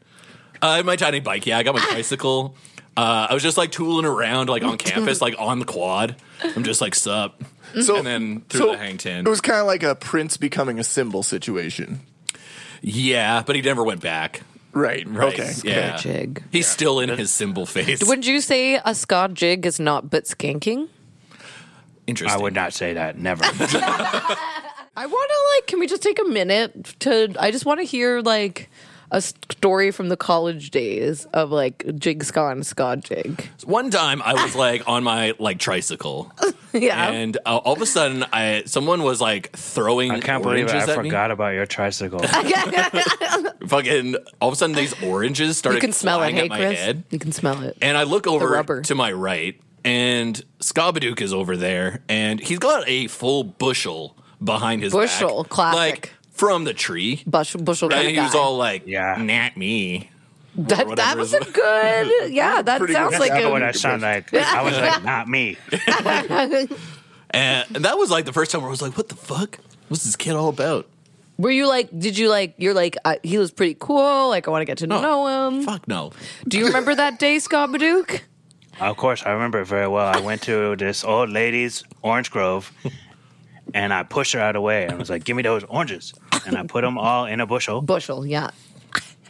[SPEAKER 1] uh, my tiny bike. Yeah, I got my bicycle. Uh, I was just like tooling around, like on campus, like on the quad. I'm just like sup,
[SPEAKER 18] So-
[SPEAKER 1] and then through
[SPEAKER 18] so
[SPEAKER 1] the hang ten.
[SPEAKER 18] It was kind of like a prince becoming a symbol situation.
[SPEAKER 1] yeah, but he never went back.
[SPEAKER 18] Right.
[SPEAKER 1] Right.
[SPEAKER 18] Okay.
[SPEAKER 1] Yeah.
[SPEAKER 2] Jig.
[SPEAKER 1] He's still in his symbol phase.
[SPEAKER 2] Would you say a Scott Jig is not but skanking?
[SPEAKER 1] Interesting.
[SPEAKER 17] I would not say that. Never.
[SPEAKER 2] I want to like. Can we just take a minute to? I just want to hear like a story from the college days of like Jig Ska and Ska Jig.
[SPEAKER 1] One time I was like on my like tricycle,
[SPEAKER 2] yeah.
[SPEAKER 1] and uh, all of a sudden I someone was like throwing.
[SPEAKER 17] I can't believe
[SPEAKER 1] oranges
[SPEAKER 17] it. I
[SPEAKER 1] at me.
[SPEAKER 17] forgot about your tricycle.
[SPEAKER 1] Fucking all of a sudden these oranges started.
[SPEAKER 2] you can smell it,
[SPEAKER 1] flying
[SPEAKER 2] hey
[SPEAKER 1] at my
[SPEAKER 2] Chris.
[SPEAKER 1] head,
[SPEAKER 2] You can smell it.
[SPEAKER 1] and I look
[SPEAKER 2] rubber.
[SPEAKER 1] over to my right, and Skabadook is over there, and he's got a full bushel behind his
[SPEAKER 2] Bushel,
[SPEAKER 1] back,
[SPEAKER 2] classic.
[SPEAKER 1] like from the tree.
[SPEAKER 2] Bushel, bushel
[SPEAKER 1] right?
[SPEAKER 2] kind of
[SPEAKER 1] He was
[SPEAKER 2] guy.
[SPEAKER 1] all like, "Yeah, nat me." or
[SPEAKER 2] That, that
[SPEAKER 1] whatever
[SPEAKER 2] was
[SPEAKER 1] his-
[SPEAKER 2] a good. Yeah, that sounds like
[SPEAKER 17] That's
[SPEAKER 2] a.
[SPEAKER 17] what I sound like. I was like, not me.
[SPEAKER 1] and that was like the first time where I was like, "What the fuck? What's this kid all about?"
[SPEAKER 2] Were you like? Did you like? You're like. Uh, he was pretty cool. Like I want to get to
[SPEAKER 1] No.
[SPEAKER 2] know him.
[SPEAKER 1] Oh, Fuck no.
[SPEAKER 2] Do you remember that day, Scott Badook?
[SPEAKER 17] Of course, I remember it very well. I went to this old lady's orange grove, and I pushed her out of the way and was like, "Give me those oranges!" And I put them all in a bushel.
[SPEAKER 2] Bushel, yeah.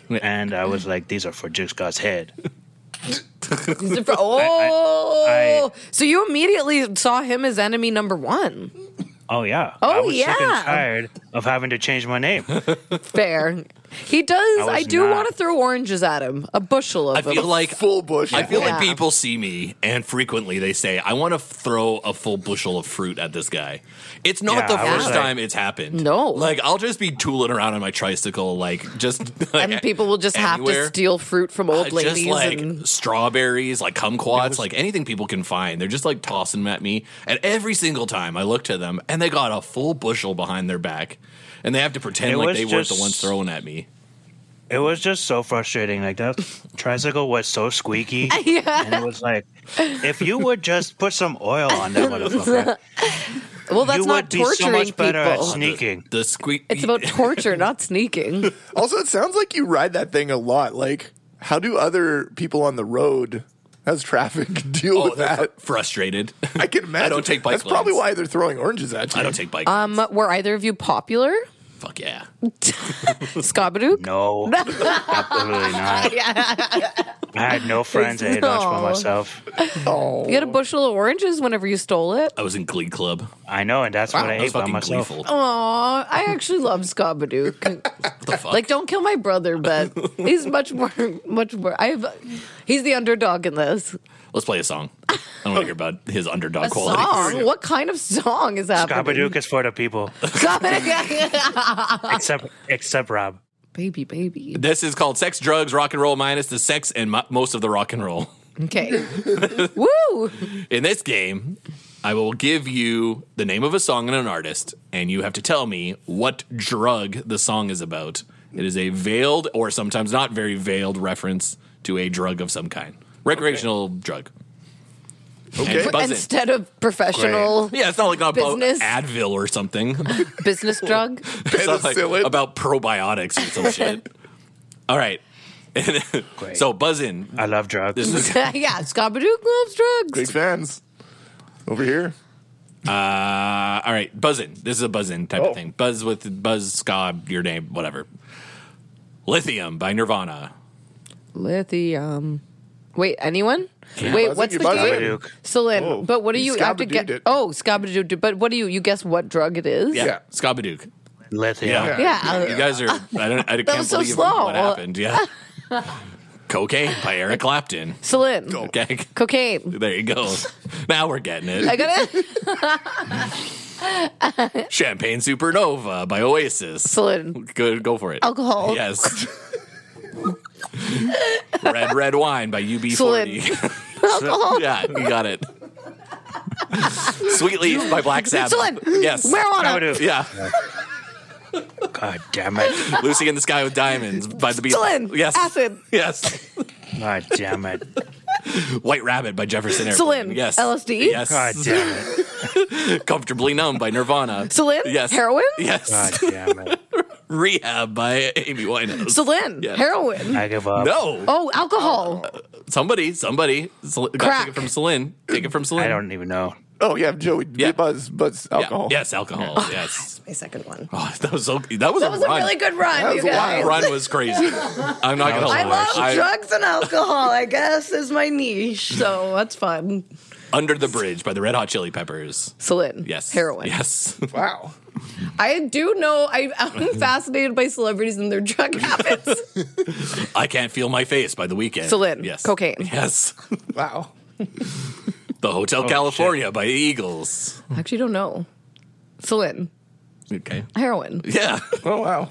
[SPEAKER 17] and I was like, "These are for Juice God's head."
[SPEAKER 2] These are for- oh,
[SPEAKER 17] I-
[SPEAKER 2] so you immediately saw him as enemy number one.
[SPEAKER 17] Oh yeah.
[SPEAKER 2] Oh,
[SPEAKER 17] I was sick and
[SPEAKER 2] yeah.
[SPEAKER 17] tired of having to change my name.
[SPEAKER 2] Fair. He does.
[SPEAKER 17] I
[SPEAKER 2] I,
[SPEAKER 17] was
[SPEAKER 2] do
[SPEAKER 17] not.
[SPEAKER 2] want to throw oranges at him, a bushel of
[SPEAKER 1] I
[SPEAKER 2] them.
[SPEAKER 1] feel like I feel like
[SPEAKER 2] Yeah.
[SPEAKER 1] people see me and frequently they say, "I want to throw a full bushel of fruit at this guy." It's not
[SPEAKER 2] Yeah,
[SPEAKER 1] the
[SPEAKER 2] I was
[SPEAKER 1] first
[SPEAKER 2] like-
[SPEAKER 1] time it's happened.
[SPEAKER 2] No.
[SPEAKER 1] like I'll just be tooling around on my tricycle, like just like,
[SPEAKER 2] and people will just have
[SPEAKER 1] anywhere.
[SPEAKER 2] to steal fruit from
[SPEAKER 1] Uh,
[SPEAKER 2] old
[SPEAKER 1] just
[SPEAKER 2] ladies.
[SPEAKER 1] like
[SPEAKER 2] and
[SPEAKER 1] strawberries, like kumquats, like anything people can find. They're just like tossing 'em at me. And every single time I look to them, and they got a full bushel behind their back, and they have to pretend
[SPEAKER 17] It
[SPEAKER 1] like
[SPEAKER 17] was
[SPEAKER 1] they weren't the
[SPEAKER 17] just-
[SPEAKER 1] ones throwing at me.
[SPEAKER 17] It was just so frustrating. Like that tricycle was so squeaky, and it was like, if you would just put some oil on that motherfucker,
[SPEAKER 2] well, that's
[SPEAKER 17] you
[SPEAKER 2] not
[SPEAKER 17] would be so
[SPEAKER 2] torturing
[SPEAKER 17] much better at
[SPEAKER 2] people.
[SPEAKER 17] sneaking.
[SPEAKER 1] The squeak.
[SPEAKER 2] It's about torture, not sneaking.
[SPEAKER 3] Also, it sounds like you ride that thing a lot. Like, how do other people on the road, how's traffic deal with
[SPEAKER 1] Oh, they're
[SPEAKER 3] that?
[SPEAKER 1] fr- frustrated.
[SPEAKER 3] I can imagine.
[SPEAKER 1] I don't take bike
[SPEAKER 3] That's probably
[SPEAKER 1] lanes.
[SPEAKER 3] why they're throwing oranges at you.
[SPEAKER 1] I don't take bike.
[SPEAKER 2] Um, were either of you popular?
[SPEAKER 1] Fuck yeah.
[SPEAKER 2] Scabadook?
[SPEAKER 17] No. Absolutely not. I had no friends. I ate lunch by
[SPEAKER 2] No.
[SPEAKER 17] myself.
[SPEAKER 2] You had a bushel of oranges whenever you stole it.
[SPEAKER 1] I was in Glee Club.
[SPEAKER 17] I know, and that's
[SPEAKER 2] Wow.
[SPEAKER 17] what I
[SPEAKER 2] That was
[SPEAKER 17] ate by
[SPEAKER 1] fucking
[SPEAKER 17] myself.
[SPEAKER 2] Aw, I actually love Scabadook. Like, don't kill my brother, but he's much more, much more. I have, he's the underdog in this.
[SPEAKER 1] Let's play a song. I don't want to hear about his underdog
[SPEAKER 2] a
[SPEAKER 1] qualities.
[SPEAKER 2] song? What kind of song is happening?
[SPEAKER 17] Scabadook is for the people,
[SPEAKER 2] Scabadook.
[SPEAKER 17] except except Rob.
[SPEAKER 2] baby, baby.
[SPEAKER 1] This is called Sex, Drugs, Rock and Roll minus the sex and mo- most of the rock and roll.
[SPEAKER 2] Okay. Woo!
[SPEAKER 1] In this game, I will give you the name of a song and an artist, and you have to tell me what drug the song is about. It is a veiled or sometimes not very veiled reference to a drug of some kind, recreational drug. And buzz in.
[SPEAKER 2] Instead of professional
[SPEAKER 1] Yeah, it's not like about
[SPEAKER 2] business
[SPEAKER 1] Advil or something.
[SPEAKER 2] business drug.
[SPEAKER 1] It's not like about probiotics or some shit. All right. so buzz in.
[SPEAKER 17] I love drugs.
[SPEAKER 1] This is
[SPEAKER 2] yeah, Scabadook loves drugs.
[SPEAKER 3] Big fans over here.
[SPEAKER 1] Uh, all right, buzz in. This is a buzz in type
[SPEAKER 3] Oh.
[SPEAKER 1] of thing. Buzz with buzz, ska, your name, whatever. Lithium by Nirvana.
[SPEAKER 2] Lithium. um, Wait, anyone?
[SPEAKER 1] Yeah.
[SPEAKER 2] Wait,
[SPEAKER 1] Buzzing,
[SPEAKER 2] what's
[SPEAKER 1] you
[SPEAKER 2] the
[SPEAKER 1] buzzing.
[SPEAKER 2] game? Salin,
[SPEAKER 1] Whoa.
[SPEAKER 2] but what do
[SPEAKER 1] You
[SPEAKER 2] you have to get?
[SPEAKER 1] scabadooked it.
[SPEAKER 2] Oh, scabadook. But what do you? You guess what drug it is?
[SPEAKER 1] Yeah, Skabadook.
[SPEAKER 17] Lithium.
[SPEAKER 1] Yeah.
[SPEAKER 2] Yeah.
[SPEAKER 1] You guys are. I don't. I
[SPEAKER 2] That
[SPEAKER 1] can't
[SPEAKER 2] was so
[SPEAKER 1] believe
[SPEAKER 2] slow.
[SPEAKER 1] what happened. Yeah. Cocaine by Eric Clapton.
[SPEAKER 2] Salin,
[SPEAKER 1] Okay.
[SPEAKER 2] cocaine.
[SPEAKER 1] There you go. Now we're getting it.
[SPEAKER 2] I got it.
[SPEAKER 1] Champagne Supernova by Oasis.
[SPEAKER 2] Salin.
[SPEAKER 1] Good. Go for it.
[SPEAKER 2] Alcohol.
[SPEAKER 1] Yes. Red Red Wine by UB40.
[SPEAKER 2] Alcohol.
[SPEAKER 1] yeah, you got it. Sweet Leaf by Black Sabbath.
[SPEAKER 2] Insulin.
[SPEAKER 1] Yes.
[SPEAKER 2] Marijuana.
[SPEAKER 17] Sourdough.
[SPEAKER 1] Yeah.
[SPEAKER 17] God damn it.
[SPEAKER 1] Lucy in the Sky with Diamonds by the Beatles.
[SPEAKER 2] Salin.
[SPEAKER 1] Yes.
[SPEAKER 2] Acid.
[SPEAKER 1] Yes.
[SPEAKER 17] God damn it.
[SPEAKER 1] White Rabbit by Jefferson Airplane.
[SPEAKER 2] Salin.
[SPEAKER 1] Yes.
[SPEAKER 2] LSD.
[SPEAKER 1] Yes.
[SPEAKER 17] God damn
[SPEAKER 1] it. Comfortably Numb by Nirvana.
[SPEAKER 2] Salin.
[SPEAKER 1] Yes.
[SPEAKER 2] Heroin.
[SPEAKER 1] Yes.
[SPEAKER 17] God damn it.
[SPEAKER 1] Rehab by Amy Winehouse.
[SPEAKER 2] Salin.
[SPEAKER 1] Yes.
[SPEAKER 2] Heroin.
[SPEAKER 17] I give
[SPEAKER 1] No.
[SPEAKER 2] Oh,
[SPEAKER 1] Uh,
[SPEAKER 2] alcohol.
[SPEAKER 1] Somebody, somebody. Sal- gotta
[SPEAKER 2] Crack.
[SPEAKER 1] take it from Celine. Take it from Celine. I
[SPEAKER 17] don't even know.
[SPEAKER 3] Oh yeah, Joey. Yeah. Buzz, buzz,
[SPEAKER 1] Yeah.
[SPEAKER 3] alcohol.
[SPEAKER 1] Yes, alcohol. Yes.
[SPEAKER 2] My second one.
[SPEAKER 1] Oh, that was so. That was
[SPEAKER 2] That
[SPEAKER 1] a
[SPEAKER 2] was a
[SPEAKER 1] run.
[SPEAKER 2] really good run, That you was a guys. wild-
[SPEAKER 1] run was crazy. I'm not gonna lie.
[SPEAKER 2] I love
[SPEAKER 1] I-
[SPEAKER 2] drugs and alcohol. I guess is my niche, so that's fun.
[SPEAKER 1] Under the Bridge by the Red Hot Chili Peppers.
[SPEAKER 2] Salin.
[SPEAKER 1] Yes.
[SPEAKER 2] Heroin.
[SPEAKER 1] Yes.
[SPEAKER 3] Wow.
[SPEAKER 2] I do know. I, I'm fascinated by celebrities and their drug habits.
[SPEAKER 1] I can't feel my face by the weekend.
[SPEAKER 2] Salin.
[SPEAKER 1] Yes.
[SPEAKER 2] Cocaine.
[SPEAKER 1] Yes.
[SPEAKER 3] Wow.
[SPEAKER 1] The
[SPEAKER 3] Oh,
[SPEAKER 1] Hotel California by the Eagles.
[SPEAKER 2] I actually don't know. Salin.
[SPEAKER 1] Okay.
[SPEAKER 2] Heroin.
[SPEAKER 1] Yeah.
[SPEAKER 3] Oh wow.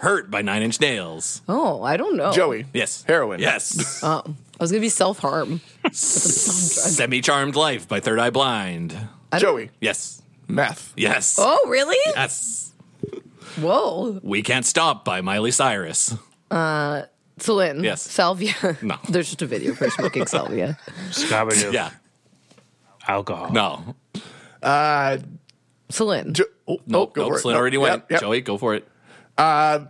[SPEAKER 1] Hurt by Nine Inch Nails.
[SPEAKER 2] Oh, I don't know.
[SPEAKER 1] Yes.
[SPEAKER 3] Heroin.
[SPEAKER 1] Yes.
[SPEAKER 2] Oh, I was gonna be self harm.
[SPEAKER 1] Semi Charmed Life by Third Eye Blind.
[SPEAKER 3] Joey.
[SPEAKER 1] Yes.
[SPEAKER 3] Meth.
[SPEAKER 1] Yes.
[SPEAKER 2] Oh, really?
[SPEAKER 1] Yes.
[SPEAKER 2] Whoa.
[SPEAKER 1] We Can't Stop by Miley Cyrus.
[SPEAKER 2] Uh, Celine.
[SPEAKER 1] Yes.
[SPEAKER 2] Salvia.
[SPEAKER 1] No.
[SPEAKER 2] There's just a video for smoking salvia.
[SPEAKER 17] Scabadook.
[SPEAKER 1] Yeah.
[SPEAKER 17] Alcohol.
[SPEAKER 1] No.
[SPEAKER 3] Uh,
[SPEAKER 2] Celine.
[SPEAKER 3] Jo- oh,
[SPEAKER 1] Nope.
[SPEAKER 3] go
[SPEAKER 1] nope.
[SPEAKER 3] for it.
[SPEAKER 1] Slid
[SPEAKER 3] Nope.
[SPEAKER 1] already went.
[SPEAKER 3] Yep, yep.
[SPEAKER 1] Joey, go for it.
[SPEAKER 3] Uh,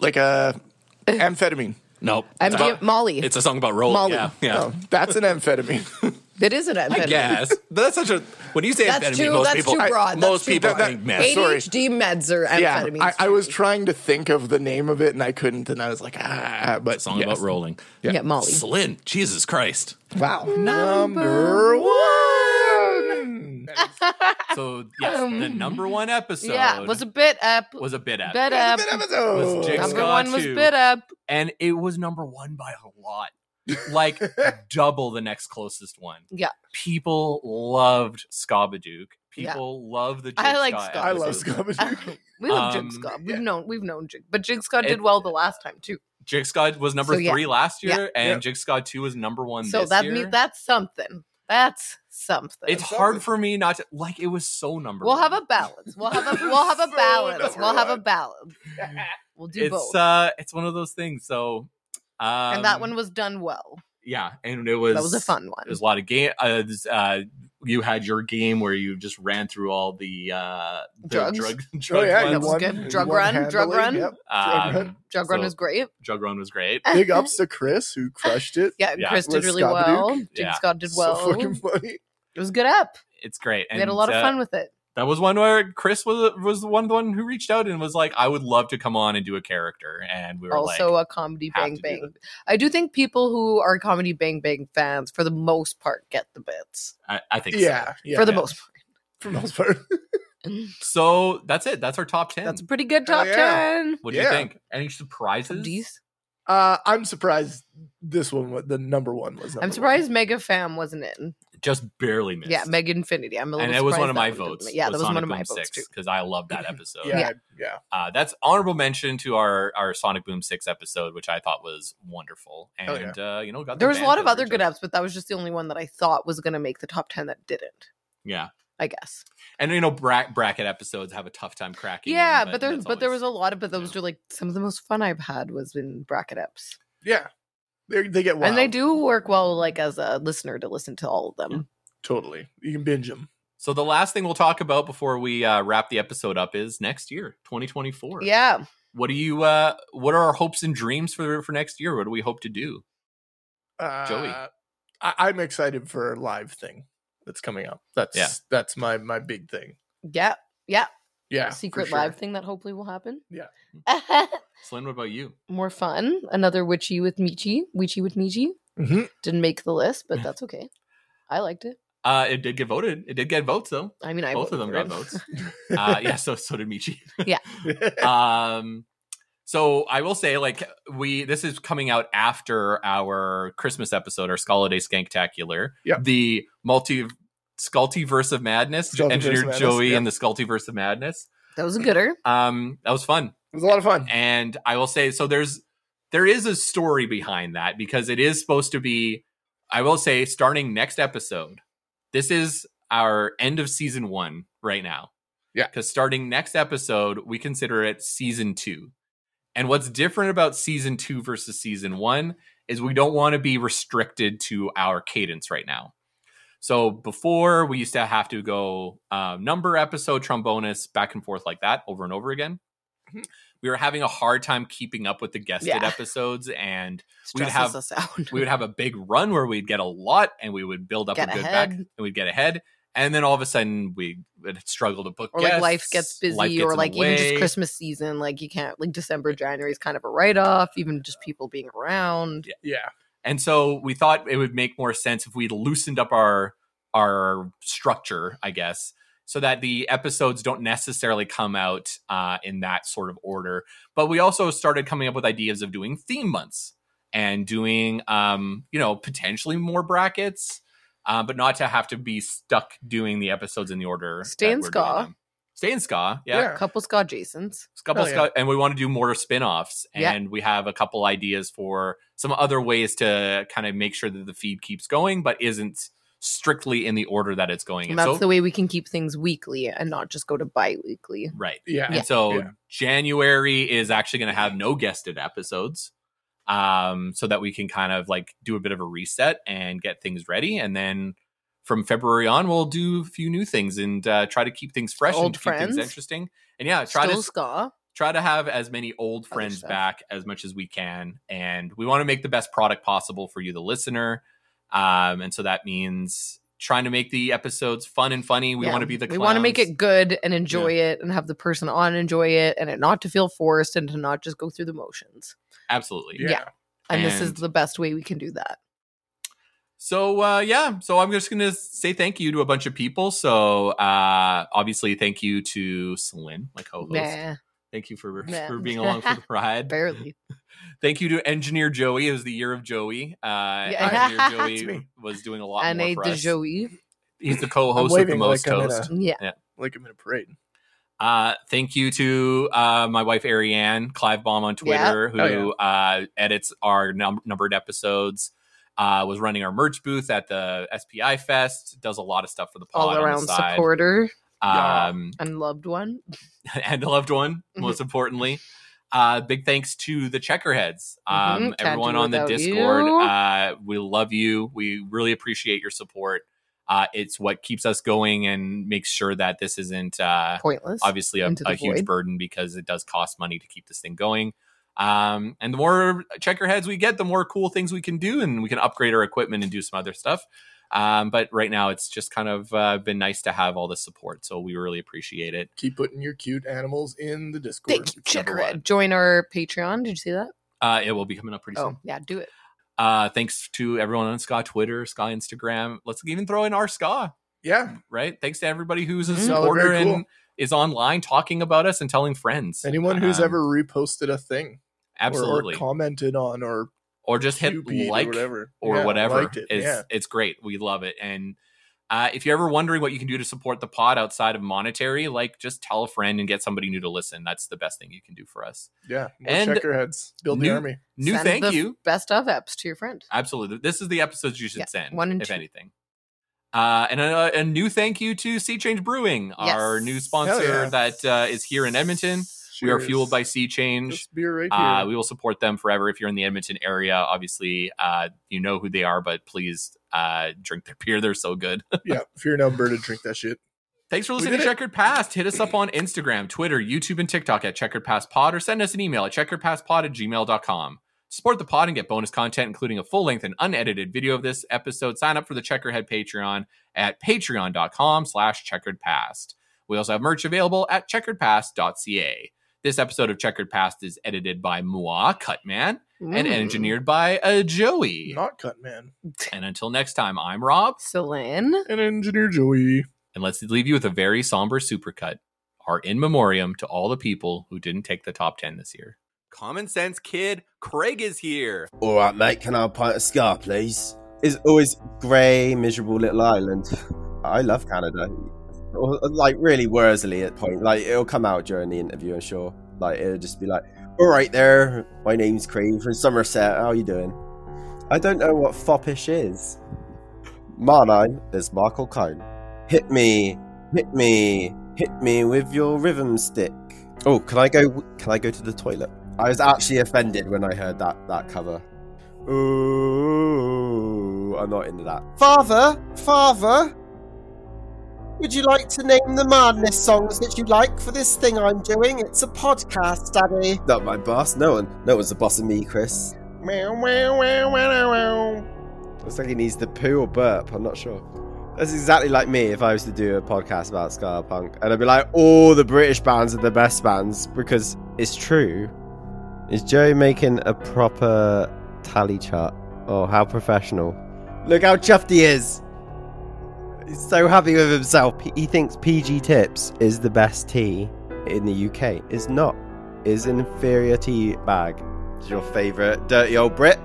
[SPEAKER 3] like a amphetamine.
[SPEAKER 1] Nope.
[SPEAKER 2] MD-
[SPEAKER 1] It's about-
[SPEAKER 2] Molly.
[SPEAKER 1] It's a song about rolling.
[SPEAKER 3] Molly.
[SPEAKER 1] Yeah. yeah.
[SPEAKER 3] Oh, that's an amphetamine.
[SPEAKER 2] It is an amphetamine.
[SPEAKER 1] I guess that's such a when you say
[SPEAKER 2] That's
[SPEAKER 1] amphetamine,
[SPEAKER 2] too.
[SPEAKER 1] most
[SPEAKER 2] that's
[SPEAKER 1] people
[SPEAKER 2] too broad. that's
[SPEAKER 1] most
[SPEAKER 2] too
[SPEAKER 1] people
[SPEAKER 2] broad.
[SPEAKER 1] think meth. Sorry.
[SPEAKER 2] ADHD meds are
[SPEAKER 18] Yeah,
[SPEAKER 2] amphetamines.
[SPEAKER 18] I, I was trying to think of the name of it and I couldn't, and I was like, ah, but
[SPEAKER 1] song about rolling.
[SPEAKER 18] Yeah,
[SPEAKER 2] Molly.
[SPEAKER 1] Slynn, Jesus Christ.
[SPEAKER 18] Wow,
[SPEAKER 1] number
[SPEAKER 18] one.
[SPEAKER 1] So yes, the
[SPEAKER 2] Um,
[SPEAKER 1] number one episode.
[SPEAKER 5] yeah, was a bit up.
[SPEAKER 1] was a bit up.
[SPEAKER 5] Bit up.
[SPEAKER 2] Oh.
[SPEAKER 1] Was Jigsaw
[SPEAKER 5] Number one was
[SPEAKER 1] two.
[SPEAKER 5] bit up.
[SPEAKER 1] and it was number one by a lot, like double the next closest one.
[SPEAKER 5] Yeah.
[SPEAKER 1] People loved Scabadook.
[SPEAKER 2] Yeah.
[SPEAKER 1] People love the. Jig
[SPEAKER 2] I like
[SPEAKER 1] Scott
[SPEAKER 2] Scabadook. I love
[SPEAKER 1] episode.
[SPEAKER 2] we love
[SPEAKER 1] Um,
[SPEAKER 2] Jig Scott. We've known we've known Jig, but Jig Scott did
[SPEAKER 1] And-
[SPEAKER 2] well the last time too.
[SPEAKER 1] Jig Scott was number
[SPEAKER 2] So, yeah.
[SPEAKER 1] three last year,
[SPEAKER 2] Yeah.
[SPEAKER 1] and
[SPEAKER 2] Yeah.
[SPEAKER 1] Jig Scott two was number one.
[SPEAKER 2] So
[SPEAKER 1] this
[SPEAKER 2] that
[SPEAKER 1] year.
[SPEAKER 2] means that's something. That's something.
[SPEAKER 1] it's hard for me not to like. It was so number.
[SPEAKER 2] We'll
[SPEAKER 1] one.
[SPEAKER 2] have a balance. We'll have a we'll have a balance. We'll have a balance. We'll do
[SPEAKER 1] it's
[SPEAKER 2] both.
[SPEAKER 1] uh, it's one of those things. So, um,
[SPEAKER 2] and that one was done well.
[SPEAKER 1] yeah, and it was
[SPEAKER 2] That was a fun one.
[SPEAKER 1] It was a lot of game. Uh, this, uh, you had your game where you just ran through all the uh, the
[SPEAKER 2] Drugs.
[SPEAKER 1] drug,
[SPEAKER 2] Oh,
[SPEAKER 1] drug
[SPEAKER 2] yeah,
[SPEAKER 1] ones.
[SPEAKER 2] that was good. Drug run, drug run.
[SPEAKER 1] Um,
[SPEAKER 2] Jug run
[SPEAKER 1] so-
[SPEAKER 2] was great.
[SPEAKER 1] Jug run was great.
[SPEAKER 18] Big ups to Chris who crushed it.
[SPEAKER 2] Yeah, Chris did
[SPEAKER 18] with
[SPEAKER 2] really
[SPEAKER 18] Scabadook.
[SPEAKER 2] well. Jig
[SPEAKER 1] Yeah.
[SPEAKER 2] Scott did
[SPEAKER 1] So
[SPEAKER 2] well.
[SPEAKER 1] fucking
[SPEAKER 2] It was good up.
[SPEAKER 1] It's great.
[SPEAKER 2] we had a lot of
[SPEAKER 1] uh,
[SPEAKER 2] fun with it.
[SPEAKER 1] That was one where Chris was was the one the one who reached out and was like, "I would love to come on and do a character," and we were
[SPEAKER 2] also
[SPEAKER 1] like,
[SPEAKER 2] a comedy bang bang. I do think people who are comedy bang bang fans, for the most part, get the bits.
[SPEAKER 1] I, I think, so.
[SPEAKER 2] Yeah, for the most part,
[SPEAKER 18] for most part.
[SPEAKER 1] So that's it. That's our top ten. That's a
[SPEAKER 2] pretty good top ten.
[SPEAKER 1] What do you think? Any surprises?
[SPEAKER 18] Uh, I'm surprised this one, wa- the number one was.
[SPEAKER 2] I'm
[SPEAKER 18] Number
[SPEAKER 2] surprised Mega Fam wasn't in.
[SPEAKER 1] Just barely missed.
[SPEAKER 2] Yeah, Mega Infinity. I'm a little.
[SPEAKER 1] and it was
[SPEAKER 2] surprised
[SPEAKER 1] one of
[SPEAKER 2] that
[SPEAKER 1] my
[SPEAKER 2] didn't
[SPEAKER 1] votes.
[SPEAKER 2] make- Yeah, that was one of my votes too.
[SPEAKER 1] because I love that episode.
[SPEAKER 2] Yeah, Yeah.
[SPEAKER 18] yeah.
[SPEAKER 1] Uh, that's honorable mention to our our Sonic Boom Six episode, which I thought was wonderful,
[SPEAKER 2] Oh, yeah.
[SPEAKER 1] and uh, you know got the
[SPEAKER 2] There was a
[SPEAKER 1] band
[SPEAKER 2] lot of
[SPEAKER 1] to
[SPEAKER 2] other
[SPEAKER 1] reach
[SPEAKER 2] good
[SPEAKER 1] out.
[SPEAKER 2] ups, but that was just the only one that I thought was going to make the top ten that didn't.
[SPEAKER 1] Yeah,
[SPEAKER 2] I guess.
[SPEAKER 1] and you know bra- bracket episodes have a tough time cracking.
[SPEAKER 2] yeah,
[SPEAKER 1] in,
[SPEAKER 2] but, there's
[SPEAKER 1] that's
[SPEAKER 2] but there was a lot of but those are like some of the most fun I've had was in bracket ups.
[SPEAKER 18] Yeah, they they get
[SPEAKER 2] and they do work well like as a listener to listen to all of them.
[SPEAKER 18] Totally. You can binge them.
[SPEAKER 1] So the last thing we'll talk about before we uh, wrap the episode up is next year, 2024.
[SPEAKER 2] Yeah.
[SPEAKER 1] What do you? Uh, what are our hopes and dreams for for next year? What do we hope to do?
[SPEAKER 18] Uh,
[SPEAKER 1] Joey.
[SPEAKER 18] I, I'm excited for a live thing that's coming up. That's
[SPEAKER 1] Yeah.
[SPEAKER 18] that's my my big thing.
[SPEAKER 2] Yeah. Yeah.
[SPEAKER 18] Yeah, for
[SPEAKER 2] Secret
[SPEAKER 18] sure.
[SPEAKER 2] live thing that hopefully will happen.
[SPEAKER 18] Yeah.
[SPEAKER 1] Slynn, what about you?
[SPEAKER 2] More fun. Another witchy with Michi. Witchy with Michi.
[SPEAKER 18] Mm-hmm.
[SPEAKER 2] Didn't make the list, but that's okay. I liked it.
[SPEAKER 1] Uh, it did get voted. It did get votes though.
[SPEAKER 2] I mean, I
[SPEAKER 1] both of them
[SPEAKER 2] voted
[SPEAKER 1] got
[SPEAKER 2] for
[SPEAKER 1] votes. uh, yeah, so so did Michi.
[SPEAKER 2] Yeah.
[SPEAKER 1] um so i will say like we this is coming out after our christmas episode our Scolladay skanktacular
[SPEAKER 18] Yep.
[SPEAKER 1] the multi sculptiverse of madness
[SPEAKER 18] Sculptiverse of
[SPEAKER 1] engineer
[SPEAKER 18] Madness,
[SPEAKER 1] joey
[SPEAKER 18] yep.
[SPEAKER 1] and the sculptiverse of madness
[SPEAKER 2] That was a gooder.
[SPEAKER 1] um that was fun
[SPEAKER 18] it was a lot of fun
[SPEAKER 1] and i will say so there's there is a story behind that because it is supposed to be i will say starting next episode this is our end of season one right now
[SPEAKER 18] yeah
[SPEAKER 1] because starting next episode we consider it season two and what's different about season two versus season one is we don't want to be restricted to our cadence right now so before we used to have to go uh, number episode trombonus back and forth like that over and over again we were having a hard time keeping up with the guested
[SPEAKER 2] Mm-hmm. Yeah.
[SPEAKER 1] episodes and we'd
[SPEAKER 2] Stresses
[SPEAKER 1] have
[SPEAKER 2] us out.
[SPEAKER 1] we would have a big run where we'd get a lot and we would build up
[SPEAKER 2] Get
[SPEAKER 1] a good
[SPEAKER 2] ahead.
[SPEAKER 1] back and we'd get ahead and then all of a sudden we would struggle to book
[SPEAKER 2] Or like
[SPEAKER 1] guests,
[SPEAKER 2] life gets busy,
[SPEAKER 1] life gets in
[SPEAKER 2] or
[SPEAKER 1] the
[SPEAKER 2] like even just
[SPEAKER 1] way.
[SPEAKER 2] Christmas season, like you can't like December, January is kind of a write off, even just people being around.
[SPEAKER 18] Yeah.
[SPEAKER 1] And so we thought it would make more sense if we loosened up our our structure, I guess, so that the episodes don't necessarily come out uh, in that sort of order. But we also started coming up with ideas of doing theme months and doing, um, you know, potentially more brackets, uh, but not to have to be stuck doing the episodes in the order.
[SPEAKER 2] Stay
[SPEAKER 1] that
[SPEAKER 2] in
[SPEAKER 1] we're doing
[SPEAKER 2] ska.
[SPEAKER 1] them. Stay in ska, yeah.
[SPEAKER 2] Couple ska Jasons.
[SPEAKER 1] couple sco- and we want to do more spin-offs
[SPEAKER 2] Yeah.
[SPEAKER 1] and we have a couple ideas for some other ways to kind of make sure that the feed keeps going but isn't strictly in the order that it's going
[SPEAKER 2] And
[SPEAKER 1] in.
[SPEAKER 2] that's
[SPEAKER 1] so,
[SPEAKER 2] the way we can keep things weekly and not just go to bi weekly.
[SPEAKER 1] right
[SPEAKER 2] Yeah. Yeah.
[SPEAKER 1] and so
[SPEAKER 2] Yeah.
[SPEAKER 1] january is actually going to have no guested episodes um so that we can kind of like do a bit of a reset and get things ready and then from february on we'll do a few new things and uh, try to keep things fresh
[SPEAKER 2] Old
[SPEAKER 1] and keep
[SPEAKER 2] friends.
[SPEAKER 1] things interesting and yeah try
[SPEAKER 2] Still
[SPEAKER 1] to
[SPEAKER 2] ska.
[SPEAKER 1] try to have as many old friends
[SPEAKER 2] stuff.
[SPEAKER 1] back as much as we can and we want to make the best product possible for you the listener Um, and so that means trying to make the episodes fun and funny. We
[SPEAKER 2] Yeah.
[SPEAKER 1] want to be the
[SPEAKER 2] We want to
[SPEAKER 1] clowns.
[SPEAKER 2] make it good and enjoy it and have the person on enjoy it and it not to feel forced and to not just go through the motions.
[SPEAKER 1] absolutely
[SPEAKER 2] Yeah. And, this is
[SPEAKER 1] And-
[SPEAKER 2] the best way we can do that.
[SPEAKER 1] So uh, yeah, so I'm just gonna say thank you to a bunch of people. So uh, obviously, thank you to Celine, my co-host.
[SPEAKER 2] Nah.
[SPEAKER 1] Thank you for
[SPEAKER 2] Nah.
[SPEAKER 1] for being along for the ride.
[SPEAKER 2] Barely.
[SPEAKER 1] Thank you to Engineer Joey. It was the year of Joey. Uh,
[SPEAKER 2] Yeah. That's
[SPEAKER 1] Engineer Joey
[SPEAKER 2] me.
[SPEAKER 1] was doing a lot
[SPEAKER 2] And
[SPEAKER 1] more
[SPEAKER 2] a
[SPEAKER 1] for us.
[SPEAKER 2] DeJoey.
[SPEAKER 1] He's the
[SPEAKER 3] I'm
[SPEAKER 1] co-host with the
[SPEAKER 3] waving
[SPEAKER 1] most
[SPEAKER 3] like I'm in
[SPEAKER 1] toast.
[SPEAKER 3] a-
[SPEAKER 2] Yeah.
[SPEAKER 3] Like I'm in a parade.
[SPEAKER 1] Uh, thank you to uh, my wife Ariane Clive Baum on Twitter,
[SPEAKER 3] Yeah. Oh,
[SPEAKER 1] who uh, edits our num- numbered episodes. Uh, was running our merch booth at the SPI Fest. Does a lot of stuff for the pod
[SPEAKER 2] All
[SPEAKER 1] on the
[SPEAKER 2] around
[SPEAKER 1] side.
[SPEAKER 2] supporter.
[SPEAKER 1] Um,
[SPEAKER 2] and loved one.
[SPEAKER 1] and a loved one,
[SPEAKER 2] Mm-hmm.
[SPEAKER 1] most importantly. Uh, big thanks to the Checkerheads, um,
[SPEAKER 2] Mhm, can't do
[SPEAKER 1] everyone on the
[SPEAKER 2] without
[SPEAKER 1] Discord.
[SPEAKER 2] you.
[SPEAKER 1] Uh, we love you. We really appreciate your support. Uh, it's what keeps us going and makes sure that this isn't uh,
[SPEAKER 2] Pointless
[SPEAKER 1] Obviously, a,
[SPEAKER 2] into the
[SPEAKER 1] a huge
[SPEAKER 2] void.
[SPEAKER 1] burden because it does cost money to keep this thing going. Um, and the more Checkerheads we get, the more cool things we can do, and we can upgrade our equipment and do some other stuff. Um, but right now, it's just kind of uh, been nice to have all the support, so we really appreciate it.
[SPEAKER 3] Keep putting your cute animals in the Discord.
[SPEAKER 2] Checkerhead. Join our Patreon. Did you see that?
[SPEAKER 1] Uh, it will be coming up pretty soon.
[SPEAKER 2] Oh, yeah, do it.
[SPEAKER 1] Uh, thanks to everyone on Ska Twitter, Ska Instagram. Let's even throw in our Ska.
[SPEAKER 3] Yeah.
[SPEAKER 1] Right? Thanks to everybody who's a
[SPEAKER 3] Mhm. Y'all are
[SPEAKER 1] supporter
[SPEAKER 3] very cool.
[SPEAKER 1] and is online talking about us and telling friends.
[SPEAKER 3] Anyone who's
[SPEAKER 1] Um,
[SPEAKER 3] ever reposted a thing, or-
[SPEAKER 1] absolutely.
[SPEAKER 3] or, commented on, or
[SPEAKER 1] or just hit
[SPEAKER 3] QB'd or
[SPEAKER 1] like or whatever.
[SPEAKER 3] whatever. Yeah, liked it,
[SPEAKER 1] It's
[SPEAKER 3] yeah.
[SPEAKER 1] it's great. We love it. And uh, if you're ever wondering what you can do to support the pod outside of monetary, like just tell a friend and get somebody new to listen. That's the best thing you can do for us.
[SPEAKER 3] yeah, more
[SPEAKER 1] And
[SPEAKER 3] checkerheads build
[SPEAKER 1] new-
[SPEAKER 3] the army.
[SPEAKER 1] New
[SPEAKER 2] Send
[SPEAKER 1] thank
[SPEAKER 2] the
[SPEAKER 1] you.
[SPEAKER 2] Best of apps to your friend.
[SPEAKER 1] Absolutely. This is the episodes you should
[SPEAKER 2] Yeah,
[SPEAKER 1] send.
[SPEAKER 2] one and
[SPEAKER 1] if
[SPEAKER 2] two.
[SPEAKER 1] anything. Uh, and a, a new thank you to Sea Change Brewing, our new sponsor
[SPEAKER 3] yeah.
[SPEAKER 1] that uh, is here in Edmonton. We are
[SPEAKER 3] Cheers.
[SPEAKER 1] fueled by Sea Change.
[SPEAKER 3] Beer right here.
[SPEAKER 1] Uh, we will support them forever. If you're in the Edmonton area, obviously uh, you know who they are, but please uh, drink their beer. They're so good.
[SPEAKER 3] yeah, if you're in Alberta, drink that shit.
[SPEAKER 1] Thanks for
[SPEAKER 3] We
[SPEAKER 1] listening to
[SPEAKER 3] did it.
[SPEAKER 1] Checkered Past. Hit us up on Instagram, Twitter, YouTube, and TikTok at Checkered Past Pod or send us an email at checkeredpastpod at gmail.com. Support the pod and get bonus content, including a full length and unedited video of this episode. Sign up for the Checkerhead Patreon at patreon.com slash checkered past. We also have merch available at checkeredpast.ca. This episode of Checkered Past is edited by moi, Cutman, and
[SPEAKER 3] Mm.
[SPEAKER 1] engineered by uh, Joey.
[SPEAKER 3] Not cut, man.
[SPEAKER 1] And until next time, I'm Rob.
[SPEAKER 2] Celine.
[SPEAKER 3] And Engineer Joey.
[SPEAKER 1] And let's leave you with a very somber supercut, our in memoriam to all the people who didn't take the top 10 this year. Common sense kid, Craig is here.
[SPEAKER 5] All right, mate. Can I have a pint of scar, please? It's always grey, miserable little island. I love Canada. Or, Like really Worsley at point. Like it'll come out during the interview, I'm sure. Like it'll just be like, "All right, there. My name's Craig from Somerset. How you doing?" I don't know what foppish is. My name is Michael Cohn. Hit me, hit me, hit me with your rhythm stick. Oh, can I go? Can I go to the toilet? I was actually offended when I heard that that cover. Ooh, I'm not into that. Father, father, would you like to name the madness songs that you like for this thing I'm doing? It's a podcast, Daddy. Not my boss. No one, no one's the boss of me, Chris. Meow, meow, meow, meow, meow. Looks like he needs the poo or burp. I'm not sure. That's exactly like me if I was to do a podcast about ska punk, and I'd be like, "All the British bands are the best bands because it's true." Is Joe making a proper tally chart? Oh, how professional! Look how chuffed he is. He's so happy with himself. He thinks PG Tips is the best tea in the UK. It's not. It's an inferior tea bag. It's your favourite dirty old Brit.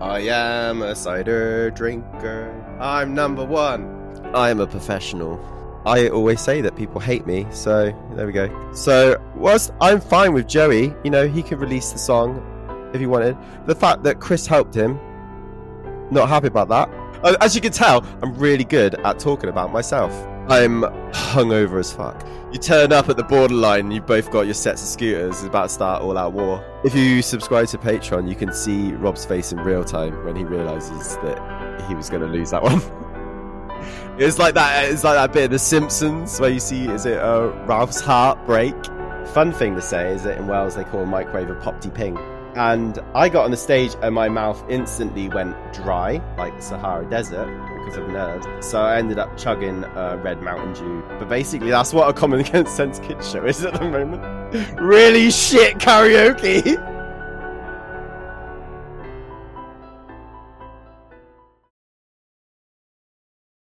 [SPEAKER 5] I am a cider drinker. I'm number one. I am a professional. I always say that people hate me, so there we go. So, whilst I'm fine with Joey, you know, he could release the song if he wanted. The fact that Chris helped him, not happy about that. Uh, As you can tell, I'm really good at talking about myself. I'm hungover as fuck. You turn up at the borderline, and you've both got your sets of scooters. It's about to start all out war. If you subscribe to Patreon, you can see Rob's face in real time when he realizes that he was going to lose that one. It's like that. It's like that bit of The Simpsons where you see is it uh, Ralph's heartbreak. Fun thing to say is that in Wales they call a microwave a popty ping. and I got on the stage and my mouth instantly went dry, like the Sahara Desert, because of nerves. So I ended up chugging uh, Red Mountain Dew. But basically, that's what a Common Sense Kids show is at the moment. Really shit karaoke.